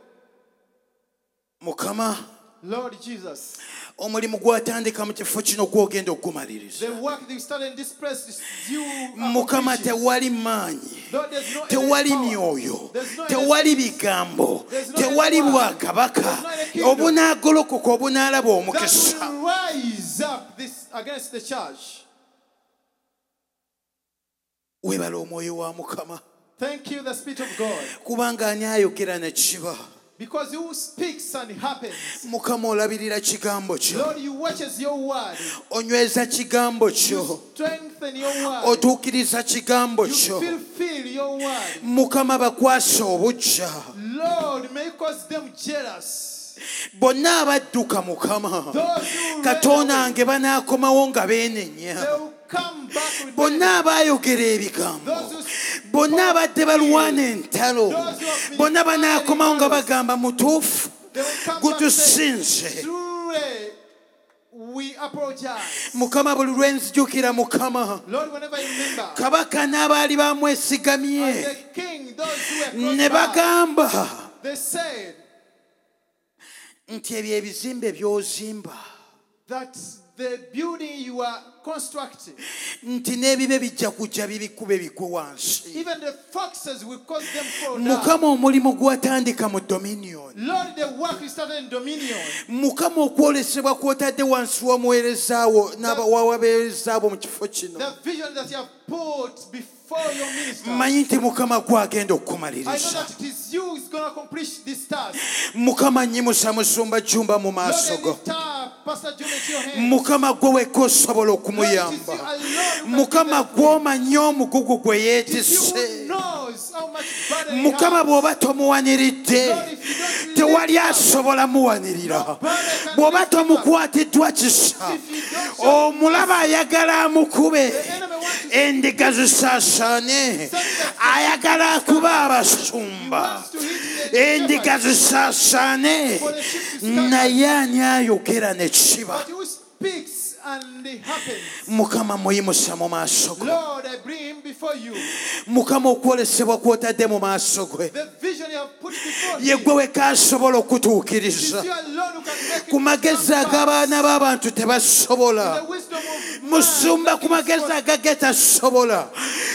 [SPEAKER 1] mukama
[SPEAKER 4] Lord Jesus,
[SPEAKER 1] omulimu gwatandika mu kifo kino gwogenda ogumaliriza
[SPEAKER 4] the work that you started in this place is you.
[SPEAKER 1] mukama
[SPEAKER 4] accomplishing.
[SPEAKER 1] tewali maanyi
[SPEAKER 4] Lord, there's no
[SPEAKER 1] tewali
[SPEAKER 4] power.
[SPEAKER 1] myoyo
[SPEAKER 4] There's no
[SPEAKER 1] tewali bigambo
[SPEAKER 4] There's no
[SPEAKER 1] tewali
[SPEAKER 4] power.
[SPEAKER 1] bwakabaka
[SPEAKER 4] There's no kingdom.
[SPEAKER 1] obunaagolokoka obunaalaba
[SPEAKER 4] that
[SPEAKER 1] omukisa
[SPEAKER 4] will rise up this against the church.
[SPEAKER 1] weebala omwoyo wa mukama
[SPEAKER 4] Thank you, the Spirit of God,
[SPEAKER 1] kubanga ani ayogera ne kiba
[SPEAKER 4] because who speaks and happens.
[SPEAKER 1] mukama olabirira kigambo kyo
[SPEAKER 4] Lord, you watches your word,
[SPEAKER 1] onyweza kigambo kyo
[SPEAKER 4] strengthen your word,
[SPEAKER 1] otuukiriza kigambo
[SPEAKER 4] you
[SPEAKER 1] kyo
[SPEAKER 4] fulfill your word.
[SPEAKER 1] mukama bakwase obujja
[SPEAKER 4] Lord, may you cause them jealous.
[SPEAKER 1] bonna abadduka mukama
[SPEAKER 4] Those who
[SPEAKER 1] katonda
[SPEAKER 4] ran away,
[SPEAKER 1] wange banaakomawo nga
[SPEAKER 4] they
[SPEAKER 1] beenenya
[SPEAKER 4] will come back with
[SPEAKER 1] bonna abaayogera ebigambo bonna abadde balwana entalo bonna banaakomawo nga bagamba mutuufu gutusinze
[SPEAKER 4] Truly, we apologize.
[SPEAKER 1] mukama buli lwe nzijukira mukama
[SPEAKER 4] Lord, whenever you remember,
[SPEAKER 1] kabaka n'abaali
[SPEAKER 4] and
[SPEAKER 1] bamwesigamye
[SPEAKER 4] the king, those who were close
[SPEAKER 1] ne
[SPEAKER 4] by,
[SPEAKER 1] bagamba
[SPEAKER 4] They said
[SPEAKER 1] nti ebyo ebizimbe by'ozimba
[SPEAKER 4] that the building you are constructing,
[SPEAKER 1] nti n'ebibe bijja kujja bibikube bigwe wansi
[SPEAKER 4] even the foxes will cause them fall down.
[SPEAKER 1] mukama omulimu gwatandika mu dominion
[SPEAKER 4] Lord, the work you started in dominion,
[SPEAKER 1] mukama okwolesebwa kw'otadde wansi w'omuweerezaawo n'abawawabeerezaawo mu kifo kino
[SPEAKER 4] the vision that you have put before your minister. I
[SPEAKER 1] mmanyi nti mukama gwagenda
[SPEAKER 4] know
[SPEAKER 1] okukumaliriza
[SPEAKER 4] that it is you who is going to accomplish this task.
[SPEAKER 1] mukama nyimusa musumba jjumba mu
[SPEAKER 4] Lord,
[SPEAKER 1] maaso
[SPEAKER 4] I
[SPEAKER 1] go
[SPEAKER 4] lift up Pastor Juma into your hands.
[SPEAKER 1] mukama gwe weka osobola
[SPEAKER 4] Lord, it is you
[SPEAKER 1] okumuyamba
[SPEAKER 4] alone who can
[SPEAKER 1] mukama
[SPEAKER 4] give them-
[SPEAKER 1] gw'omanyi omugugu gwe
[SPEAKER 4] It is you who
[SPEAKER 1] yeetisse
[SPEAKER 4] knows how much burden he
[SPEAKER 1] mukama
[SPEAKER 4] has.
[SPEAKER 1] bw'oba tomuwaniridde
[SPEAKER 4] Lord, if you don't lift
[SPEAKER 1] tewali
[SPEAKER 4] up,
[SPEAKER 1] asobola muwanirira
[SPEAKER 4] nobody can
[SPEAKER 1] bw'oba
[SPEAKER 4] lift him up.
[SPEAKER 1] tomukwatiddwa kisa
[SPEAKER 4] If you don't show
[SPEAKER 1] Oh, omulaba ayagala amukube
[SPEAKER 4] The enemy wants to
[SPEAKER 1] endiga zisaasaane ayagala kuba abasumba endiga zisaasaane naye ani ayogera ne kikiba
[SPEAKER 4] But who speaks and it happens?
[SPEAKER 1] mukama muyimusa mu maaso go
[SPEAKER 4] Lord, I bring him before you.
[SPEAKER 1] mukama okwolesebwa kw'otadde mu maaso gwe
[SPEAKER 4] The vision you have put before
[SPEAKER 1] ye
[SPEAKER 4] you.
[SPEAKER 1] gwe weka asobola
[SPEAKER 4] It
[SPEAKER 1] okutuukiriza
[SPEAKER 4] is you alone who can make it
[SPEAKER 1] ku magezi
[SPEAKER 4] come back.
[SPEAKER 1] ag'abaana b'abantu
[SPEAKER 4] The
[SPEAKER 1] tebasobola
[SPEAKER 4] wisdom of man
[SPEAKER 1] musumba ku
[SPEAKER 4] making
[SPEAKER 1] magezi
[SPEAKER 4] this work.
[SPEAKER 1] agagetasobola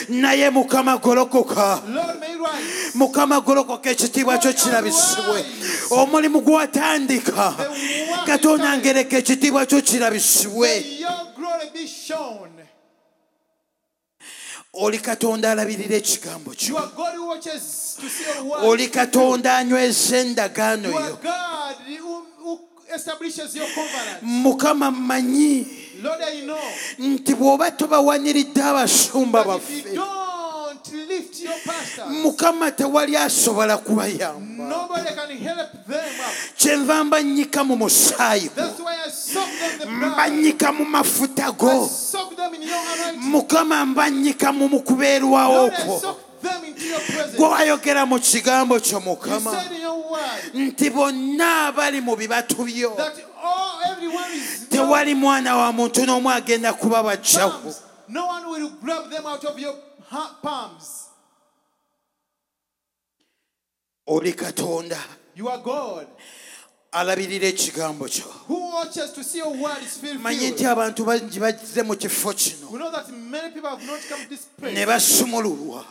[SPEAKER 1] naye mukama golokoka
[SPEAKER 4] Lord, may rise.
[SPEAKER 1] mukama golokoka ekitiibwa kyo kirabisibwe omulimu gwatandika katonda ngereka ekitiibwa kyo kirabisibwe
[SPEAKER 4] May your glory be shown.
[SPEAKER 1] oli katonda alabirira ekigambo
[SPEAKER 4] You
[SPEAKER 1] kyo
[SPEAKER 4] are God who watches to see your work.
[SPEAKER 1] oli katonda anyweza endagaano
[SPEAKER 4] You are
[SPEAKER 1] yo
[SPEAKER 4] God who, who establishes your covenant.
[SPEAKER 1] mukama mmanyi
[SPEAKER 4] Lord, I know
[SPEAKER 1] nti bw'oba tobawaniridde abasumba
[SPEAKER 4] that if you
[SPEAKER 1] baffe
[SPEAKER 4] don't lift your pastors,
[SPEAKER 1] mukama tewali asobola kubayamba
[SPEAKER 4] nobody can help them up.
[SPEAKER 1] kyenva mbanyika mu musaayi
[SPEAKER 4] That's
[SPEAKER 1] gwo
[SPEAKER 4] why I soak them in the blood.
[SPEAKER 1] mbanyika mu mafuta
[SPEAKER 4] I
[SPEAKER 1] go
[SPEAKER 4] soak them in your anointing.
[SPEAKER 1] mukama mbanyika mu mukubeerwawo
[SPEAKER 4] Lord, I
[SPEAKER 1] kwo
[SPEAKER 4] soak them into your presence.
[SPEAKER 1] gwe wayogera mu kigambo kyo
[SPEAKER 4] You
[SPEAKER 1] mukama
[SPEAKER 4] said in your word
[SPEAKER 1] nti bonna abali mu bibatu byo
[SPEAKER 4] that all everyone is
[SPEAKER 1] tewali mwana wa muntu n'omu agenda kuba bajjaku
[SPEAKER 4] palms. No one will grab them out of your ha- palms.
[SPEAKER 1] oli katonda
[SPEAKER 4] You are God
[SPEAKER 1] alabirira ekigambo kyo
[SPEAKER 4] who watches to see your word is fulfilled.
[SPEAKER 1] manyi nti abantu bangi bazze mu kifo kino
[SPEAKER 4] We know that many people have not come to this
[SPEAKER 1] ne
[SPEAKER 4] place.
[SPEAKER 1] basumululwa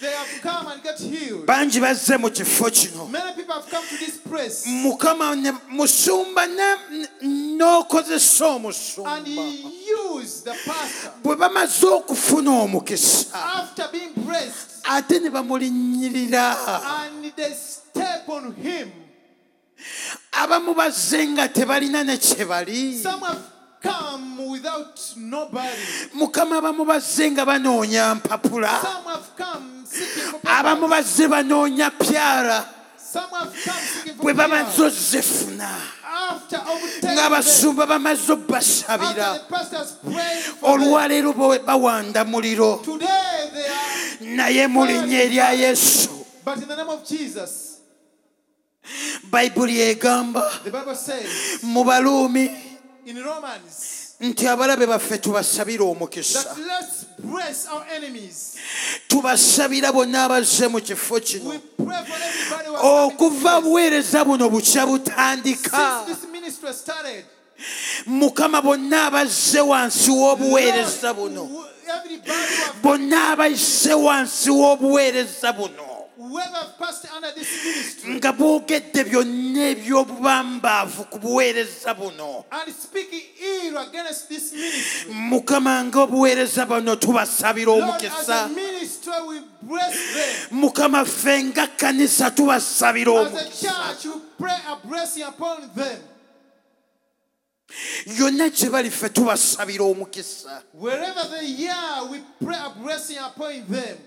[SPEAKER 4] They have come and get healed.
[SPEAKER 1] bangi bazze mu kifo kino
[SPEAKER 4] Many people have come to this place
[SPEAKER 1] mukama ne- musumba ne- n- n'okozesa
[SPEAKER 4] and
[SPEAKER 1] omusumba
[SPEAKER 4] use the pastor
[SPEAKER 1] bwe bamaze okufuna omukisa
[SPEAKER 4] after being blessed
[SPEAKER 1] ate ne bamulinnyirira
[SPEAKER 4] and they step on him.
[SPEAKER 1] abamu bazze nga tebalina ne kye bali
[SPEAKER 4] Some have come without nobody.
[SPEAKER 1] mukama abamu bazze nga banoonya mpapula
[SPEAKER 4] Some have come seeking for
[SPEAKER 1] abamu
[SPEAKER 4] papers.
[SPEAKER 1] bazze banoonya pyara
[SPEAKER 4] Some have come seeking for
[SPEAKER 1] bwe bamaze
[SPEAKER 4] papers.
[SPEAKER 1] ozzefuna
[SPEAKER 4] After overtaking them,
[SPEAKER 1] ng'abasumba bamaze
[SPEAKER 4] after
[SPEAKER 1] obbasabira
[SPEAKER 4] the pastors prayed for them,
[SPEAKER 1] olwaleero bo- bawanda muliro
[SPEAKER 4] today they are,
[SPEAKER 1] naye mu linnya erya yesu
[SPEAKER 4] but in the name of Jesus,
[SPEAKER 1] bayibuli egamba
[SPEAKER 4] the Bible says
[SPEAKER 1] mu baluumi
[SPEAKER 4] in Romans
[SPEAKER 1] nti abalabe baffe tubasabira omukisa
[SPEAKER 4] that let's bless our enemies.
[SPEAKER 1] tubasabira bonna abazze mu kifo
[SPEAKER 4] We
[SPEAKER 1] kino
[SPEAKER 4] pray for everybody who has come
[SPEAKER 1] okuva
[SPEAKER 4] into this.
[SPEAKER 1] buweereza buno bukya butandika
[SPEAKER 4] Since this ministry started,
[SPEAKER 1] mukama bonna abazze wansi w'obuweereza
[SPEAKER 4] Lord,
[SPEAKER 1] buno
[SPEAKER 4] wh- everybody who have-
[SPEAKER 1] bonna abazze wansi w'obuweereza buno
[SPEAKER 4] whoever have passed under this ministry
[SPEAKER 1] nga boogedde byonna eby'obubambaavu ku buweereza buno
[SPEAKER 4] and speaking ill against this ministry.
[SPEAKER 1] mukama ng'obuweereza buno tubasabira
[SPEAKER 4] Lord, as
[SPEAKER 1] omukisa
[SPEAKER 4] a minister, we bless them.
[SPEAKER 1] mukama ffe nga kkanisa tubasabira
[SPEAKER 4] As a
[SPEAKER 1] omukisa
[SPEAKER 4] church, we pray a blessing upon them.
[SPEAKER 1] yonna gye bali ffe tubasabira omukisa
[SPEAKER 4] Wherever they are, we pray a blessing upon them.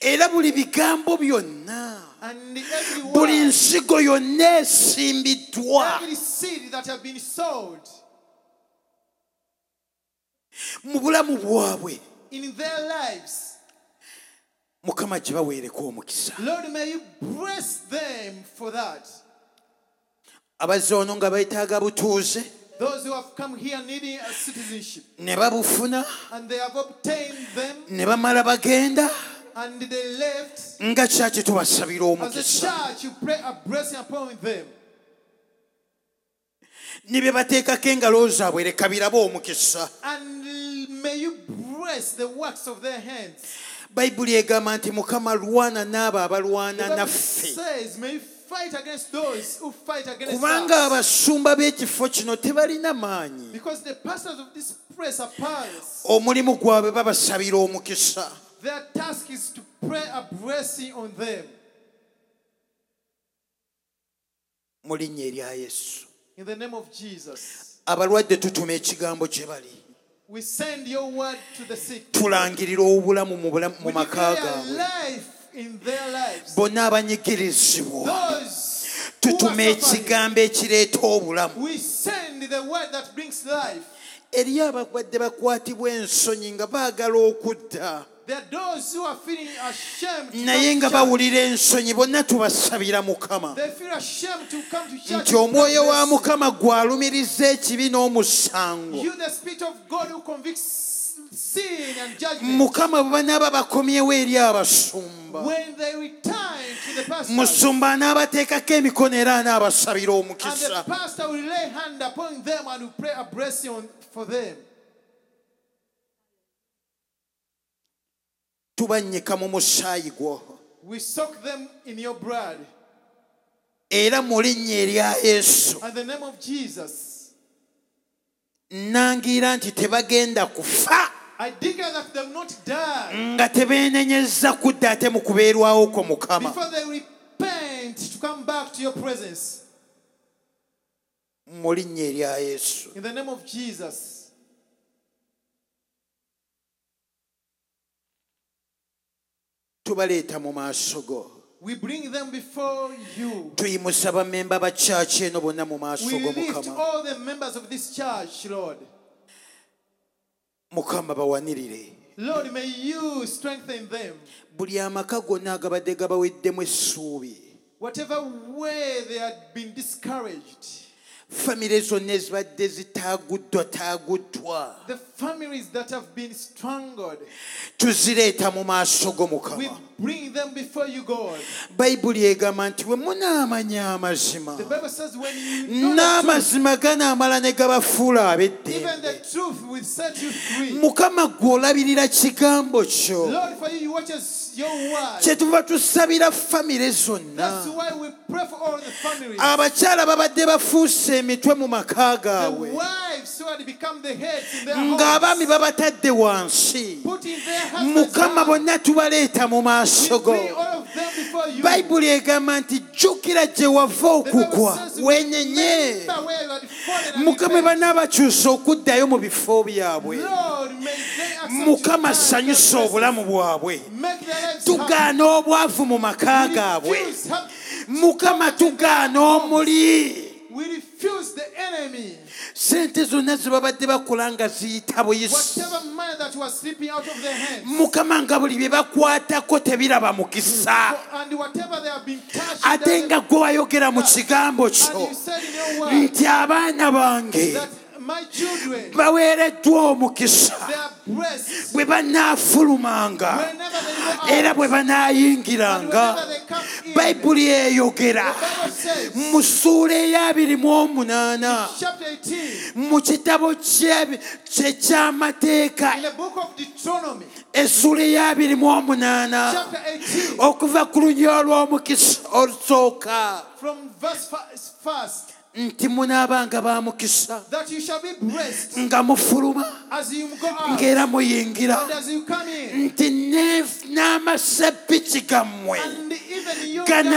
[SPEAKER 1] era buli bigambo byonna
[SPEAKER 4] And every
[SPEAKER 1] buli
[SPEAKER 4] word,
[SPEAKER 1] nsigo yonna esimbiddwa
[SPEAKER 4] every seed that have been sowed
[SPEAKER 1] mu bulamu bwabwe
[SPEAKER 4] in their lives,
[SPEAKER 1] mukama gye baweereka omukisa
[SPEAKER 4] Lord, may you bless them for that.
[SPEAKER 1] abazze ono nga beetaaga butuuze
[SPEAKER 4] Those who have come here needing a citizenship,
[SPEAKER 1] ne babufuna
[SPEAKER 4] and they have obtained them,
[SPEAKER 1] ne bamala bagenda
[SPEAKER 4] and they left.
[SPEAKER 1] nga kyaki tubasabira
[SPEAKER 4] As a
[SPEAKER 1] omukisa
[SPEAKER 4] church, you pray a blessing upon them.
[SPEAKER 1] ne bye bateekako engalo zaabwe leka birabe omukisa
[SPEAKER 4] And may you bless the works of their hands.
[SPEAKER 1] bayibuli egamba nti mukama lwana n'abo
[SPEAKER 4] The
[SPEAKER 1] abalwana
[SPEAKER 4] Bible
[SPEAKER 1] naffe
[SPEAKER 4] says, may you fight against those who fight against
[SPEAKER 1] kubanga
[SPEAKER 4] us.
[SPEAKER 1] abasumba b'ekifo kino tebalina maanyi
[SPEAKER 4] Because the pastors of this place are pious.
[SPEAKER 1] omulimu gwabwe babasabira omukisa
[SPEAKER 4] Their task is to pray a blessing on them.
[SPEAKER 1] mu linnya erya yesu
[SPEAKER 4] In the name of Jesus,
[SPEAKER 1] abalwadde tutuma ekigambo gye bali
[SPEAKER 4] we send your word to the sick.
[SPEAKER 1] tulangirira obulamu mu bulamu- mu
[SPEAKER 4] We
[SPEAKER 1] maka
[SPEAKER 4] declare
[SPEAKER 1] gaabwe
[SPEAKER 4] life in their lives.
[SPEAKER 1] bonna abanyigirizibwa
[SPEAKER 4] Those who
[SPEAKER 1] tutuma
[SPEAKER 4] are suffering,
[SPEAKER 1] ekigambo ekireeta obulamu
[SPEAKER 4] we send the word that brings life.
[SPEAKER 1] eri abalwadde bakwatibwa ensonyi nga baagala okudda
[SPEAKER 4] There are those who are feeling ashamed. to
[SPEAKER 1] naye
[SPEAKER 4] come
[SPEAKER 1] nga
[SPEAKER 4] to church.
[SPEAKER 1] bawulira ensonyi bonna tubasabira mukama
[SPEAKER 4] They feel ashamed to come to church.
[SPEAKER 1] nti omwoyo wa
[SPEAKER 4] without mercy.
[SPEAKER 1] mukama gwalumiriza ekibi n'omusango
[SPEAKER 4] You, the Spirit of God who convicts sin and judgment.
[SPEAKER 1] mukama bwe banaaba bakomyewo eri abasumba
[SPEAKER 4] When they return to the pastor,
[SPEAKER 1] musumba anaabateekako emikono era anaabasabira
[SPEAKER 4] and
[SPEAKER 1] omukisa
[SPEAKER 4] the pastor will lay hand upon them and will pray a blessing on- for them.
[SPEAKER 1] tubannyika mu musaayi gwo
[SPEAKER 4] We soak them in your blood
[SPEAKER 1] era mu linnya erya yesu
[SPEAKER 4] and the name of Jesus.
[SPEAKER 1] nangira nti tebagenda kufa
[SPEAKER 4] I declare that they will not die
[SPEAKER 1] nga tebeenenyeza kudda ate mu kubeerwawo kwo mukama
[SPEAKER 4] before they repent to come back to your presence.
[SPEAKER 1] mu linnya erya yesu
[SPEAKER 4] In the name of Jesus.
[SPEAKER 1] tubaleeta mu maaso go
[SPEAKER 4] We bring them before you.
[SPEAKER 1] tuyimusa bammemba ba kyaki eno bonna mu maaso
[SPEAKER 4] We
[SPEAKER 1] go
[SPEAKER 4] lift
[SPEAKER 1] mukama
[SPEAKER 4] all the members of this church, Lord.
[SPEAKER 1] mukama bawanirire
[SPEAKER 4] Lord, may you strengthen them.
[SPEAKER 1] buli amaka gonna agabadde gabaweddemu essuubi
[SPEAKER 4] Whatever way they had been discouraged,
[SPEAKER 1] famire zonna ezibadde zitaaguddwa taaguddwa
[SPEAKER 4] the families that have been strangled,
[SPEAKER 1] tuzireeta mu maaso go
[SPEAKER 4] we
[SPEAKER 1] mukama
[SPEAKER 4] bring them before you, God.
[SPEAKER 1] bayibuli egamba nti we munaamanya amazima
[SPEAKER 4] The Bible says, when you know the truth,
[SPEAKER 1] n'amazima ganaamala ne gabafuula
[SPEAKER 4] even
[SPEAKER 1] ab'eddembe
[SPEAKER 4] the truth will set you free.
[SPEAKER 1] mukama gw'olabirira kigambo kyo
[SPEAKER 4] Lord, for you, you watch us, your word.
[SPEAKER 1] kyetuva tusabira famire zonna
[SPEAKER 4] That's why we pray for all the families.
[SPEAKER 1] Ah, abakyala babadde bafuuse emitwe mu maka
[SPEAKER 4] The
[SPEAKER 1] gaabwe
[SPEAKER 4] wives who had become the heads in their
[SPEAKER 1] ng'abaami
[SPEAKER 4] homes,
[SPEAKER 1] babatadde wansi
[SPEAKER 4] putting their husbands
[SPEAKER 1] mukama
[SPEAKER 4] down.
[SPEAKER 1] bonna tubaleeta mu maaso
[SPEAKER 4] We
[SPEAKER 1] go
[SPEAKER 4] bring all of them before you.
[SPEAKER 1] bayibuli egamba nti jjukira gye wava
[SPEAKER 4] The Bible
[SPEAKER 1] okugwa
[SPEAKER 4] says,
[SPEAKER 1] wenyenye
[SPEAKER 4] remember where you had fallen and
[SPEAKER 1] mukama
[SPEAKER 4] repent.
[SPEAKER 1] banaabakyusa okuddayo mu bifo byabwe
[SPEAKER 4] Lord, may they accept
[SPEAKER 1] mukama
[SPEAKER 4] you as their
[SPEAKER 1] sanyusa
[SPEAKER 4] presence.
[SPEAKER 1] obulamu bwabwe
[SPEAKER 4] Make their lives happy.
[SPEAKER 1] tugaana obwavu mu maka gaabwe
[SPEAKER 4] We refuse hap-
[SPEAKER 1] mukama tugaana omuli
[SPEAKER 4] We refuse the enemy.
[SPEAKER 1] sente zonna ze babadde bakola nga ziyita buyisi
[SPEAKER 4] Whatever man that was slipping out of their hands.
[SPEAKER 1] mukama nga buli bye bakwatako tebiraba mukisa
[SPEAKER 4] And whatever they have been touched.
[SPEAKER 1] ate nga gwe wayogera mu kigambo
[SPEAKER 4] And
[SPEAKER 1] kyo
[SPEAKER 4] you said in your word
[SPEAKER 1] nti abaana bange
[SPEAKER 4] that my children,
[SPEAKER 1] baweereddwa omukisa
[SPEAKER 4] their breasts,
[SPEAKER 1] bwe banaafulumanga
[SPEAKER 4] whenever they go out,
[SPEAKER 1] era bwe
[SPEAKER 4] and
[SPEAKER 1] banaayingiranga
[SPEAKER 4] whenever they come in,
[SPEAKER 1] bayibuli eyogera
[SPEAKER 4] the Bible says,
[SPEAKER 1] mu ssuula ey'abirimu omunaana
[SPEAKER 4] chapter 18,
[SPEAKER 1] mu kitabo kye- kye- ky'amateeka
[SPEAKER 4] in the book of Deuteronomy,
[SPEAKER 1] essuula ey'abirimu omunaana
[SPEAKER 4] chapter 18,
[SPEAKER 1] okuva ku lunya olw'omukisa olusooka
[SPEAKER 4] from verse fas- first,
[SPEAKER 1] nti munaabanga ba mukisa
[SPEAKER 4] that you shall be blessed
[SPEAKER 1] nga mufuluma
[SPEAKER 4] as you go out
[SPEAKER 1] ng'era muyingira
[SPEAKER 4] and
[SPEAKER 1] Mm.
[SPEAKER 4] as you come in,
[SPEAKER 1] nti ne- n'amaseppiki gammwe
[SPEAKER 4] and even you.
[SPEAKER 1] gana